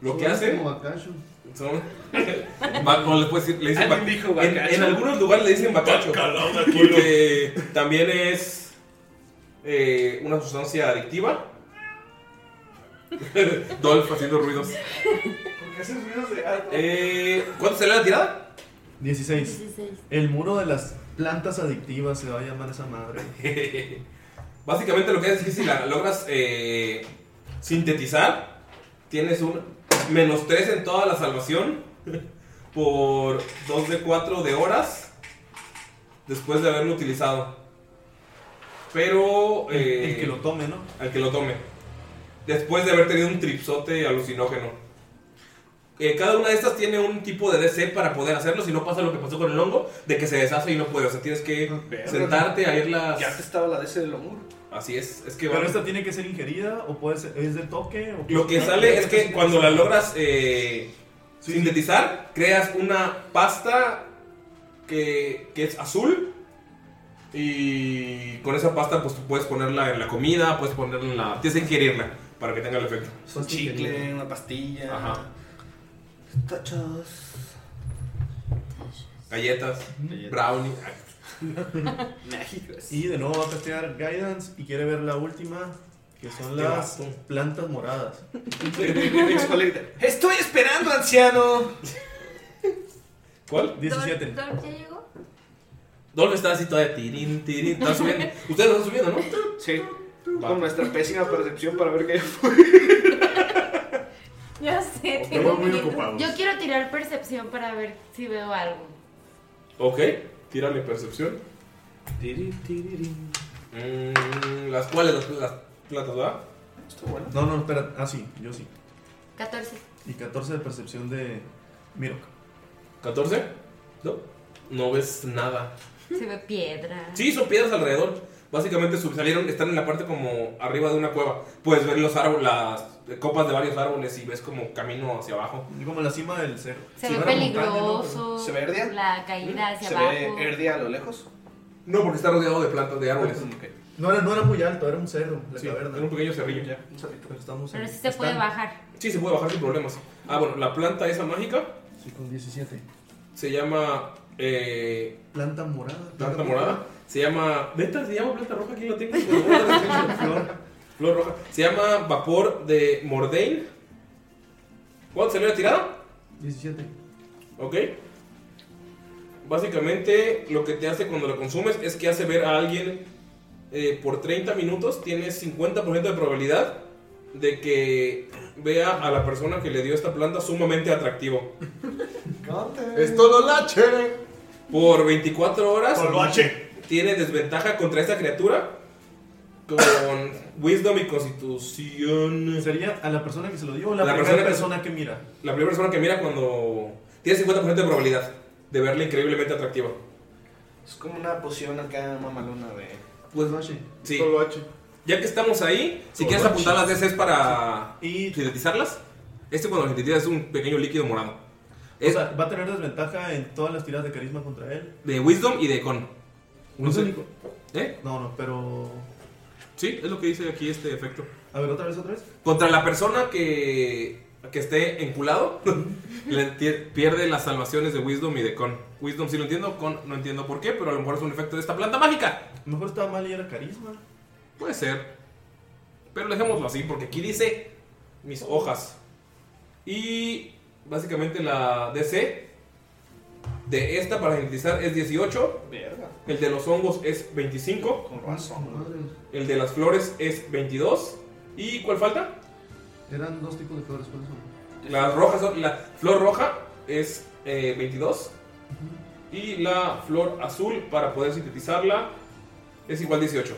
Lo que
Sonaste
hacen.
como bacacho.
Son... Ba- o le, puedes decir- le dicen
Alguien
ba-
dijo
en,
bacacho.
en algunos lugares le dicen bacacho.
Bacalao de kilo.
Porque también es eh, una sustancia adictiva. Dolph haciendo ruidos.
Porque haces ruidos de algo.
Eh, ¿Cuánto salió la tirada?
16. El muro de las plantas adictivas se va a llamar esa madre.
Básicamente lo que es que si la logras eh, sintetizar, tienes un menos 3 en toda la salvación por 2 de 4 de horas después de haberlo utilizado. Pero... eh,
el que lo tome, ¿no?
Al que lo tome. Después de haber tenido un tripsote alucinógeno. Eh, cada una de estas tiene un tipo de DC para poder hacerlo. Si no pasa lo que pasó con el hongo, de que se deshace y no puede. O sea, tienes que sentarte a irlas.
Ya te estaba la DC del Homur.
Así es, es que
Pero
van-
esta tiene que ser ingerida o puede ser, es de toque. O
lo que sale es que cuando la logras eh, sintetizar, creas una pasta que, que es azul. Y con esa pasta, pues tú puedes ponerla en la comida, puedes ponerla en la. Tienes que ingerirla para que tenga el efecto.
Es un chicle, una pastilla.
Ajá.
Tachos.
Galletas,
Galletas.
brownie.
Mágicas.
Y de nuevo va a castear Guidance y quiere ver la última, que son
Este
las
vato.
plantas moradas.
Estoy esperando, anciano.
¿Cuál?
17.
Dolph ya llegó.
Dolph está así todavía tirín, tirín. Está subiendo. Ustedes lo están subiendo, ¿no?
Sí.
Va.
Con nuestra pésima percepción para ver qué fue.
Ya sé,
Estamos muy
miedo.
ocupados.
Yo quiero tirar percepción para ver si veo algo.
Ok, tírale percepción. Mm, las cuales las, las platas, ¿verdad?
No, no, espera. Ah, sí, yo sí.
14.
Y 14 de percepción de Miro.
14. No, no ves nada.
Se ve piedra.
Sí, son piedras alrededor. Básicamente sub- salieron, están en la parte como arriba de una cueva. Puedes ver los árboles, las eh, copas de varios árboles y ves como camino hacia abajo.
Como la cima del cerro.
Se
Sí,
ve
una
Pues,
montaña,
peligroso.
¿Se ve herdia?
La caída hacia
Se
abajo.
ve Erdia a lo lejos.
No, porque está rodeado de plantas, de árboles.
¿no? No era, no era muy alto, era un cerro, la
Sí,
caverna.
en un pequeño cerrillo.
Ya, un sapito.
Pero estamos
Pero
en-
sí se puede
están-
bajar.
Sí, se puede bajar sin problemas. Ah, bueno, la planta esa mágica
Sí, con 17.
se llama. eh,
Planta morada.
planta morada. Se llama. ¿Neta se llama planta roja? ¿Quién lo tiene? Flor. Flor roja. Se llama vapor de Mordain. ¿Cuánto salió la tirada?
17.
¿Ok? Básicamente lo que te hace cuando lo consumes es que hace ver a alguien eh, por 30 minutos, tienes 50% de probabilidad de que vea a la persona que le dio esta planta sumamente atractivo.
Esto lo lache.
Por 24 horas
Lo lache.
tiene desventaja contra esta criatura con Wisdom y Constitución.
Sería a la persona que se lo dio o la,
La
primera
persona
persona,
que-
que mira.
La primera persona que mira cuando tiene 50% de probabilidad de verla increíblemente atractiva.
Es como una poción acá mamalona de.
Pues noche.
Sí.
Esto lo lache.
Ya que estamos ahí, si quieres apuntar las DCs para
Y-
sintetizarlas, este cuando lo sintetizas es un pequeño líquido morado.
O
Es
sea, va a tener desventaja en todas las tiras de carisma contra él.
de Wisdom y de Con. No
Wisdom
sé.
y con-
¿Eh?
No, no, pero.
Sí, es lo que dice aquí este efecto.
A ver, otra vez, otra vez.
Contra la persona que, que esté enculado, le tie- pierde las salvaciones de Wisdom y de Con. Wisdom sí lo entiendo, Con no entiendo por qué, pero a lo mejor es un efecto de esta planta mágica.
A lo mejor estaba mal y era carisma.
Puede ser. Pero dejémoslo así, porque aquí dice mis hojas. Y básicamente la DC de esta para identificar es 18.
Verga.
El de los hongos es 25.
Con razón, madre.
El de las flores es 22. ¿Y cuál falta?
Eran dos tipos de flores, ¿cuáles son?
La roja son- la flor roja es eh, 22 y la flor azul para poder sintetizarla es igual 18.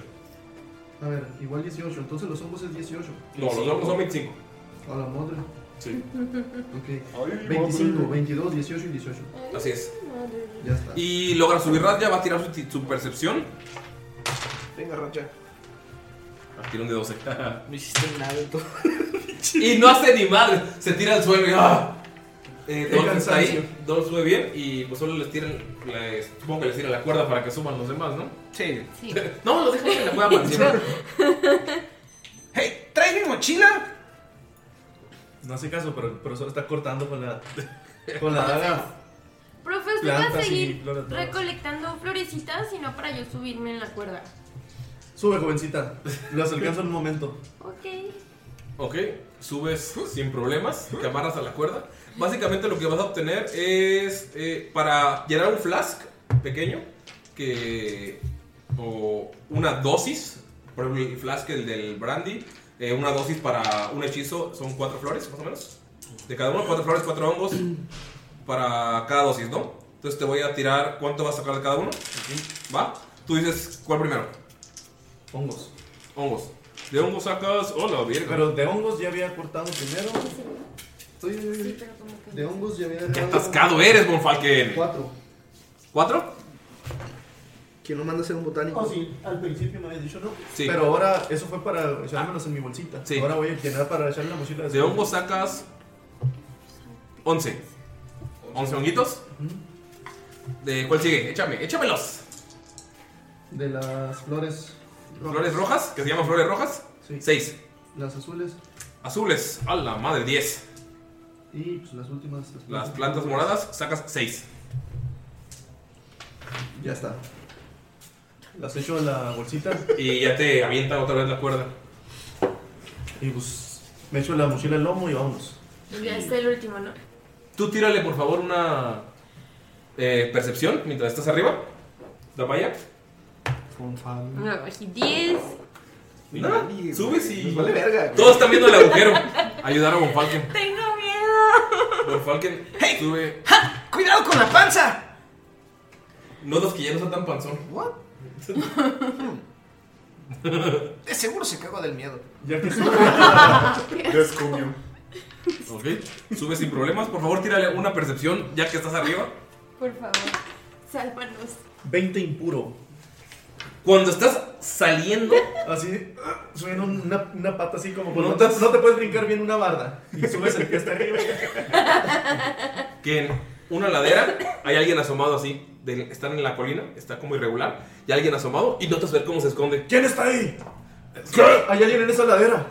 A ver, igual 18. Entonces los hongos es 18.
No, los hongos son 25.
A la madre.
Sí.
Ok. 25, 22, 18 y 18.
Así es.
Ya está.
Y logra subir Radja, va a tirar su, ti- su percepción.
Venga, Racha.
Ah, Tira un de 12.
No hiciste nada en todo.
y no hace ni madre, se tira al suelo y ¡ah! Eh,
Qué
Dolph está
cansancio.
ahí, Dolph sube bien y pues solo les tiran, les- supongo que les tiran la cuerda para que suban los demás, ¿no?
Sí.
Sí.
No, los dejan que la cuerda para encima.
¡Hey! ¡Trae mi mochila!
pues, No hace caso, pero el profesor está cortando con la. Con la daga.
Profe, usted va pues, a
Plantas y
seguir
flores nuevas.
recolectando florecitas, sino para yo subirme en la cuerda.
Sube, jovencita. Los alcanzo en un momento.
Ok.
Ok, subes sin problemas, te amarras a la cuerda. Básicamente lo que vas a obtener es eh, para llenar un flask pequeño que o una dosis, por ejemplo el flask el del brandy, eh, una dosis para un hechizo son cuatro flores más o menos de cada uno, cuatro flores, cuatro hongos para cada dosis, ¿no? Entonces te voy a tirar cuánto vas a sacar de cada uno, ¿va? Tú dices cuál primero,
Hongos.
hongos. De hongos sacas, hola, bien.
Pero de hongos ya había cortado primero. Estoy- De hongos ya había
Qué
dejado.
atascado eres, Bonfalken.
Cuatro.
¿Cuatro?
¿Quién no manda a ser un botánico?
Oh, sí, al principio me había dicho no.
Sí.
Pero ahora, eso fue para echármelos en mi bolsita.
Sí.
Ahora voy a llenar para echarle la mochila
De hongo sacas 11. 11 honguitos. ¿De cuál sigue? Échame, échamelos.
De las flores.
Flores rojas, que se llaman flores rojas.
Sí.
6.
Las azules.
Azules, a la madre, 10.
Y pues, las últimas.
Las plantas moradas, sacas 6.
Ya está. Las echo en la bolsita.
Y ya te avienta otra vez la cuerda.
y pues me echo la mochila al lomo y vámonos.
Ya está el último, ¿no?
Tú tírale, por favor, una eh, percepción mientras estás arriba. La vaya.
No, aquí 10.
Nada, subes
pues,
y.
Nos vale verga, güey.
Todos están viendo el agujero. Ayudar a Bonfalken.
Tengo miedo.
Bonfalken sube.
¡Cuidado con la panza!
Notas que ya no está tan panzón.
¿What? De seguro se cagó del miedo.
Ya que
Descumió.
Ok. Sube sin problemas. Por favor, tírale una percepción ya que estás arriba.
Por favor, sálvanos.
20 impuro.
Cuando estás saliendo,
Así, subiendo una, una pata así como.
No
No
te-
te, no te puedes brincar bien una barda. Y subes el pie hasta arriba.
que en una ladera hay alguien asomado así. de- están en la colina, está como irregular. Y alguien asomado y notas ver cómo se esconde.
¿Quién está ahí? Hay alguien en esa ladera.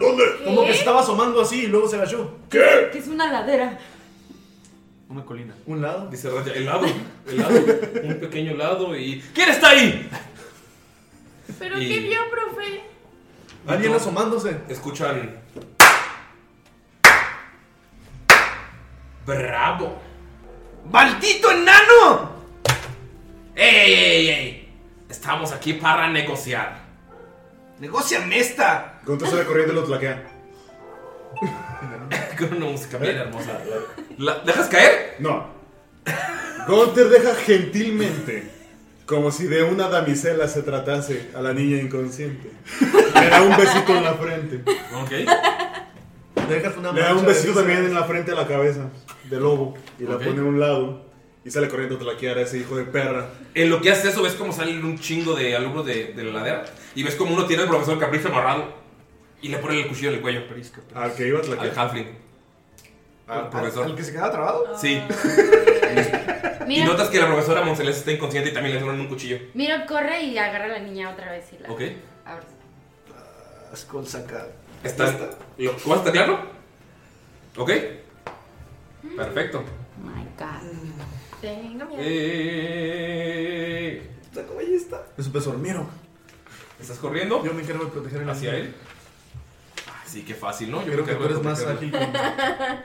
¿Dónde? Como que se estaba asomando así y luego se agachó.
Que es una ladera.
Una colina.
Un lado.
Dice Raya, helado, helado, un pequeño helado y... ¿Quién está ahí?
¿Pero
Y-
qué vio, profe?
Alguien asomándose.
Escuchan... ¡Bravo!
¡Maldito enano!
¡Ey, ey, ey, ey! Estamos aquí para negociar.
¡Negociame esta!
Gonto sale corriendo y lo tlaquea. ¿Eh?
Con una música bien hermosa. ¿La dejas caer?
No. Gunther deja gentilmente, como si de una damisela se tratase a la niña inconsciente. Le da un besito en la frente.
Ok.
Dejas una
Le da un
mancha de
besito
esa.
también en la frente a la cabeza de lobo y la
Ok.
pone a un lado y sale corriendo a tlaquear a ese hijo de perra.
En lo que haces eso, ves cómo salen un chingo de alumnos de, de la ladera. Y ves como uno tiene al profesor Capricho amarrado. Y le pone el cuchillo en el cuello.
Al que iba a
Al
tlaquear.
halfling.
Ah,
Al profesor.
¿El que se quedaba trabado?
Sí. Y
Mira,
notas que la profesora Moncelés está inconsciente y también le ponen un cuchillo.
mira, corre y agarra a la niña otra vez y la.
Ok.
Ahora
Skull saca.
¿Está? Digo, ¿Cómo está claro? ¿Ok? Perfecto.
Oh My God.
Tengo miedo.
Eh,
Saco ballesta.
Es un pez hormiguero.
¿Estás corriendo?
Yo me encargo de proteger el
¿Hacia
anillo.
él? Ay, Sí, qué fácil, ¿no?
Creo
me
que tú
encargo de
eres más ágil
protegerlo.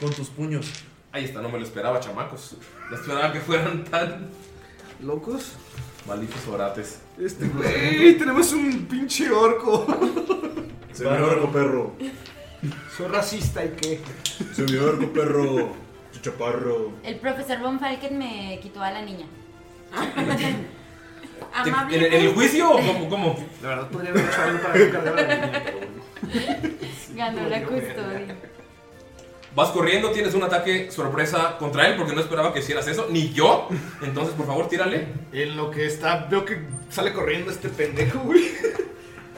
con, con tus puños.
Ahí está, no me lo esperaba, chamacos. No esperaba que fueran tan
¿Locos?
malditos orates.
Este güey, tenemos un pinche orco.
Señor Orco Perro.
Soy racista y qué.
Señor Orco Perro. Chaparro.
El profesor Von Falken me quitó a la niña.
¿En, en el juicio o cómo? cómo?
La verdad podría haber hecho algo para no cargar a la niña, pero bueno.
Ganó la custodia.
Vas corriendo, tienes un ataque sorpresa contra él porque no esperaba que hicieras eso, ni yo. Entonces, por favor, tírale.
En lo que está, veo que sale corriendo este pendejo, güey.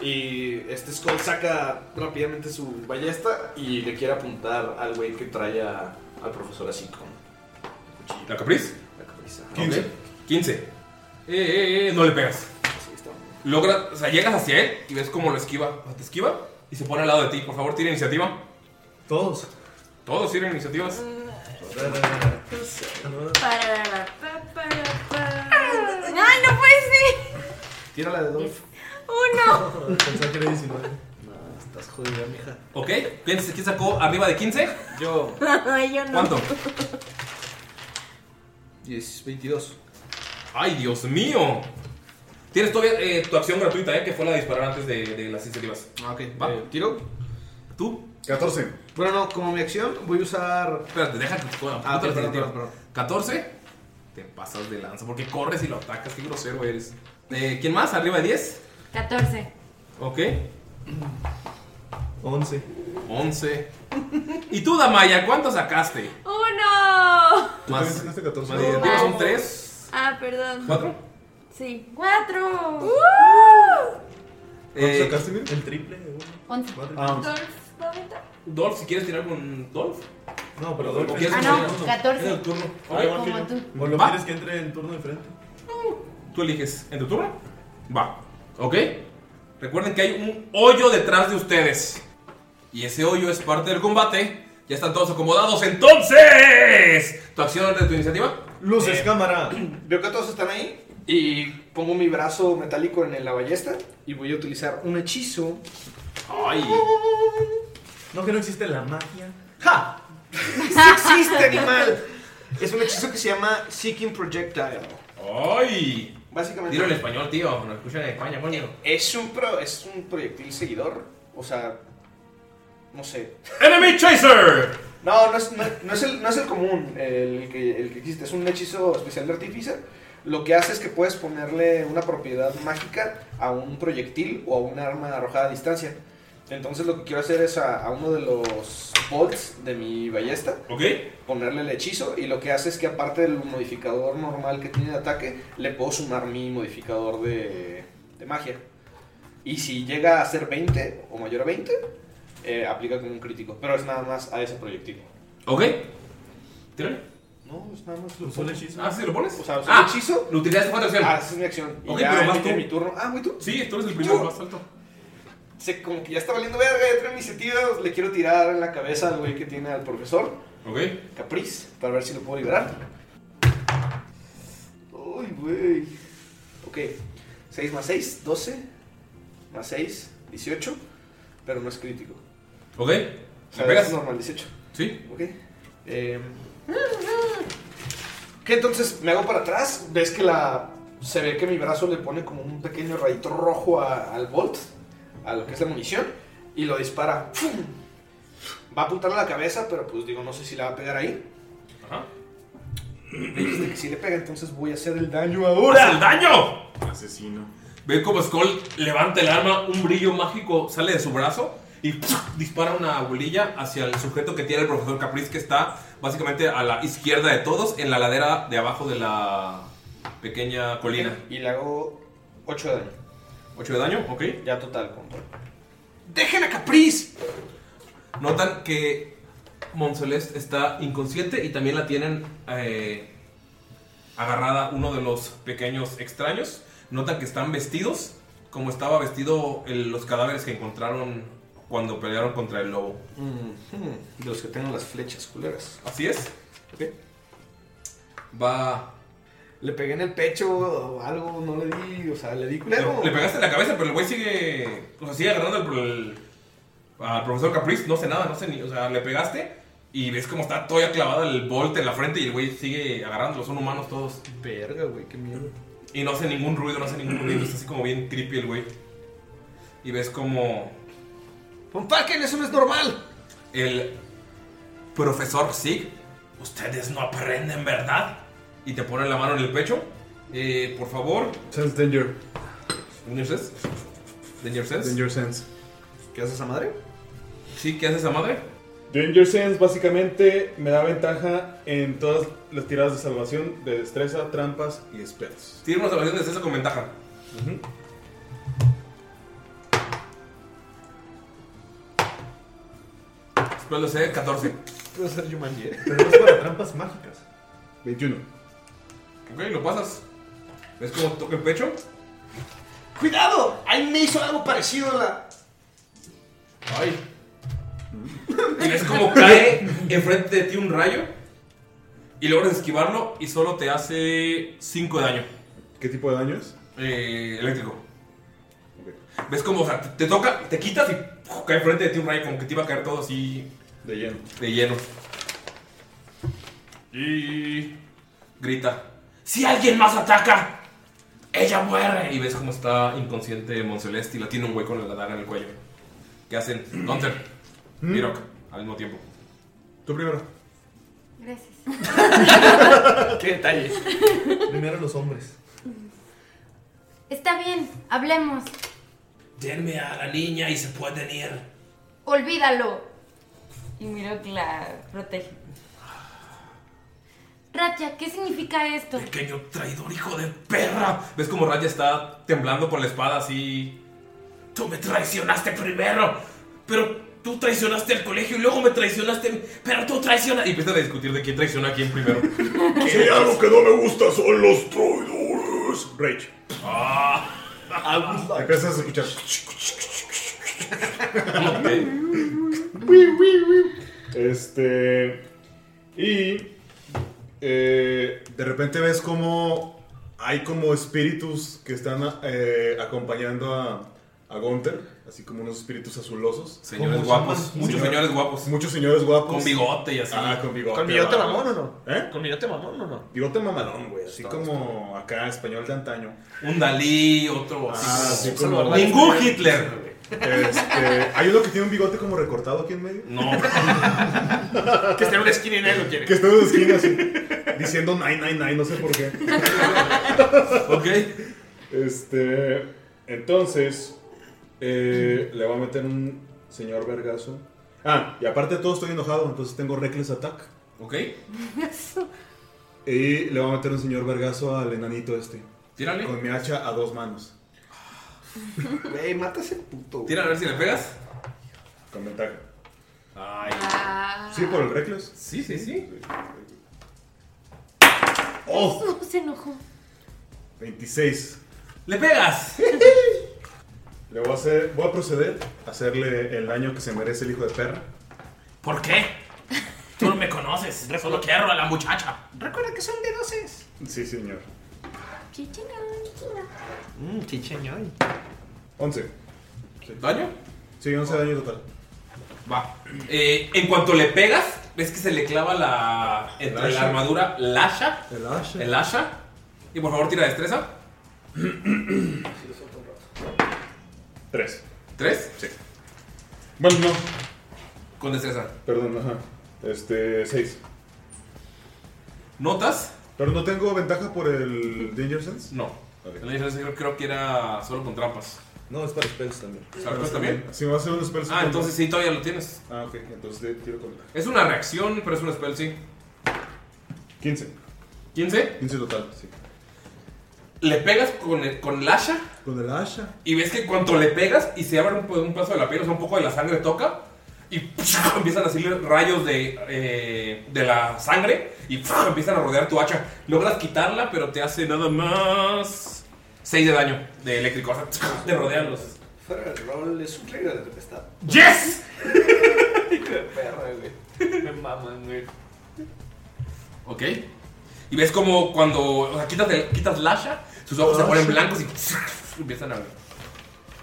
Y este Skull saca rápidamente su ballesta y le quiere apuntar al güey que trae a- al profesor así con cuchillo.
¿La capriz?
La cabeza.
Ok. 15. Eh, eh, eh, no le pegas.
Sí, está bien.
Logra, o sea, llegas hacia él y ves cómo lo esquiva. O sea, te esquiva y se pone al lado de ti. Por favor, tira iniciativa.
Todos.
Todos tienen iniciativas.
Para, pa, para, pa. ¡Ay, Ah, no puede ser!
Tírala de dos.
¡Uno!
Pensaba que era 19.
No, estás jodida, mija.
Ok. ¿Quién, quién sacó arriba de 15?
Yo,
Ay, yo no.
¿Cuánto?
10, 22.
¡Ay, Dios mío! Tienes todavía eh, tu acción gratuita, ¿eh? Que fue la de disparar antes de, de las iniciativas.
Ah, ok.
Va.
Eh, ¿Tiro?
Tú,
14.
Bueno, no, como mi acción voy a usar...
espérate, deja que pueda.
Ah, perdón, perdón, perdón.
14. Te pasas de lanza porque corres y lo atacas. Qué grosero eres. Eh, ¿Quién más? ¿Arriba de 10?
14.
Ok.
11.
11. ¿Y tú, Damaya, cuánto sacaste?
¡Uno!
¿Tú también sacaste 14?
más diez. Digo, son 3.
Ah, perdón.
4.
Sí.
¡Cuatro!
¡Uh! Eh,
¿Cuánto sacaste, Mir?
El triple. de uno.
Once.
Ah,
Dolph, ¿va a aventar?
Dolph, si quieres tirar con Dolph.
no, pero
¿O
Dolph.
quieres
Ah,
con
no,
Dolph?
14.
Es el turno. Ok,
Como tú.
¿O lo
Va. Mm,
quieres que entre en turno diferente?
Tú eliges. ¿En tu turno? Va. ¿Ok? Recuerden que hay un hoyo detrás de ustedes. Y ese hoyo es parte del combate. Ya están todos acomodados. Entonces, ¿tu acción antes de tu iniciativa?
Luces, cámara.
Eh, Veo que todos están ahí y pongo mi brazo metálico en la ballesta y voy a utilizar un hechizo.
Ay.
No, que no existe la magia.
¡Ja! ¡Sí existe, animal! Es un hechizo que se llama Seeking Projectile.
Ay.
Básicamente
Dilo en español, tío. Nos escuchan en España, coño.
Eh, es un, pro, es un proyectil seguidor. O sea, no sé.
Enemy Chaser.
No, no es, no, no es, el, no es el común el que, el que existe. Es un hechizo especial de Artificer. Lo que hace es que puedes ponerle una propiedad mágica a un proyectil o a un arma arrojada a distancia. Entonces lo que quiero hacer es a, a uno de los bolts de mi ballesta
¿Ok?
ponerle el hechizo y lo que hace es que aparte del modificador normal que tiene de ataque, le puedo sumar mi modificador de, de magia. Y si llega a ser 20 o mayor a 20, eh, aplica como un crítico, pero es nada más a ese proyectil.
¿Ok? Tírale.
No, es nada más
Usó el hechizo.
Ah, ¿sí lo pones?
O sea, usó
ah,
el hechizo.
Lo utilizaste para tu acción.
Ah, esa es mi acción. Y
Ok,
ya
pero
en-
vas
en
tú.
mi turno. Ah, güey, tú.
Sí, tú eres el primero
Yo.
más alto.
Se, como que ya está valiendo verga, ya trae iniciativas. Le quiero tirar en la cabeza al güey que tiene al profesor,
¿Ok?
Capriz, para ver si lo puedo liberar. Uy, güey. Ok. 6 más 6, 12. Más 6, 18. Pero no es crítico.
¿Ok?
O
¿Le
sea, es
pegas?
normal, 18.
Sí.
Ok. Eh, que entonces me hago para atrás. Ves que la. Se ve que mi brazo le pone como un pequeño rayito rojo a- al bolt, a lo que es la munición, y lo dispara. ¡Fum! Va a apuntar a la cabeza, pero pues digo, no sé si la va a pegar ahí.
Ajá.
Me dijiste que si le pega, entonces voy a hacer el daño
¡Haz
ahora.
el daño!
Asesino.
Ven como Skull levanta el arma, un brillo mágico sale de su brazo y ¡puf! dispara una bolilla hacia el sujeto que tiene el profesor Capriz, que está básicamente a la izquierda de todos, en la ladera de abajo de la pequeña colina.
Y le hago 8 de daño.
8 de daño, ok.
Ya total, control. ¡Dejen a Capriz!
Notan que Monceleste está inconsciente y también la tienen eh, agarrada uno de los pequeños extraños. Notan que están vestidos como estaba vestido el- los cadáveres que encontraron cuando pelearon contra el lobo.
Mm-hmm.
Ujú, De los que tengan las flechas culeras.
Así es.
Va. Le pegué en el pecho o algo, no le di, o sea, le di culero.
Le pegaste en la cabeza, pero el güey sigue. O sea, sigue agarrando al, el- al profesor Capriz, no sé nada, no sé ni. O sea, le pegaste y ves como está todavía clavada el bolt en la frente y el güey sigue agarrándolo. Son humanos todos.
Verga, güey, qué miedo.
Y no hace ningún ruido, no hace ningún ruido. Está así como bien creepy el güey. Y ves como
¡Pompaquen, Ah, eso no es normal!
el profesor Sig, ustedes no aprenden, ¿verdad? Y te pone la mano en el pecho. Eh, por favor.
Sense Danger.
Danger Sense. Danger Sense.
Danger Sense.
¿Qué hace esa madre?
Sí, ¿qué hace esa madre?
Danger Sense básicamente me da ventaja en todas las tiradas de salvación, de destreza, trampas y spells.
Tiene una salvación de destreza con ventaja. Spell de C, 14.
Quiero ser Jumanji. eh.
Pero no es para trampas mágicas.
21.
Ok, lo pasas. ¿Ves cómo toca el pecho?
¡Cuidado! Ahí me hizo algo parecido a la.
Ay. Y ves cómo cae enfrente de ti un rayo. Y logras esquivarlo y solo te hace 5 de daño.
¿Qué tipo de daño es?
eh, eléctrico. ¿Ves cómo? O sea, te, te toca, te quitas y ¡puf! cae enfrente de ti un rayo, como que te iba a caer todo así
De lleno.
de lleno. Y grita. Si alguien más ataca, ella muere. Y ves cómo está inconsciente Monceleste y la tiene un hueco en la daga en el cuello. ¿Qué hacen? Gunter, Mirok, al mismo tiempo.
Tú primero.
Gracias.
¡Qué detalle!
Primero los hombres.
Está bien, hablemos.
Denme a la niña y se pueden ir.
Olvídalo. Y miro que la protege. Ratya, ¿qué significa esto?
Pequeño traidor, hijo de perra. ¿Ves como Raya está temblando con la espada así? Tú me traicionaste primero, pero tú traicionaste al colegio y luego me traicionaste, a mí, pero tú traicionas. Y empiezan a discutir de quién traiciona a quién primero.
Si hay algo que no me gusta son los traidores. Rage. Empiezas a escuchar. Este. Y. eh, de repente ves como. Hay como espíritus que están eh, acompañando a, a Gunther. Así como unos espíritus azulosos.
Señores
Como
guapos,
llaman,
muchos
señor.
señores guapos.
Muchos señores guapos.
Con bigote y así.
Ah, con bigote.
¿Con bigote
bárbaro.
mamón o no?
¿Eh?
¿Con bigote mamón o no?
Bigote mamalón, güey. Así
Está
como acá, español de antaño.
Un Dalí, otro así.
Ah, sí,
Un
como-
Salvador
Ningún
Dali.
Hitler.
Este, hay uno que tiene un bigote como recortado aquí en medio.
No,
Que esté en una esquina y nadie lo quiere.
Que está en la esquina así, diciendo 999, no sé por qué.
ok.
Este, entonces, eh, le voy a meter un señor vergazo. Ah, y aparte de todo estoy enojado, entonces tengo Reckless Attack.
Ok.
Y le voy a meter un señor vergazo al enanito este.
Tírale.
Con mi hacha a dos manos.
Güey, mata a ese puto. güey.
Tira a ver si le pegas.
Con ventaja.
Ay.
Ah.
Sí, por el Reckless.
Sí, sí, sí.
¡Oh!
Se enojó.
26.
¡Le pegas!
Le voy a, hacer, voy a proceder a hacerle el daño que se merece el hijo de perra.
¿Por qué? Tú no me conoces. Solo quiero a la muchacha.
Recuerda que son de doces.
Sí, señor.
Chichingón.
Mmm, chicheñoy.
11.
¿Daño?
Sí, 11 de daño total.
Va. Eh, en cuanto le pegas, ves que se le clava la. entre
El
la
asha.
armadura la asha.
El hacha.
El asha. Y por favor, tira destreza.
3.
¿Tres?
Sí. Bueno, no.
Con destreza.
Perdón, ajá. Este, 6.
¿Notas?
Pero no tengo ventaja por el Danger Sense.
No.
Ok.
La diferencia creo, creo que era solo con trampas.
No, es para spells también.
¿Sabes también?
Si me va a hacer un spell.
Ah,
con-
entonces sí, todavía lo tienes.
Ah, ok. Entonces le tiro con ventaja.
Es una reacción, pero es un spell, sí.
15.
15.
15 total, sí.
Le pegas con, el- con el asha.
Con el hacha.
Y ves que cuando le pegas y se abre un, un paso de la piel, o sea, un poco de la sangre toca. Y empiezan a salir rayos de, eh, de la sangre. Y empiezan a rodear tu hacha. Logras quitarla, pero te hace nada más. 6 de daño de eléctrico. O sea, te rodean los.
Fuera del rol es un reino de tempestad.
¡Yes!
Hijo de perra, güey. Me maman, güey.
Ok. Y ves como cuando o sea, quitas, el- quitas la asha, sus ojos se ponen blancos y empiezan a ver.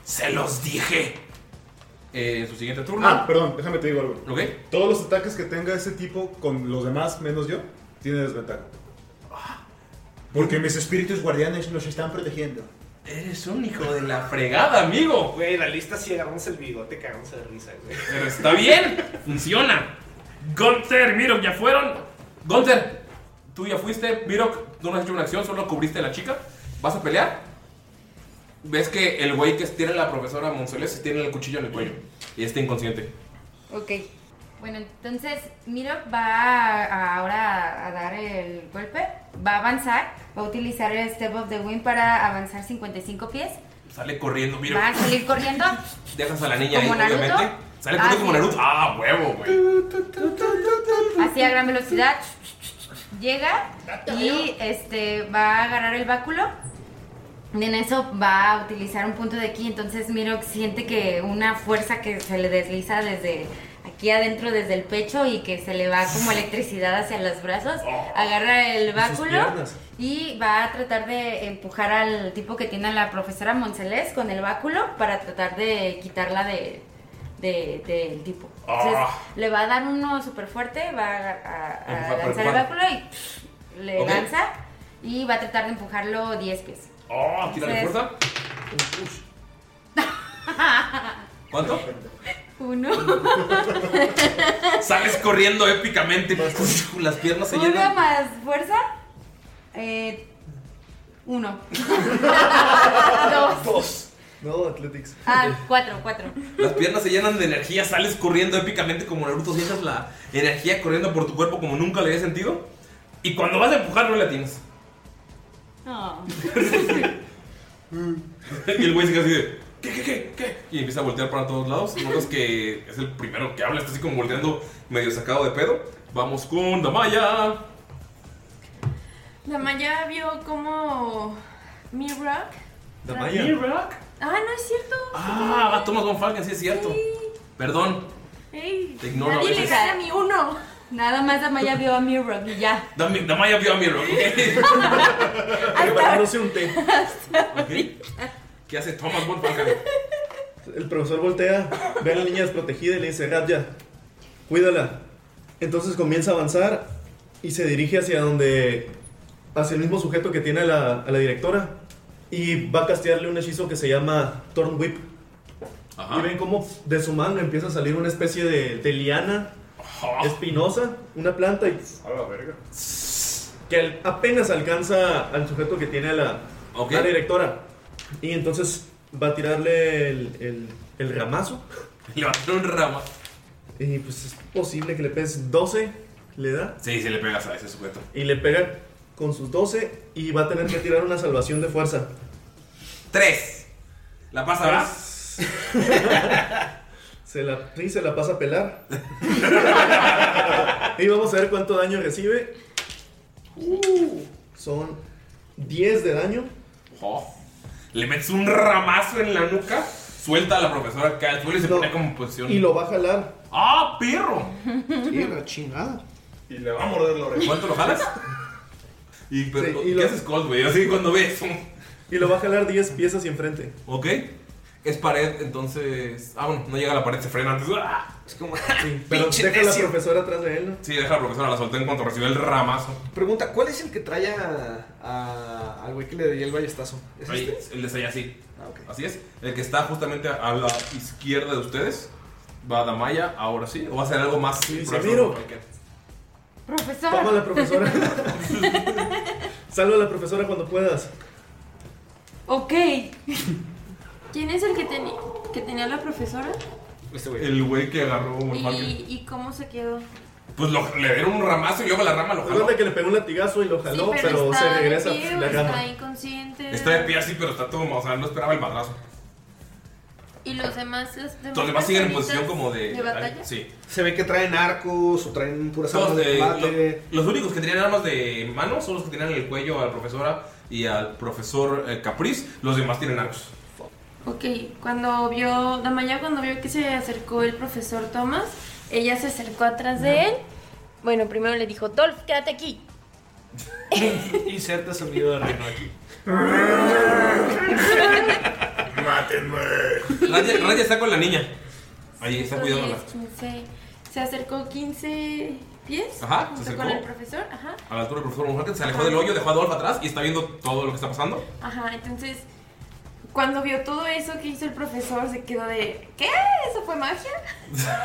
¡Se los dije! Eh, en su siguiente turno.
Ah, perdón, déjame te digo algo.
Ok.
Todos los ataques que tenga ese tipo con los demás menos yo, tiene desventaja.
Ah.
Porque mis espíritus guardianes nos están protegiendo.
Eres un hijo de la fregada, amigo.
Güey, la lista sí agarramos el bigote, cagamos de risa, güey.
Pero está bien, funciona. Gunther, Mirok, ya fueron. Gunther, tú ya fuiste. Mirok, tú no has hecho una acción, solo cubriste a la chica. ¿Vas a pelear? Ves que el güey que tiene la profesora Monsolés tiene el cuchillo en el cuello y está inconsciente.
Ok. Bueno, entonces Miro va a- a- ahora a dar el golpe. Va a avanzar. Va a utilizar el Step of the Wind para avanzar 55 pies.
Sale corriendo, Mirok.
Va a salir corriendo.
Dejas a la niña ahí,
¿Como Naruto?
obviamente. Sale
Ah,
corriendo como
sí.
Naruto. Ah, huevo, güey.
Así a gran velocidad. Llega y este va a agarrar el báculo. Y En eso va a utilizar un punto de aquí. Entonces Miro siente que una fuerza que se le desliza desde aquí adentro, desde el pecho y que se le va como electricidad hacia los brazos. Agarra el báculo
piernas.
y va a tratar de empujar al tipo que tiene a la profesora Moncelés con el báculo para tratar de quitarla de, de- del tipo. Entonces,
Ah.
le va a dar uno súper fuerte, va a, a- a
Empujar
lanzar
por el
el
cuadro.
báculo y pff, le
Ok.
lanza y va a tratar de empujarlo 10 pies.
Oh, tírale
Entonces-
fuerza. ¿Cuánto?
Uno,
Sales corriendo épicamente. Las piernas se
uno
llenan.
más fuerza. eh, uno. Dos.
Dos.
No, Athletics.
Ah, cuatro, cuatro.
Las piernas se llenan de energía, sales corriendo épicamente como Naruto, sientes la energía corriendo por tu cuerpo como nunca le había sentido. Y cuando vas a empujar no la tienes.
No.
Y el güey se queda así de, ¿qué, qué, qué, qué? Y empieza a voltear para todos lados. Notas que es el primero que habla, está así como volteando medio sacado de pedo. Vamos con Damaya.
Damaya vio como Mirak.
Damaya.
Mirak.
Ah, no es cierto.
Ah, va Thomas Von Falken, sí es cierto. Perdón,
Ey,
te ignoro a
nadie le
veces.
gana a mi uno.
Nada más Amaya vio a Mirror y ya.
Dam- Damaya vio a Mirak.
Preparándose un té.
¿Qué hace Thomas Von Falken?
El profesor voltea, ve a la niña desprotegida y le dice, Radya, cuídala. Entonces comienza a avanzar y se dirige hacia donde... Hacia el mismo sujeto que tiene a la, a la directora. Y va a castearle un hechizo que se llama Thorn Whip.
Ajá.
Y ven cómo de su mano empieza a salir una especie de, de liana espinosa, una planta y
A la verga.
que al- apenas alcanza al sujeto que tiene a la,
Ok.
a la directora. Y entonces va a tirarle el, el- el ramazo.
Le va a tirar un rama.
Y pues es posible que le pegues 12, le da.
Sí, sí le pegas a ese sujeto.
Y le pega con sus 12 y va a tener que tirar una salvación de fuerza.
Tres. La pasa, ¿verdad?
Se la, sí, se la pasa a pelar. y vamos a ver cuánto daño recibe. Uh, Son 10 de daño.
Ojo. Oh. Le metes un ramazo en la nuca, suelta a la profesora que al suelo y se
No.
pone como en posición.
Y lo va a jalar.
¡Ah, perro!
Sí, la chingada.
Y le va a morder la oreja.
¿Cuánto lo jalas? Y, pero,
Sí, y
¿Qué
lo-
haces, Colt, güey? Así cuando ves. um,
Y lo va a jalar 10 piezas hacia enfrente.
Ok. Es pared, entonces. Ah, bueno, no llega a la pared, se frena antes. ¡Ah!
Es como.
Sí, pero
Pinche
deja a la
necio.
profesora atrás de él, ¿no?
Sí, deja a la profesora, la soltó en cuanto recibió el ramazo.
Pregunta, ¿cuál es el que trae a, a- al güey que le dio el ballestazo? ¿Es
Ahí,
este?
el de Saya, sí.
Ah, ok.
Así es. El que está justamente a la izquierda de ustedes. Va a Damaya, ahora sí. O va a hacer algo más.
Sí,
profesor?
Samiro. Toma a
Profesor.
la profesora. Salva a la profesora cuando puedas.
Ok.
¿Quién es el que, tenía que tenía la profesora?
Este güey.
El güey que agarró un parque.
¿Y, y cómo se quedó?
Pues lo- le dieron un ramazo y luego la rama lo jaló.
Recuerda que le pegó un latigazo y lo jaló,
sí, pero,
pero,
está
se regresa
de pie o
la
está
gama.
inconsciente.
Está de pie así, pero está todo. O sea, no esperaba el madrazo.
¿Y los demás? Las demás
Los demás siguen en
personitas
posición como de.
¿De batalla?
Sí.
Se ve que traen arcos o traen puras
Todos,
armas de
eh,
combate.
lo- los únicos que tenían armas de mano son los que tenían en el cuello a la profesora y al profesor eh, Capriz. Los demás tienen arcos.
Ok, cuando vio, Damaya cuando vio que se acercó el profesor Thomas, ella se acercó atrás de él. Bueno, primero le dijo, Dolph, quédate aquí.
Inserta sonido de reino aquí.
Raya, Raya está con la niña. Ahí está cuidándola.
15, se acercó 15 pies
Ajá,
junto
se acercó.
con el profesor. Ajá,
A la altura del profesor Mujerken se alejó del hoyo, dejó a Adolf atrás y está viendo todo lo que está pasando.
ajá. Entonces, cuando vio todo eso que hizo el profesor, se quedó de, ¿qué? ¿Eso fue magia?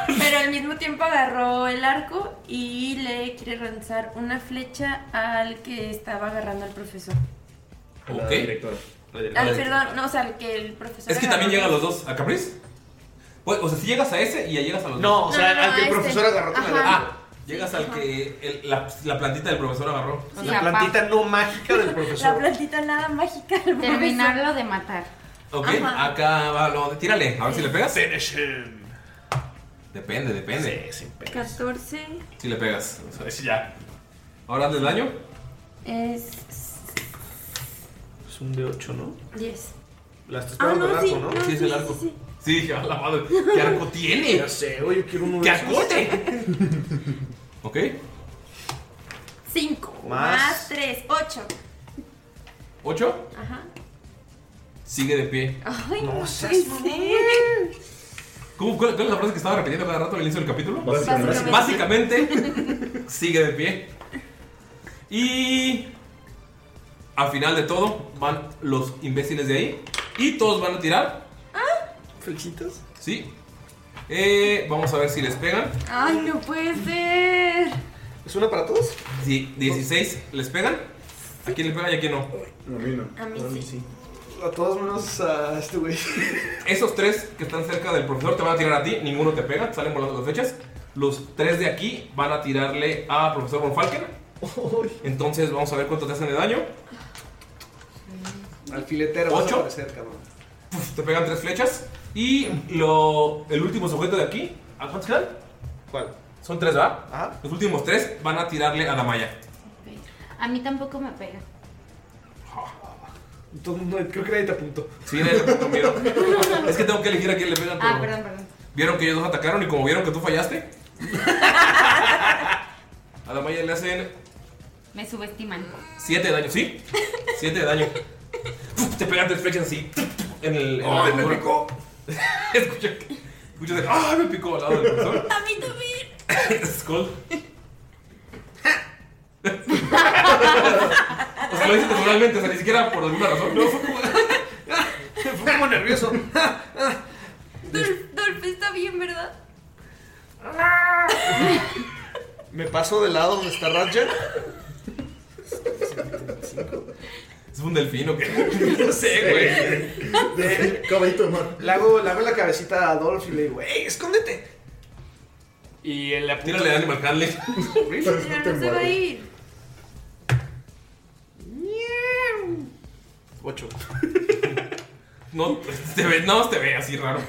Pero al mismo tiempo agarró el arco y le quiere lanzar una flecha al que estaba agarrando el profesor.
Ok.
Al, perdón, Ah, no, o sea, al que el profesor.
Es que
agarró.
también llegan los dos. ¿A Capriz? Pues, o sea, si llegas a ese y ya llegas a los
No,
dos.
o sea,
Ah,
No, no, al que el a este. profesor agarró con el Ajá.
Ah, llegas al que el- la, la plantita del profesor agarró.
Sí, La la plantita
no mágica del
La plantita nada mágica. Terminarlo de matar.
Ok,
Ajá.
acá va lo. Tírale, a ver si le pegas.
Finish
Depende, depende.
14
Si le pegas. O sea, es ya. Ahora hazle daño.
es
Es un de 8, ¿no?
10.
La estás
Ah,
pegando
no,
con
sí,
arco, ¿no?
no, Sí, es el sí,
arco. Sí, dije, a la madre. ¿Qué arco tiene?
Ya sé, oye, quiero uno de
¡Que
esos.
acote! ok.
5
Más.
más 3, 8.
¿Ocho?
Ajá.
Sigue de pie.
Ay,
No
no,
seas
puede ser.
¿Cómo, cuál, cuál es la frase que estaba repitiendo cada rato al inicio del capítulo?
Básicamente.
Básicamente, sigue de pie. Y al final de todo van los imbéciles de ahí. Y todos van a tirar.
Ah.
¿Flechitas?
Sí. Eh, vamos a ver si les pegan.
Ay, no puede ser.
¿Es una para todos?
Sí, 16 les pegan. ¿A quién le pegan y a quién no? A mí no.
A mí sí.
A todos menos a este güey.
Esos tres que están cerca del profesor te van a tirar a ti, ninguno te pega, te salen volando las fechas. Los tres de aquí van a tirarle a profesor Von Falken. Entonces vamos a ver cuánto te hacen de daño.
Al filetero.
Ocho. Puf, te pegan tres flechas. Y lo, el último sujeto de aquí. ¿A cuántos quedan? ¿Cuál? Son tres, ¿verdad? Los últimos tres van a tirarle a Damaya.
A mí tampoco me pega.
Entonces, no, creo que nadie te apuntó.
Sí, de- vieron. es que tengo que elegir a quién le pegan.
Ah,
pero
perdón, perdón.
Vieron que ellos dos atacaron y como vieron que tú fallaste. a Damaya le hacen
Me subestiman.
7 de daño, ¿sí? 7 de daño. Uf, Te pegan tres flechas así. En el. En
Ay, me
picó! Escucha. Escuchas de. ¡Ah, me picó! Al lado del profesor.
A mí también.
Skull. o sea, lo hice naturalmente, o sea, ni siquiera por alguna razón. No, fue como. fue como nervioso.
Dolph, Dolph está bien, ¿verdad?
Me paso del lado donde está Roger.
¿Es un delfín o qué? No sé, güey.
Caballito de mar. Le hago, le hago la cabecita a Adolf y le digo, ¡ey, escóndete! Y él le apunta.
Tírale de Animal Handling.
Mira, no se va a ir.
8.
No, te ve, nada más te ve así raro.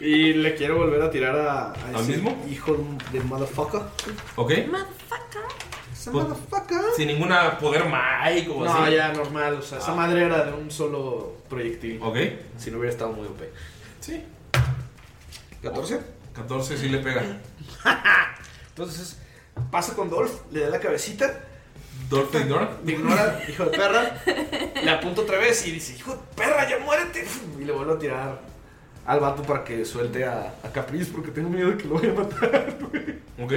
Y le quiero volver a tirar a, a
¿Al
ese
mismo?
hijo de motherfucker.
¿Ok?
Esa
Pues-
motherfucker.
Sin ninguna poder mágico o
No,
así.
ya normal, o sea, esa
Ah.
madre era de un solo proyectil.
Ok.
Si no hubiera estado muy OP.
Sí.
¿14?
14 sí le pega.
Entonces, pasa con Dolph, le da la cabecita,
Dolph te ignora.
me ignora, hijo de perra, le apunto otra vez y dice, hijo de perra, ya muérete. Y le vuelvo a tirar al vato para que suelte a, a Capriz porque tengo miedo de que lo vaya a matar.
Ok.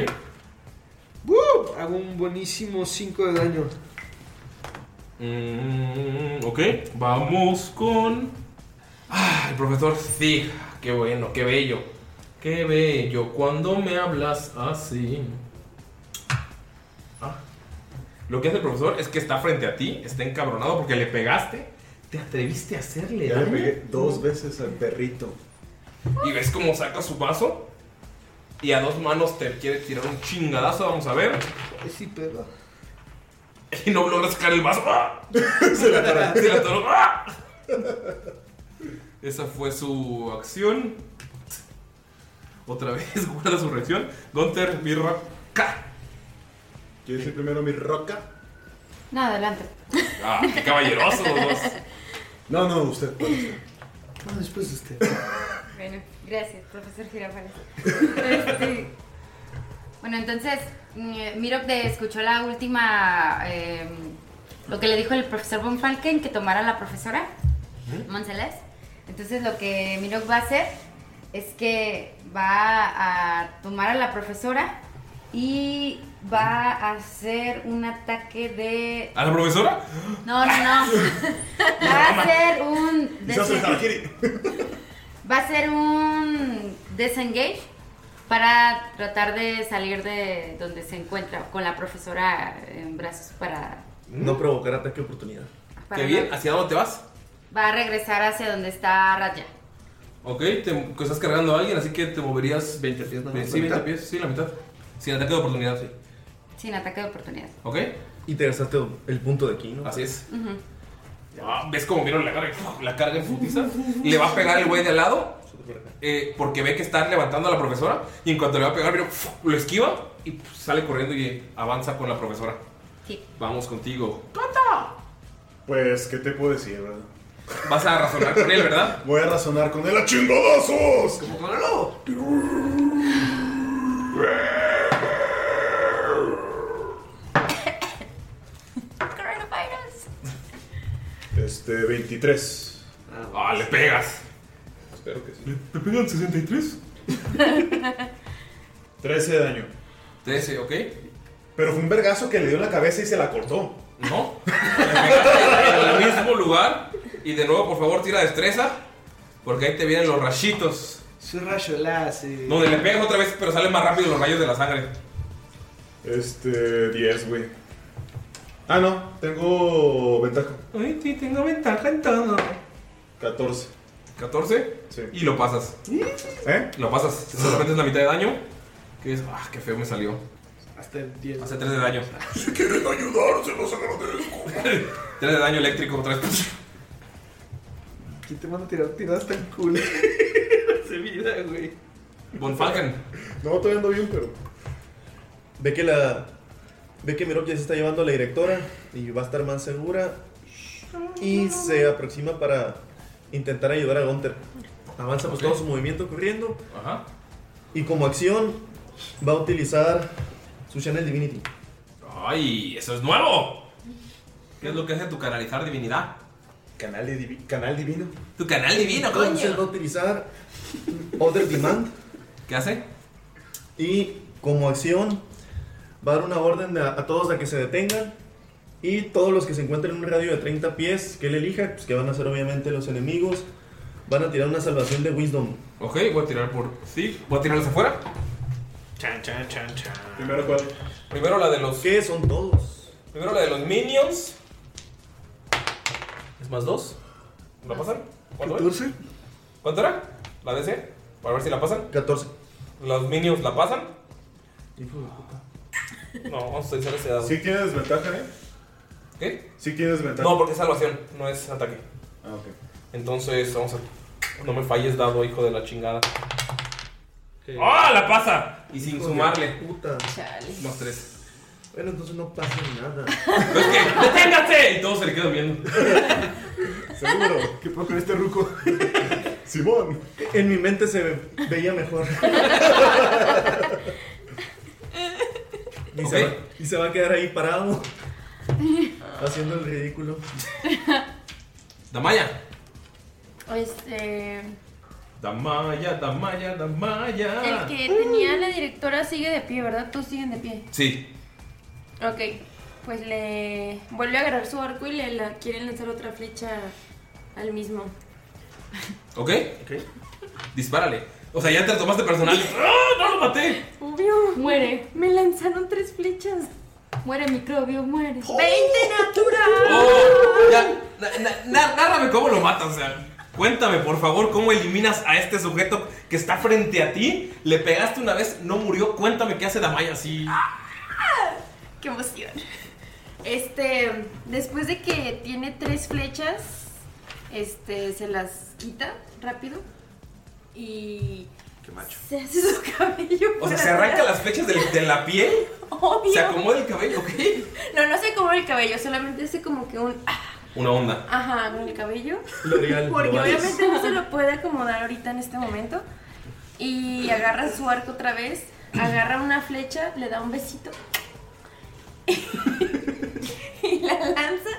¡Woo! Hago un buenísimo 5 de daño.
Mm, ok, vamos con. Ah, el profesor Zig. Qué bueno, qué bello. Qué bello. Cuando me hablas así. Ah. Lo que hace el profesor es que está frente a ti, está encabronado porque le pegaste. Te atreviste a hacerle
Ya le
daño?
pegué dos veces al perrito.
Y ves cómo saca su vaso. Y a dos manos te quiere tirar un chingadazo. Vamos a ver.
Ay, sí, perra.
Y no logra sacar el vaso. ¡Ah! Se la atoró. Se la atoró. ¡Ah! Esa fue su acción. Otra vez guarda su reacción. Gunter, mi roca.
¿Quieres ir primero mi roca?
No, adelante.
Ah, qué caballerosos los dos.
No, no, usted.
Ah,
después usted.
Bueno, gracias, profesor Girafales. Este, bueno, entonces, mm, Miro te escuchó la última, eh, lo que le dijo el profesor Von Falken, que tomara la profesora, Monsalés. Entonces, lo que Miro va a hacer es que va a tomar a la profesora y va a hacer un ataque de...
¿A la profesora?
No, no, no. va a hacer un...
Y se hace el harakiri.
Va a ser un disengage para tratar de salir de donde se encuentra con la profesora en brazos para...
No provocar ataque de oportunidad.
para
Qué bien, ¿hacia dónde te vas?
Va a regresar hacia donde está Raya.
Ok, te, que estás cargando a alguien, así que te moverías 20 pies,
¿no?
Sí,
¿La
20
mitad?
pies, sí, la mitad. Sin ataque de oportunidad, sí.
Sin ataque de oportunidad.
¿Ok?
Y te gastaste el punto de aquí, ¿no?
Así es.
Ujú.
Ah, ¿Ves cómo vieron la carga? La carga en putiza. Le va a pegar el güey de al lado. eh, porque ve que están levantando a la profesora. Y en cuanto le va a pegar, mira, lo esquiva. Y puf, sale corriendo y avanza con la profesora.
Sí.
Vamos contigo.
Pues, ¿qué te puedo decir, verdad?
Vas a razonar con él, ¿verdad?
Voy a razonar con él
¡Ah,
a chingadazos.
Como con el lobo.
Coronavirus.
Este, 23.
Ah, le pegas.
Espero que sí. ¿Te pegan 63? 13 de daño.
13, ¿ok?
Pero fue un vergazo que le dio en la cabeza y se la cortó.
No. en el mismo lugar. Y de nuevo, por favor, tira destreza. Porque ahí te vienen los rayitos.
Su rayo láser.
Donde le pegas otra vez, pero salen más rápido los rayos de la sangre.
Este, 10, güey. Ah, no, tengo ventaja.
Ay, sí, tengo ventaja en todo.
14.
14.
Sí.
Y lo pasas.
¿Eh?
Lo pasas. Solamente es la mitad de daño. Que es. ¡Ah, qué feo me salió!
Hasta el 10.
Hace 3 de daño.
Si quieren ayudar, se los agradezco.
3 de daño eléctrico otra vez.
¿Quién te manda a tirar tiradas tan cool? Se vida, güey.
Von Falken.
No, todavía ando bien, pero.
Ve que la. Ve que Mirok ya se está llevando a la directora y va a estar más segura. Y se aproxima para intentar ayudar a Gunter. Avanza pues
Ok.
todo su movimiento corriendo.
Ajá.
Y como acción va a utilizar su Channel Divinity.
¡Ay, eso es nuevo! ¿Qué es lo que hace tu canalizar divinidad?
Canal, de divi- canal divino.
Tu canal divino,
Entonces va a
coño.
utilizar Other Demand.
¿Qué hace?
Y como acción va a dar una orden a, a todos a que se detengan. Y todos los que se encuentren en un radio de 30 pies que él elija, pues que van a ser obviamente los enemigos, van a tirar una salvación de Wisdom.
Ok, voy a tirar por. Sí, voy a tirarlos afuera.
Chan, chan, chan, chan.
Primero cuál.
Primero la de los.
¿Qué son todos?
Primero la de los minions. Es más 2. ¿La pasan? ¿Cuánto era? ¿Cuánto era? ¿La DC? Para ver si la pasan.
14.
¿Los minions la pasan? No, vamos a utilizar ese dado.
Sí tiene desventaja, ¿eh?
¿Qué?
Sí tiene desventaja.
No, porque es salvación, no es ataque.
Ah, ok.
Entonces, vamos a. No me falles, dado, hijo de la chingada. ¡Ah, la pasa! Y sin sumarle.
Puta.
Chale.
Más tres.
Bueno, entonces no pasa nada.
¿Ves que? ¡Deténgase! Y todos se le quedan viendo.
Seguro.
¿Qué puedo con este ruco?
Simón.
En mi mente se ve- veía mejor. y, se va,
Ok.
y se va a quedar ahí parado. Haciendo el ridículo.
Damaya.
Este.
Damaya, Damaya, Damaya.
El que tenía la directora sigue de pie, ¿verdad? Todos siguen de pie.
Sí.
Ok. Pues le vuelve a agarrar su arco y le la... quieren lanzar otra flecha al mismo.
¿Ok? Ok. Dispárale. O sea, ya te lo tomaste personal. ¡Ah, no lo maté!
Obvio. Muere. Me lanzaron tres flechas. Muere microbio, muere. ¡20 natural!
Oh, ya, na- na- na- nárrame cómo lo matas, o sea. Cuéntame, por favor, cómo eliminas a este sujeto que está frente a ti. Le pegaste una vez, no murió. Cuéntame qué hace Damaya así.
¡Qué emoción! Este, después de que tiene tres flechas, este, se las quita rápido y
Qué macho.
se hace su cabello.
O sea,
para
se arranca
atrás.
las flechas del- de, la piel
obvio.
Se acomoda el cabello, ¿ok?
No, no se como el cabello, solamente hace como que un. ah,
Una onda.
Ajá, con el cabello.
L'Oreal.
Porque
no vales.
obviamente no se lo puede acomodar ahorita en este momento. Y agarra su arco otra vez, agarra una flecha, le da un besito. y la lanza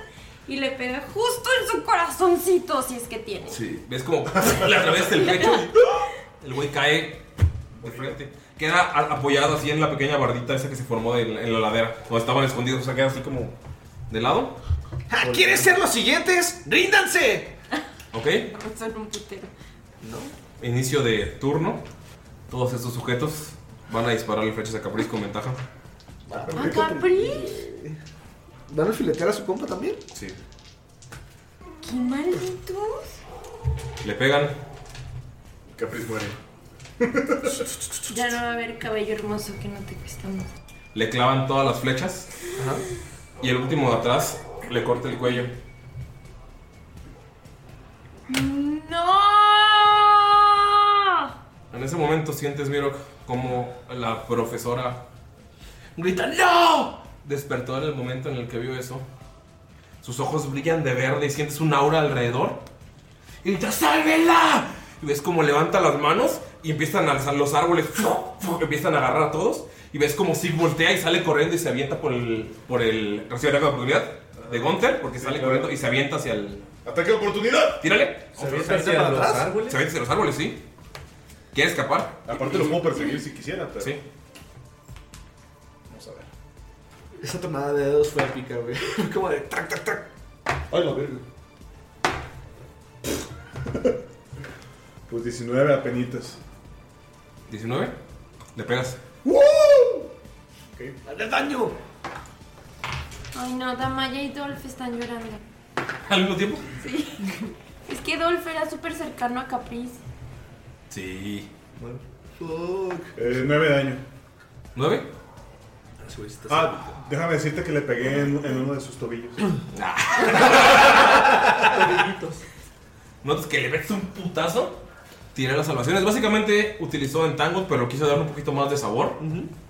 y le pega justo en su corazoncito, si es que tiene.
Sí. ¿Ves como le atraviesa el pecho? El güey cae de frente. Queda a- apoyado así en la pequeña bardita esa que se formó en, en la ladera, donde estaban escondidos. O sea, queda así como de lado.
Ah, ¿Quieres ser los siguientes? ¡Ríndanse!
¿Ok?
Son un putero.
Inicio de turno. Todos estos sujetos van a dispararle flechas a Capriz con ventaja.
Ah,
Ah,
¿A Capri?
Eh, ¿Van a filetear a su compa también?
Sí.
¡Qué malditos!
Le pegan.
Capriz muere.
Ya no va a haber cabello hermoso que no te cuesta mucho.
Le clavan todas las flechas. Y el último de atrás le corta el cuello.
¡No!
En ese momento sientes, Mirok, como la profesora grita ¡No! Despertó en el momento en el que vio eso. Sus ojos brillan de verde y sientes un aura alrededor. Y grita ¡Sálvela! Y ves como levanta las manos y empiezan a alzar los árboles. Empiezan a agarrar a todos. Y ves como Sig voltea y sale corriendo y se avienta por el... Por el recibe ataque de oportunidad de Gunther porque sale corriendo y se avienta hacia el...
¡Ataque de oportunidad!
¡Tírale!
¿Se avienta hacia los árboles?
Se avienta hacia los árboles, sí. ¿Quiere escapar?
Aparte lo puedo perseguir si quisiera, pero.
Sí.
Vamos a ver.
Esa tomada de dedos fue épica, güey. Fue Como de tac, tac, tac.
Ay, la verga. Pues 19 apenitas.
19. Le pegas.
¡Dale daño!
Ay no, Damaya y Dolph están llorando.
¿Al mismo tiempo?
Sí. Es que Dolph era súper cercano a Capriz.
Sí.
Fuck.
Eh, 9 daño.
¿Nueve?
Ah, déjame decirte que le pegué en, en uno de sus tobillos.
Ah. Notas que le metes un putazo. Tiré las salvaciones. Básicamente utilizó en tangos, pero quiso dar un poquito más de sabor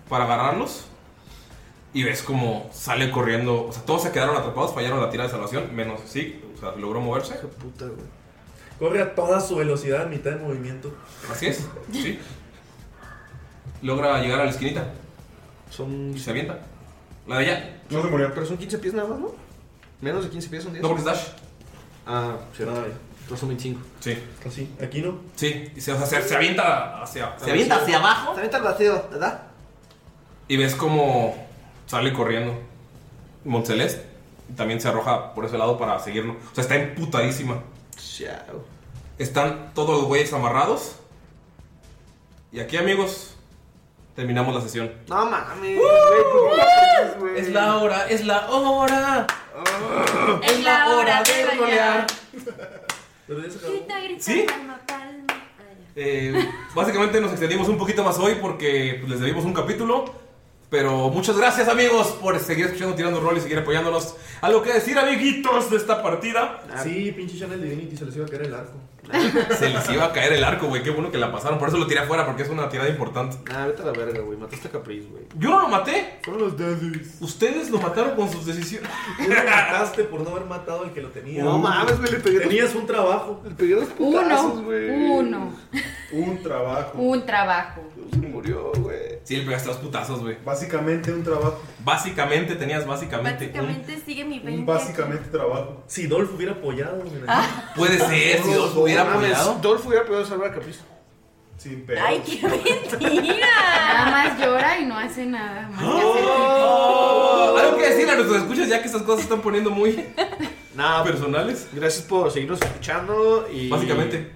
para agarrarlos. Y ves como sale corriendo. O sea, todos se quedaron atrapados, fallaron la tira de salvación, menos sí. O sea, logró moverse.
Qué puta, güey.
Corre a toda su velocidad, mitad de movimiento.
Así es. Sí. Logra llegar a la esquinita
Son.
y se avienta. La de allá.
No se murió.
Pero son 15 pies nada más, ¿no? Menos de 15 pies son 10.
No porque es dash.
Ah, cierto.
Ay.
Todos son 25.
Sí.
Así, aquí no.
Sí. Y se, o sea, se- se avienta hacia. Se avienta hacia abajo.
Se avienta al vacío, ¿verdad?
Y ves como sale corriendo Montceleste. y También se arroja por ese lado para seguirlo. O sea, está emputadísima.
Chao.
Están todos los güeyes amarrados. Y aquí, amigos, terminamos la sesión.
No mames. güey, ¿por qué lo haces, güey?
hora, ¡Uh! es la hora.
Es la hora de rolear.
Pero ya se acabó.
Grita, grita,
¿Sí? Eh,
calma, calma. Ah, ya.
básicamente nos extendimos un poquito más hoy porque pues, les debimos un capítulo. Pero muchas gracias, amigos, por seguir escuchando, tirando rol y seguir apoyándonos. Algo que decir, amiguitos, de esta partida.
Ah,
Sí, pinche Channel Divinity se les iba a caer el arco.
Se les iba a caer el arco, güey. Qué bueno que la pasaron. Por eso lo tiré afuera, porque es una tirada importante.
Ah, vete a la verga, güey. Mataste a Capriz, güey.
Yo no lo maté.
Fueron los dedos.
Ustedes lo mataron con sus decisiones.
Tú lo mataste por no haber matado al que lo tenía.
No mames, güey. Le pegué dos-
Tenías un trabajo.
Le pegué dos putazos,
Uno,
güey.
uno,
Un trabajo.
un trabajo.
Se murió, güey.
Sí, le pegaste los putazos, güey.
Básicamente un trabajo.
Básicamente tenías básicamente. un-
Básicamente sigue mi 20.
Un básicamente trabajo.
Si Dolph hubiera apoyado, mira.
Puede ser, si Dolph
No
hubiera
mames,
apoyado.
Dolph hubiera podido salvar a Capriz.
Sin pedos.
Ay, qué mentira.
Nada más llora y no hace nada más. que hacer
Oh, Algo que decir a nuestros escuchas, ya que estas cosas se están poniendo muy
Nada,
personales.
pues, Gracias por seguirnos escuchando y...
Básicamente.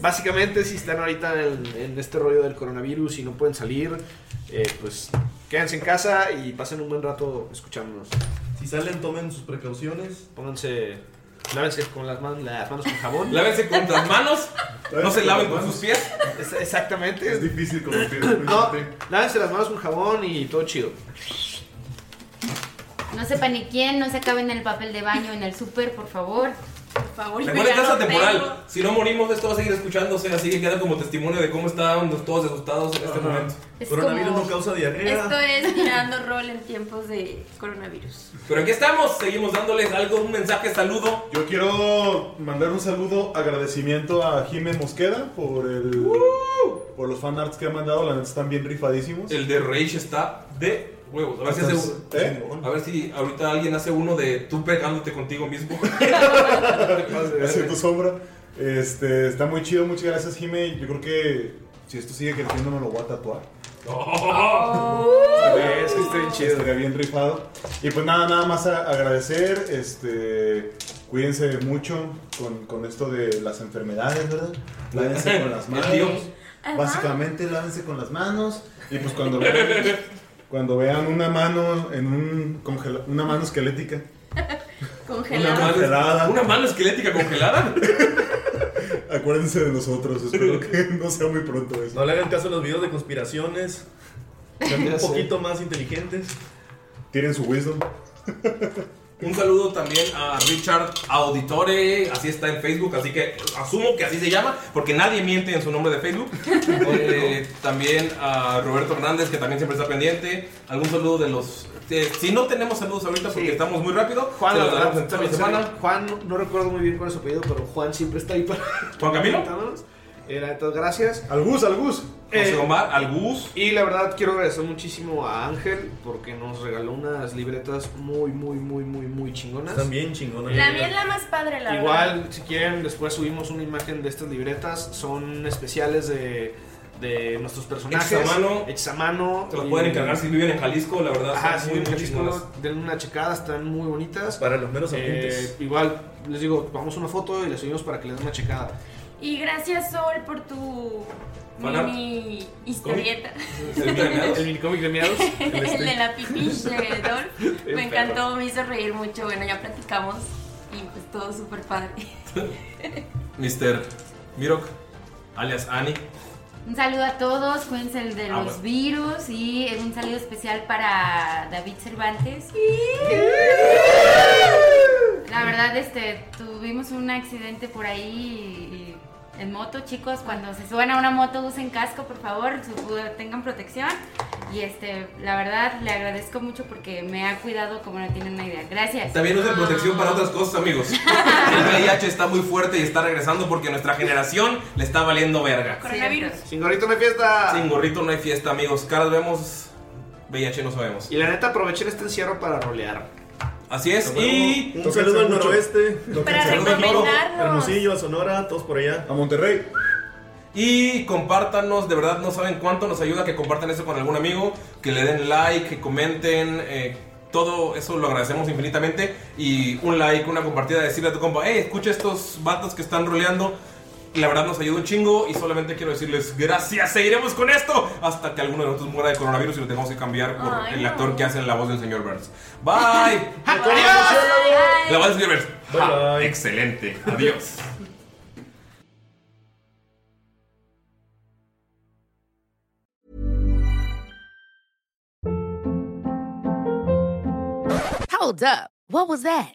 Básicamente, si están ahorita en, en este rollo del coronavirus y no pueden salir, eh, pues quédense en casa y pasen un buen rato escuchándonos.
Si salen, tomen sus precauciones.
Pónganse... Lávense con las, man- las manos con jabón.
Lávense con las manos. No se laven con sus pies.
Es- exactamente.
Es difícil con los pies.
No,
fíjate.
lávense las manos con jabón y todo chido.
No se paniquen, no se acaben el papel de baño en el súper, por favor.
favor. yo
Recuerden
ya
casa
no tengo.
temporal. Si no morimos, esto va a seguir escuchándose, así que queda como testimonio de cómo estábamos todos asustados en este momento.
Es Coronavirus como- no
causa
Esto es tirando rol en tiempos de coronavirus.
Pero aquí estamos, seguimos dándoles algo, un mensaje, saludo.
Yo quiero mandar un saludo, agradecimiento a Jimé Mosqueda por el por los fanarts que ha mandado, la neta están bien rifadísimos.
El de Rage está de huevos. A ver, si hace
Estás-
un- a ver si ahorita alguien hace uno de tú pegándote contigo mismo.
Hacia tu sombra. Este, está muy chido, muchas gracias Jimé. Yo creo que si esto sigue creciendo me lo voy a tatuar. Estaría-
Es que está bien chido.
Estaría bien rifado. Y pues nada, nada más a- agradecer. Este, cuídense mucho con, con esto de las enfermedades, ¿verdad? Lávense con las manos.
El tío.
Básicamente, lávense con las manos. Y pues cuando vean, cuando vean una mano en un congela- una mano esquelética.
Congelado.
Una congelada.
¿Una mano esquelética congelada?
Acuérdense de nosotros, espero que no sea muy pronto eso.
Pues No le hagan caso a los videos de conspiraciones. Sean
Ya
un
sé.
poquito más inteligentes.
Tienen su wisdom.
Un saludo también a Richard Auditore, así está en Facebook, así que asumo que así se llama, porque nadie miente en su nombre de Facebook. Eh, también a Roberto Hernández, que también siempre está pendiente. Algún saludo de los... eh, si no tenemos saludos ahorita porque estamos muy rápido,
Juan,
se
la
los
verdad,
daremos en toda la
también
semana.
sabe- Juan, no- no recuerdo muy bien cuál es su apellido, pero Juan siempre está ahí para.
¿Juan Camilo?
Era entonces, gracias. Eh,
Al Gus, al Gus.
José Omar, al Gus.
Y la verdad, quiero agradecer muchísimo a Ángel porque nos regaló unas libretas muy, muy, muy, muy, muy chingonas.
Están bien chingonas.
La mía es la más padre, la verdad.
Igual, si quieren, después subimos una imagen de estas libretas. Son especiales de, de nuestros personajes.
Hechas a mano.
Hechas a mano.
Se las
Y-
pueden encargar si viven en Jalisco, la verdad,
Ajá,
son
si
muy,
viven en
muy chingonas. Pues
Jalisco, denle una checada, están muy bonitas.
Para los meros
Eh,
ambientes.
igual, les digo, vamos una foto y la subimos para que les den una checada.
Y gracias, Sol, por tu
Fanart.
mini historieta.
El minicómic de miados.
El de la pipí de Dolph.
Bien
Me
perro.
encantó, me hizo reír mucho. Bueno, ya platicamos y pues todo súper padre.
Mr. Mirok, alias Ani.
Un saludo a todos, cuídense de
Ah,
los
bueno.
virus y un saludo especial para David Cervantes. La verdad, este, tuvimos un accidente por ahí y- y en moto, chicos. Cuando se suban a una moto, usen casco, por favor, su- tengan protección. Y este, la verdad, le agradezco mucho porque me ha cuidado como no tienen una idea. Gracias.
También usen protección para otras cosas, amigos. El VIH está muy fuerte y está regresando porque nuestra generación le está valiendo verga.
Coronavirus.
Sin gorrito no hay fiesta.
Sin gorrito no hay fiesta, amigos. Caras vemos, VIH no sabemos.
Y la neta, aprovechen este encierro para rolear.
Así es. Y
Un saludo al noroeste.
Para
Saludo al noro,
recomendarnos.
Hermosillo, a Sonora, todos por allá.
A Monterrey.
Y compártanos, de verdad no saben cuánto nos ayuda que compartan eso con algún amigo, que le den like, que comenten, eh, todo eso lo agradecemos infinitamente. Y un like, una compartida, decirle a tu compa, hey, escucha estos vatos que están roleando. La verdad nos ayuda un chingo y solamente quiero decirles gracias, seguiremos con esto hasta que alguno de nosotros muera de coronavirus y lo tengamos que cambiar por
Ay,
el
no.
actor que hace la voz del señor Burns. Bye.
Bye.
La voz del señor Burns. Ja, excelente. Adiós.
Hold up. What was that?